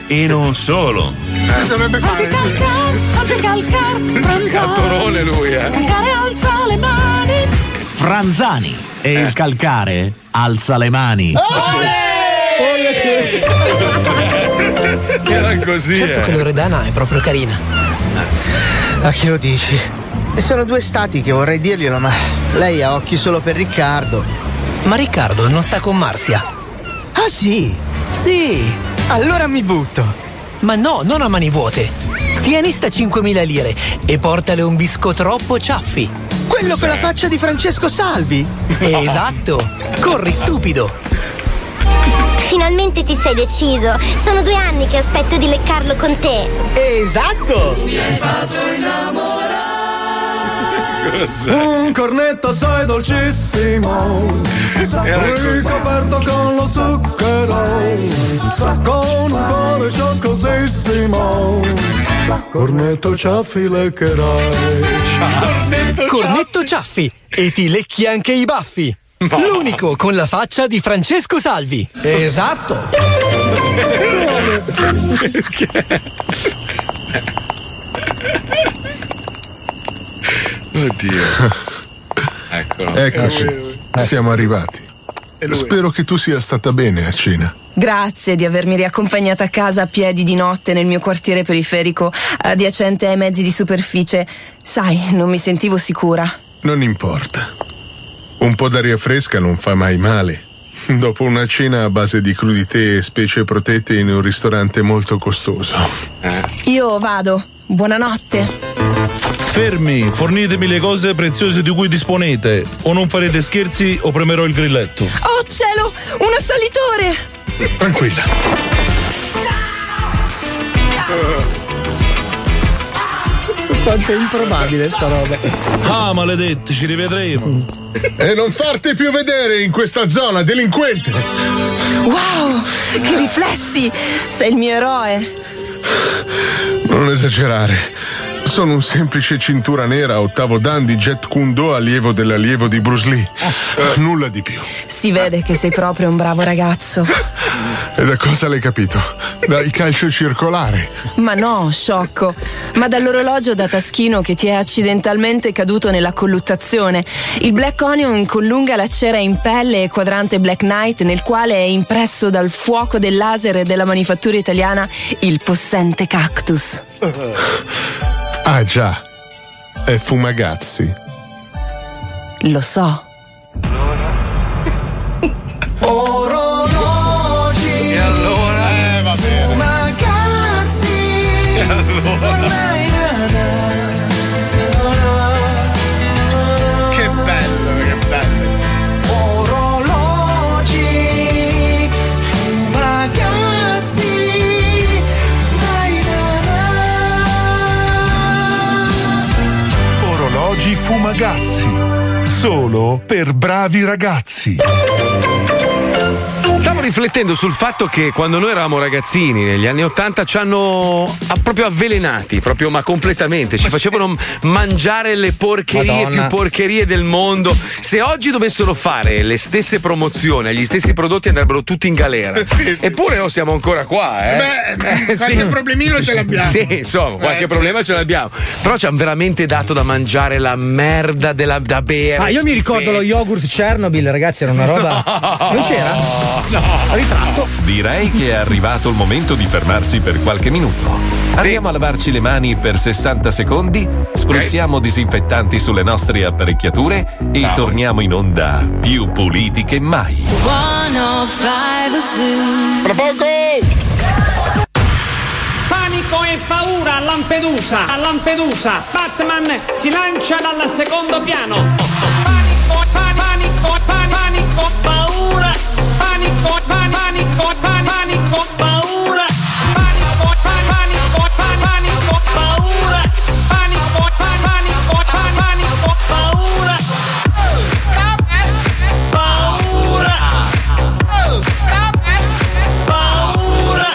S24: E non solo.
S12: Anche calcar, anche calcar, Franzani.
S24: lui,
S12: Calcare alza le mani.
S4: Franzani e
S1: Eh.
S4: il calcare alza le mani.
S6: Oh,
S25: Era così.
S4: Certo
S11: eh.
S4: che
S11: Loredana è proprio carina. A Ah, chi lo dici? Sono due stati che vorrei dirglielo, ma lei ha occhi solo per Riccardo. Ma Riccardo non sta con Marzia. Ah sì? Sì. Allora mi butto.
S4: Ma no, non a mani vuote. Tieni sta 5.000 lire e portale un biscotroppo ciaffi.
S11: Quello con la faccia di Francesco Salvi.
S4: Esatto. Corri stupido.
S26: Finalmente ti sei deciso. Sono due anni che aspetto di leccarlo con te.
S11: Esatto!
S26: Mi hai fatto
S8: Un cornetto sai dolcissimo Ricoperto con lo zucchero Con un cuore giocosissimo Cornetto ciaffi leccherai
S4: Cornetto Ciaffi e ti lecchi anche i baffi. L'unico con la faccia di Francesco Salvi. Esatto.
S1: [LAUGHS]
S23: Oddio.
S25: Eccolo.
S23: Eccoci, siamo arrivati. Spero che tu sia stata bene a cena.
S17: Grazie di avermi riaccompagnata a casa a piedi di notte nel mio quartiere periferico, adiacente ai mezzi di superficie. Sai, non mi sentivo sicura.
S23: Non importa. Un po' d'aria fresca non fa mai male. Dopo una cena a base di crudité e specie protette in un ristorante molto costoso.
S1: Eh.
S17: Io vado. Buonanotte.
S27: Fermi, fornitemi le cose preziose di cui disponete. O non farete scherzi o premerò il grilletto.
S17: Oh cielo, un assalitore!
S23: Tranquilla.
S11: Quanto è improbabile sta roba.
S27: Ah, maledetti, ci rivedremo.
S23: E non farti più vedere in questa zona, delinquente!
S17: Wow, che riflessi! Sei il mio eroe.
S23: Non esagerare. Sono un semplice cintura nera ottavo dan di Jet Kundo, allievo dell'allievo di Bruce Lee.
S27: Ah.
S23: Eh, Nulla di più.
S17: Si vede che sei proprio un bravo ragazzo.
S23: E da cosa l'hai capito? Dal calcio circolare.
S17: Ma no, sciocco. Ma dall'orologio da taschino che ti è accidentalmente caduto nella colluttazione. Il Black Onion con lunga la cera in pelle e quadrante Black Knight nel quale è impresso dal fuoco del laser e della manifattura italiana il possente cactus.
S23: Ah già, è Fumagazzi.
S17: Lo so.
S12: Orologi. E allora? Eh, va bene. Ma cazzi. eh, E eh,
S6: Che bello, che bello.
S12: eh.
S21: Ragazzi, solo per bravi ragazzi.
S1: Stavo riflettendo sul fatto che quando noi eravamo ragazzini negli anni Ottanta ci hanno ah, proprio avvelenati, proprio ma completamente, ci facevano m- mangiare le porcherie
S4: Madonna.
S1: più porcherie del mondo. Se oggi dovessero fare le stesse promozioni, gli stessi prodotti andrebbero tutti in galera. Eppure noi siamo ancora qua, eh.
S6: Beh,
S1: Eh,
S6: qualche problemino ce l'abbiamo.
S1: Sì, insomma, qualche
S6: Eh.
S1: problema ce l'abbiamo. Però ci hanno veramente dato da mangiare la merda della, da bere.
S4: Ah, io mi ricordo lo yogurt Chernobyl, ragazzi, era una roba.
S1: [LAUGHS]
S4: Non c'era?
S2: No. Ritratto. Direi che è arrivato il momento di fermarsi per qualche minuto. Andiamo a lavarci le mani per 60 secondi, spruzziamo disinfettanti sulle nostre apparecchiature e
S28: Bravo.
S2: torniamo in onda più puliti che mai.
S7: oh
S28: Fra poco!
S13: Panico e paura a Lampedusa, a Lampedusa. Batman si lancia dal secondo piano. Panico, pa- panico, pa- panico, paura. Panico, pa- panico, pa- panico, paura. Panico, pa- panico, pa- panico, paura. Panico, pa- panico, pa- panico, paura. Paura. Paura.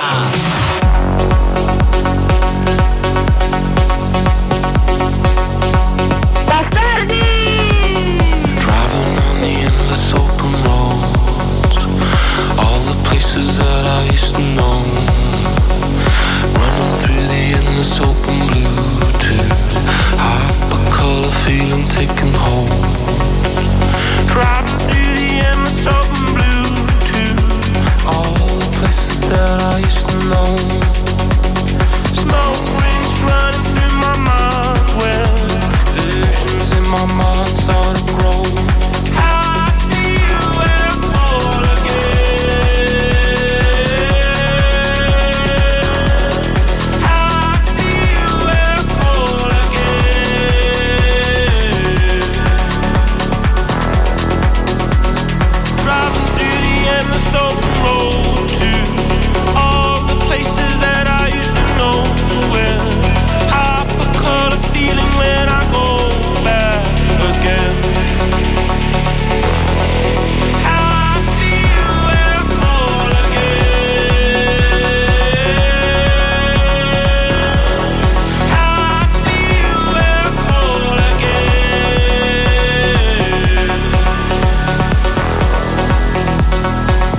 S12: Driving on the endless open roads, all the places that I used to know. Running through the endless open Bluetooth, hypercolor feeling taking hold. Driving through the endless open Bluetooth, all the places that I used to know. Smoke rings running through my mind, well, visions in my mind start to grow. Driving through the endless open road to all the places that I used to know. Well, hypercolor feeling when I go back again. I feel where I'm all again. I feel where I'm all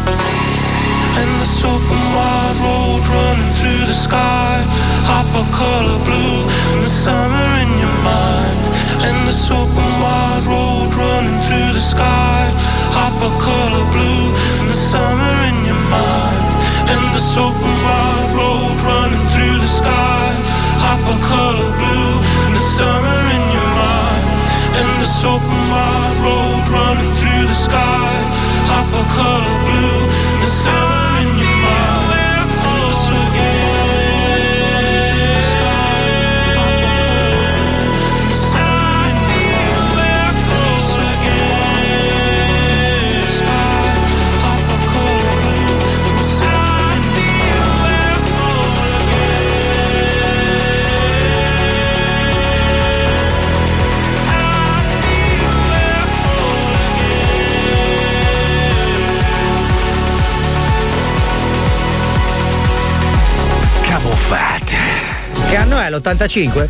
S12: and this open wide road running through the sky. Hypercolor blue, and the summer in your mind. And this open wide road running through the sky. Hypercolor blue, and the summer in your mind. And this open wide road running through the sky. Hypercolor blue, and the summer in your mind. And this open wide road running through the sky. Hypercolor blue, the summer in your mind. And this open wide sky. The summer in your mind. And this open sky. Hypercolor blue, the summer in your
S1: Camuffate.
S4: Che anno è? L'85?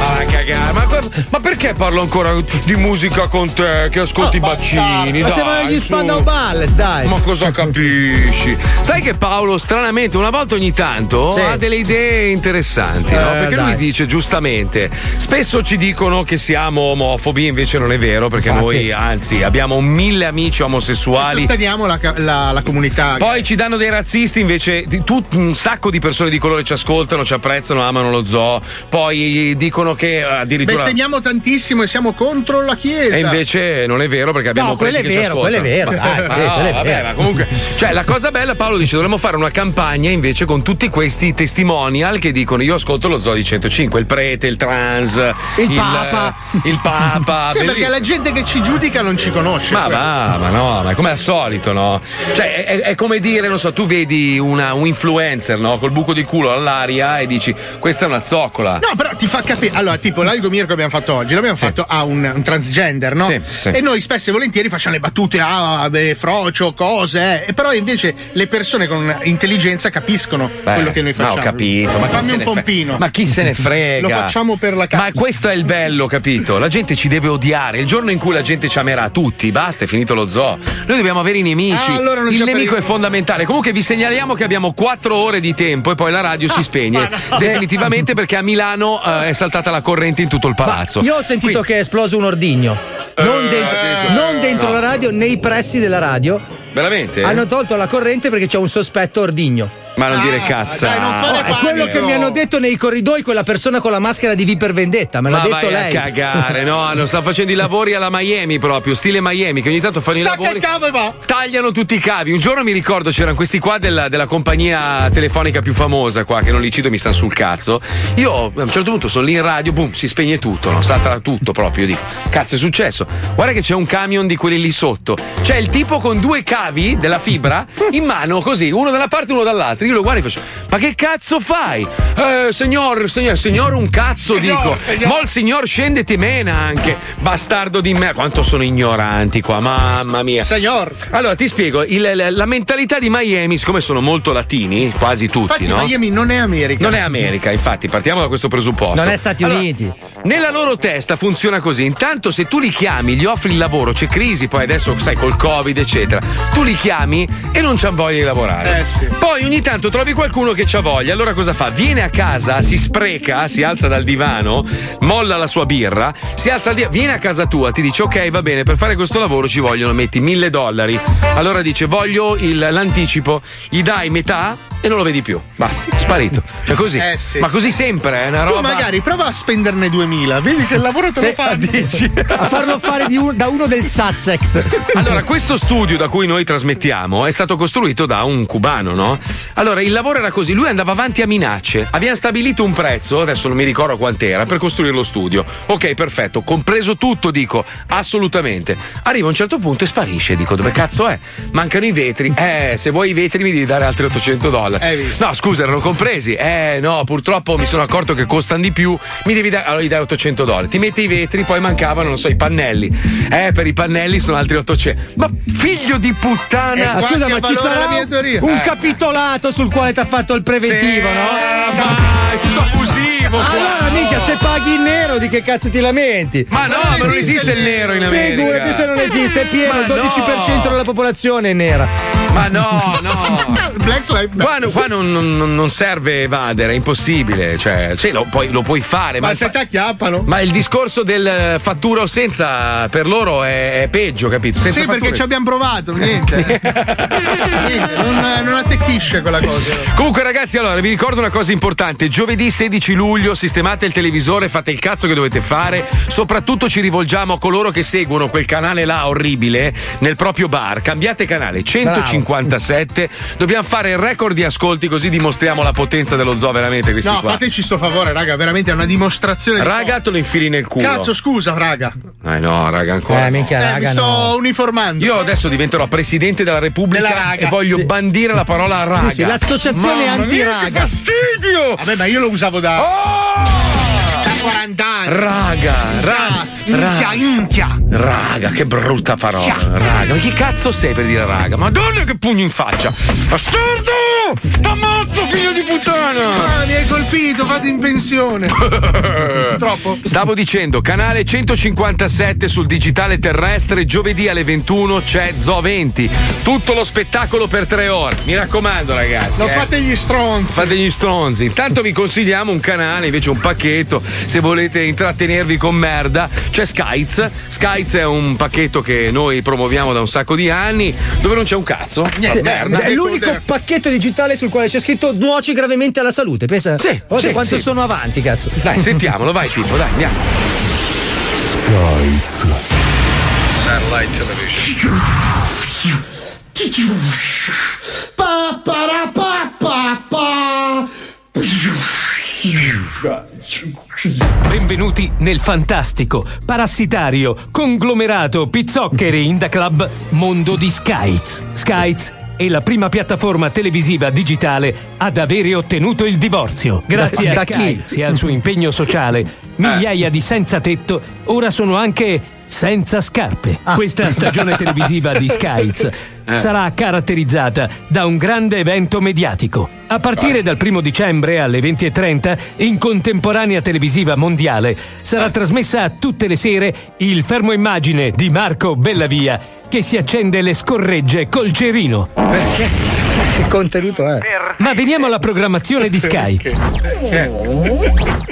S1: Ah, cagare, ma, guarda- ma perché parlo ancora di musica con te che ascolti i bacini?
S4: Oh, Ma
S1: dai,
S4: sembrano gli
S1: su.
S4: Spandau Ballet, dai.
S1: Ma cosa capisci? Sai che Paolo, stranamente, una volta ogni tanto
S4: Sì.
S1: ha delle idee interessanti, no?
S4: Eh,
S1: Perché lui
S4: dai.
S1: dice giustamente: spesso ci dicono che siamo omofobi, invece non è vero, perché
S6: Infatti.
S1: noi, anzi, abbiamo mille amici omosessuali.
S6: Sosteniamo la, ca- la- la comunità.
S1: Poi ci danno dei razzisti, invece di- tut- un sacco di persone di colore ci ascoltano, ci apprezzano, amano lo zoo. Poi dicono che eh, addirittura.
S6: Bestemmiamo tantissimo e siamo contro la Chiesa.
S1: E invece non è vero perché abbiamo
S6: Esatto. No, quello
S1: preti
S6: è
S1: che ci
S6: vero, quello è
S1: ascoltano. [LAUGHS]
S6: vero, dai,
S1: Ma
S6: sì,
S1: no,
S6: quello è
S1: vabbè,
S6: vero.
S1: ma comunque, cioè, la cosa bella, Paolo dice: dovremmo fare una campagna invece con tutti questi testimonial che dicono: Io ascolto lo zoo di 105, il prete, il trans, il,
S6: Papa.
S1: Il Papa.
S6: [LAUGHS] sì, perché
S1: bellissimo.
S6: la gente che ci giudica non ci conosce.
S1: Ma va, ma no, ma è come al solito, no? Cioè, è, è- è come dire, non so, tu vedi una- un influencer, no? Col buco di culo all'aria e dici, questa è una zoccola.
S6: No, però ti fa capire. Allora, tipo l'algomir che abbiamo fatto oggi, l'abbiamo fatto a un, un transgender, no?
S1: Sì, sì.
S6: E noi spesso e volentieri facciamo le battute a frocio, cose, eh. e però invece le persone con intelligenza capiscono quello che noi
S1: No,
S6: facciamo.
S1: ho capito. Ma chi
S6: Fammi
S1: se
S6: un
S1: ne fre-
S6: pompino.
S1: Ma chi se ne frega?
S6: Lo facciamo per la casa.
S1: Ma Eh, questo è il bello, capito? La gente ci deve odiare. Il giorno in cui la gente ci amerà tutti, basta, è finito lo zoo. Noi dobbiamo avere i nemici.
S6: Ah, allora non
S1: il
S6: ci
S1: nemico è fondamentale. Comunque vi segnaliamo che abbiamo quattro ore di tempo e poi la radio si spegne [LAUGHS] definitivamente perché a Milano eh, è saltata la corrente in tutto il palazzo.
S4: Io ho sentito che è esploso un ordigno. Non
S1: Eh,
S4: dentro,
S1: addirittura.
S4: non dentro
S1: No.
S4: la radio, nei pressi della radio.
S1: Veramente?
S4: Hanno tolto la corrente perché c'è un sospetto ordigno.
S1: Ma non dire cazza.
S4: Oh, è quello che mi hanno detto nei corridoi quella persona con la maschera di V per Vendetta, Ah, me l'ha
S1: Ma
S4: detto
S1: vai
S4: lei.
S1: a cagare, no? Hanno, stanno facendo i lavori alla Miami proprio, stile Miami, che ogni tanto fanno i
S6: Stacca
S1: lavori.
S6: il cavo e va.
S1: Tagliano tutti i cavi. Un giorno mi ricordo c'erano questi qua della, della compagnia telefonica più famosa qua, che non li cito e mi stanno sul cazzo. Io a un certo punto sono lì in radio, boom, si spegne tutto, no? Salta tutto proprio. Io dico, cazzo è successo? Guarda che c'è un camion di quelli lì sotto. C'è il tipo con due cavi della fibra in mano, così, uno da una parte e uno dall'altra. Io lo guardo e faccio, ma che cazzo fai? Eh, signor, signor, signor, un cazzo dico. Ma il signor scende e ti mena anche. Bastardo di me. Quanto sono ignoranti qua, mamma mia.
S6: Signor.
S1: Allora ti spiego, il- la, la mentalità di Miami, siccome sono molto latini, quasi tutti,
S6: Infatti,
S1: no?
S6: Miami non è America.
S1: Non è America, infatti, partiamo da questo presupposto.
S4: Non è Stati
S1: Allora,
S4: Uniti.
S1: nella loro testa funziona così: intanto se tu li chiami, gli offri il lavoro, c'è crisi, poi adesso sai col Covid, eccetera. Tu li chiami e non c'han voglia di lavorare.
S6: Eh, sì.
S1: Poi ogni tanto trovi qualcuno che c'ha voglia, allora cosa fa? Viene a casa, si spreca, si alza dal divano, molla la sua birra, si alza al divano, viene a casa tua, ti dice ok, va bene, per fare questo lavoro ci vogliono, metti mille dollari. Allora dice voglio il- l'anticipo, gli dai metà e non lo vedi più. Basta, sparito. È così.
S6: Eh, sì.
S1: Ma così sempre, è una roba.
S6: Tu magari prova a spenderne 2000, vedi che il lavoro te lo
S1: Sì,
S6: fa. [LAUGHS]
S1: dici.
S4: A farlo fare di un- da uno del Sussex.
S1: [LAUGHS] Allora, questo studio da cui noi trasmettiamo è stato costruito da un cubano, no? Allora, il lavoro era così, lui andava avanti a minacce. Abbiamo stabilito un prezzo, adesso non mi ricordo quant'era, per costruire lo studio. Ok, perfetto, compreso tutto, dico, assolutamente. Arriva a un certo punto e sparisce, dico, dove cazzo è? Mancano i
S6: [LAUGHS]
S1: vetri. Eh, se vuoi i vetri mi devi dare altri 800 dollari. No, scusa, erano compresi. Eh, no, purtroppo mi sono accorto che costano di più, mi devi dare, allora gli dai 800 dollari. Ti metti i vetri, poi mancavano, non so, i pannelli. Eh, per i pannelli sono altri 800. Ma figlio di
S6: Eh,
S1: puttana! Eh.
S4: Ma scusa, ma ci sarà un capitolato sul quale ti ha fatto il preventivo, no?
S1: Ma è Eh, tutto abusivo! qua.
S4: Allora, minchia, se paghi in nero di che cazzo ti lamenti?
S1: Ma no, ma non esiste il nero in America.
S4: Figurati se non esiste, è pieno,
S1: Ma
S4: il 12% della popolazione è nera.
S1: Ma no,
S6: [LAUGHS]
S1: no. Qua, no- qua non, non- non serve evadere, è impossibile. Cioè, sì, lo, puoi, lo puoi fare, ma, il, fa- ma il discorso del eh, fattura o senza per loro è, è peggio, capito? Senza
S6: sì, perché
S1: fatture.
S6: ci abbiamo provato,
S1: [LAUGHS]
S6: niente. Niente, non, non attecchisce quella cosa.
S1: Comunque, ragazzi, allora vi ricordo una cosa importante: giovedì 16 luglio sistemate il televisore, fate il cazzo che dovete fare. Soprattutto ci rivolgiamo a coloro che seguono quel canale là orribile nel proprio bar. Cambiate canale 157. Dobbiamo fare il record di ascolti, così dimostriamo la potenza dello zoo, veramente. Questi
S6: No,
S1: qua.
S6: fateci sto favore, raga, veramente è una dimostrazione. di-
S1: Raga, te lo infili nel culo.
S6: Cazzo, scusa, raga.
S1: Eh no, raga, ancora. no.
S6: Eh, mi sto uniformando.
S1: Io adesso diventerò presidente della Repubblica
S6: Della raga.
S1: e voglio
S6: Sì.
S1: bandire la parola raga.
S6: Sì, sì, l'associazione
S1: Mamma mia, che
S6: anti-raga.
S1: fastidio! Oh!
S6: Vabbè, ma io lo usavo da. da 40 anni.
S1: Raga, raga,
S6: Inchia,
S1: raga.
S6: inchia.
S1: Raga, che brutta parola.
S6: Chia.
S1: Raga, ma chi cazzo sei per dire raga? Madonna che pugno in faccia. Bastardo! T'ammazzo, figlio di puttana!
S6: Ah, mi hai colpito, fate in
S1: [LAUGHS]
S6: pensione. [LAUGHS] Troppo.
S1: Stavo dicendo, canale 157 sul digitale terrestre, giovedì alle 21 c'è Zo 20. Tutto lo spettacolo per tre ore. Mi raccomando, ragazzi.
S6: Non
S1: eh.
S6: fate gli stronzi.
S1: Fate gli stronzi. Intanto vi consigliamo un canale, invece un pacchetto. Se volete intrattenervi con merda, c'è Skyz. Skyz è un pacchetto che noi promuoviamo da un sacco di anni, dove non c'è un cazzo.
S4: Sì,
S1: merda.
S4: è l'unico pacchetto digitale sul quale c'è scritto nuoci gravemente alla salute. Pensa, guarda
S1: sì,
S4: quanto
S1: sì.
S4: sono avanti, cazzo.
S1: Dai, sentiamolo, vai Pippo, dai, andiamo.
S10: Skyz.
S28: Satellite television.
S12: Pa, pa, ra, pa, pa, pa.
S28: Benvenuti nel fantastico, parassitario, conglomerato pizzoccheri in the club mondo di Skies. Skies è la prima piattaforma televisiva digitale ad avere ottenuto il divorzio. Grazie
S2: Da-
S28: a
S2: da
S28: Sky
S2: chi? Eh.
S28: e al suo impegno sociale, migliaia di senza tetto ora sono anche senza scarpe. Questa stagione televisiva
S2: [LAUGHS]
S28: di Skies
S2: Ah. Eh.
S28: sarà caratterizzata da un grande evento mediatico. A partire dal primo dicembre alle 20.30, in contemporanea televisiva mondiale, sarà trasmessa tutte le sere il fermo immagine di Marco Bellavia che si accende le scorregge col cerino.
S4: [LAUGHS] Che contenuto è?
S28: Ma veniamo alla programmazione di Sky.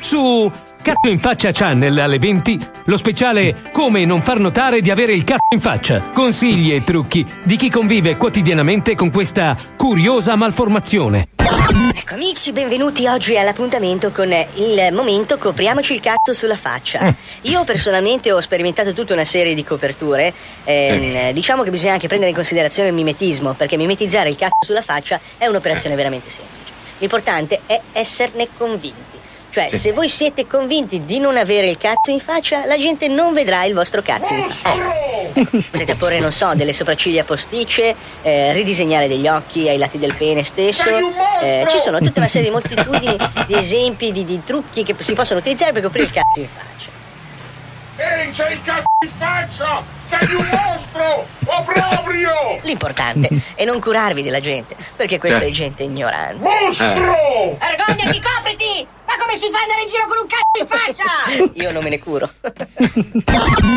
S28: Su Catto in Faccia Channel alle 20, lo speciale Come non far notare di avere il cazzo in faccia. Consigli e trucchi di chi convive quotidianamente con questa curiosa malformazione.
S15: Ecco amici, benvenuti oggi all'appuntamento con eh, il momento copriamoci il cazzo sulla faccia. Io personalmente ho sperimentato tutta una serie di coperture, ehm, eh, diciamo che bisogna anche prendere in considerazione il mimetismo, perché mimetizzare il cazzo sulla faccia è un'operazione veramente semplice. L'importante è esserne convinti. Cioè, se voi siete convinti di non avere il cazzo in faccia, la gente non vedrà il vostro cazzo in faccia. Potete porre, non so, delle sopracciglia posticce, eh, ridisegnare degli occhi ai lati del pene stesso. Eh, ci sono tutta una serie di moltitudini di esempi, di, di trucchi che si possono utilizzare per coprire il cazzo in faccia.
S8: Ehi, c'è il cazzo in faccia! Sei un mostro! Obbrobrio!
S15: L'importante è non curarvi della gente, perché questa
S8: Certo.
S15: è gente ignorante.
S8: Mostro!
S15: Vergognati, copriti! Ma come si fa ad andare in giro con un cazzo in faccia? Ah, Io non me ne curo.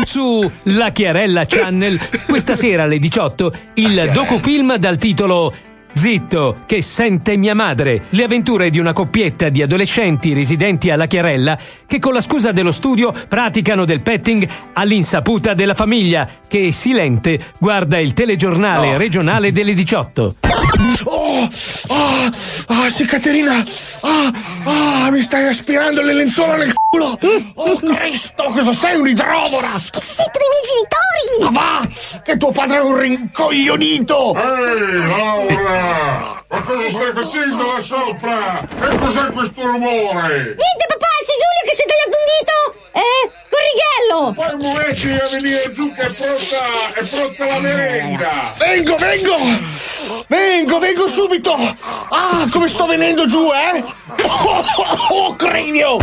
S28: Su La Chiarella Channel, questa sera alle 18, il docufilm dal titolo Zitto, che sente mia madre. Le avventure di una coppietta di adolescenti residenti alla Chiarella che con la scusa dello studio praticano del petting all'insaputa della famiglia che silente guarda il telegiornale regionale delle 18.
S8: Oh! Ah! Ah, sì, Caterina! Ah! Ah, mi stai aspirando le lenzuola nel culo! Oh,
S23: Mm.
S8: Cristo, cosa sei, un'idrovora?
S29: Che sei tra i
S8: Ma
S29: miei
S8: va!
S29: genitori!
S8: Che tuo padre è un rincoglionito!
S23: Ehi, Laura! Ma cosa stai facendo là sopra? E cos'è questo rumore?
S29: Niente papà, c'è Giulio che si è tagliato un dito! Eh, corrighello!
S23: Poi muoviti a venire giù che è pronta, è pronta la merenda!
S8: Vengo, vengo! Vengo, vengo subito! Ah, come sto venendo giù, eh? Oh, oh, oh, cranio!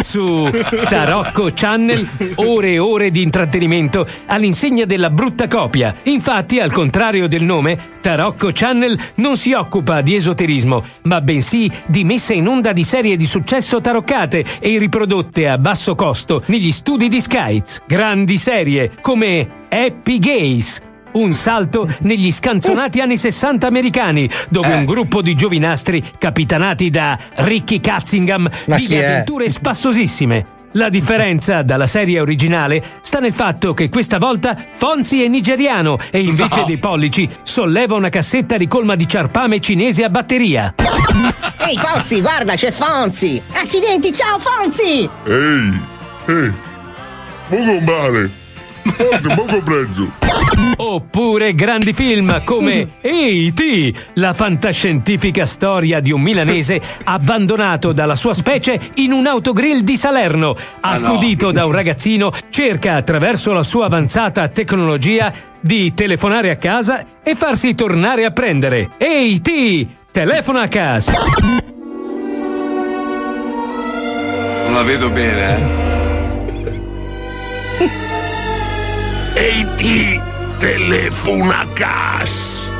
S28: Su Tarocco Channel, ore e ore di intrattenimento all'insegna della brutta copia. Infatti, al contrario del nome, Tarocco Channel non si occupa di esoterismo, ma bensì di messa in onda di serie di successo taroccate e riprodotte a basso costo negli studi di Skies. Grandi serie come Happy Gays. Un salto negli scanzonati anni 60 americani, dove
S4: Eh.
S28: un gruppo di giovinastri, capitanati da Ricky Katzingham,
S4: Ma chi
S28: vive
S4: è?
S28: avventure spassosissime. La differenza dalla serie originale sta nel fatto che questa volta Fonzi è nigeriano e invece
S23: No.
S28: dei pollici solleva una cassetta ricolma di ciarpame cinese a batteria.
S2: Ehi Fonzi, guarda, c'è Fonzi! Accidenti, ciao Fonzi!
S23: Ehi! Ehi! Poco male! Forte, poco prezzo!
S28: Oppure grandi film come E.T., la fantascientifica storia di un milanese abbandonato dalla sua specie in un autogrill di Salerno. Accudito da un ragazzino, cerca attraverso la sua avanzata tecnologia di telefonare a casa e farsi tornare a prendere. E.T., telefona a casa!
S23: Non la vedo bene, eh? Ehi, ti! Telefona gas!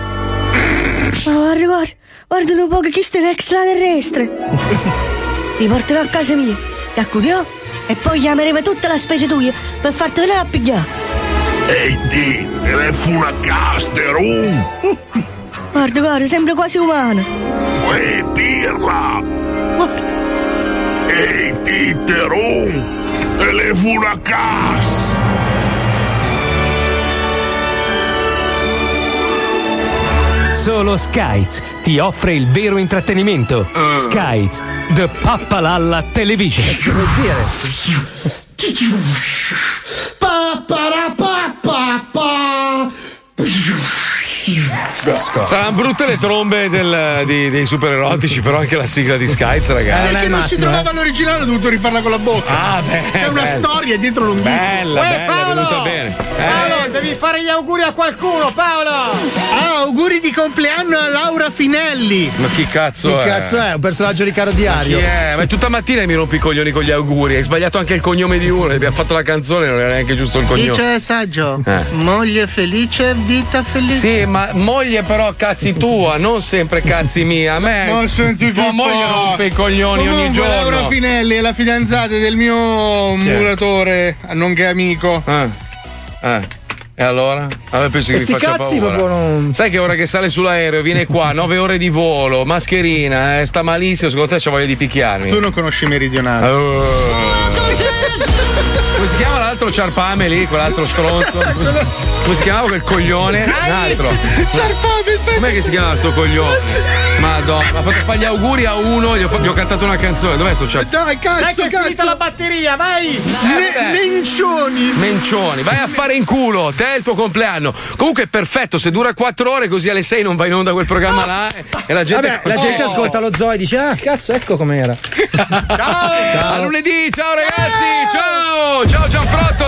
S2: Ma guarda, guarda, guarda un po' che questo è un extraterrestre! Ti porterò a casa mia, ti accudirò e poi chiameremo tutta la specie tua per farti venire a pigliare!
S23: Ehi, ti! Telefona gas, Teru!
S2: Guarda, guarda, sembra quasi umano!
S23: Uè, pirla!
S2: Guarda,
S23: Ehi, ti, Teru! Telefona gas!
S28: Solo Skies ti offre il vero intrattenimento. Skies, The Pappalalla Television.
S14: uh,
S8: Papparapappa!
S1: Saranno brutte le trombe del- di- dei supererotici, però anche la sigla di Skies,
S6: Eh, Perché
S1: ragazzi.
S6: non si trovava l'originale, ho dovuto rifarla con la bocca.
S1: eh. Ah, beh,
S6: È una
S1: bello.
S6: storia dietro lunghissima.
S1: Bella,
S6: Uè,
S1: bella, è
S6: Paolo! Eh.
S1: venuta bene. Eh,
S6: Paolo,
S14: devi fare gli auguri a qualcuno, Paolo!
S6: Ah, auguri di compleanno a Laura Finelli!
S1: Ma chi cazzo
S14: Che
S1: è?
S14: cazzo è? Un personaggio di Caro Diario.
S1: Chi è? Ma tutta mattina mi rompi i coglioni con gli auguri. Hai sbagliato anche il cognome di uno. Abbiamo fatto la canzone, non era neanche giusto il cognome.
S6: Dice saggio,
S1: Eh.
S6: moglie felice, vita felice.
S1: Sì, ma moglie però cazzi tua, non sempre cazzi mia. A me.
S6: Ma senti che
S1: Tua moglie
S6: fa.
S1: rompe i coglioni
S6: Comunque,
S1: ogni giorno.
S6: Laura Finelli è la fidanzata del mio
S1: Chi è?
S6: muratore, nonché amico.
S1: Eh. E allora? Allora pensi
S6: E
S1: che mi
S6: sti
S1: faccia
S6: cazzi
S1: paura.
S6: proprio
S1: Sai che ora che sale sull'aereo, viene
S6: [LAUGHS]
S1: qua, 9 ore di volo, mascherina, eh, sta malissimo, secondo te c'ha voglia di picchiarmi.
S6: Tu non conosci Meridionale.
S1: Come si chiama l'altro ciarpame lì, quell'altro
S6: [LAUGHS]
S1: stronzo? Come si, come si chiamava quel coglione? Un altro. Com'è che si chiamava sto
S6: [LAUGHS]
S1: coglione? Madonna, ma potrei fare gli auguri a uno, gli ho, fa- gli ho cantato una canzone, dov'è sto ciarpame?
S6: Dai, cazzo, Eh,
S14: Dai che è finita la batteria, vai!
S1: vabbè.
S6: Mencioni!
S1: Mencioni, vai a fare in culo, te è il tuo compleanno. Comunque è perfetto, se dura 4 ore così alle 6 non vai in onda quel programma là eh, e la gente...
S4: Vabbè, la gente
S1: Oh.
S4: ascolta lo zoo e dice: Ah, cazzo, ecco com'era.
S1: A lunedì, ciao ragazzi, ciao, ciao Gianfrotto,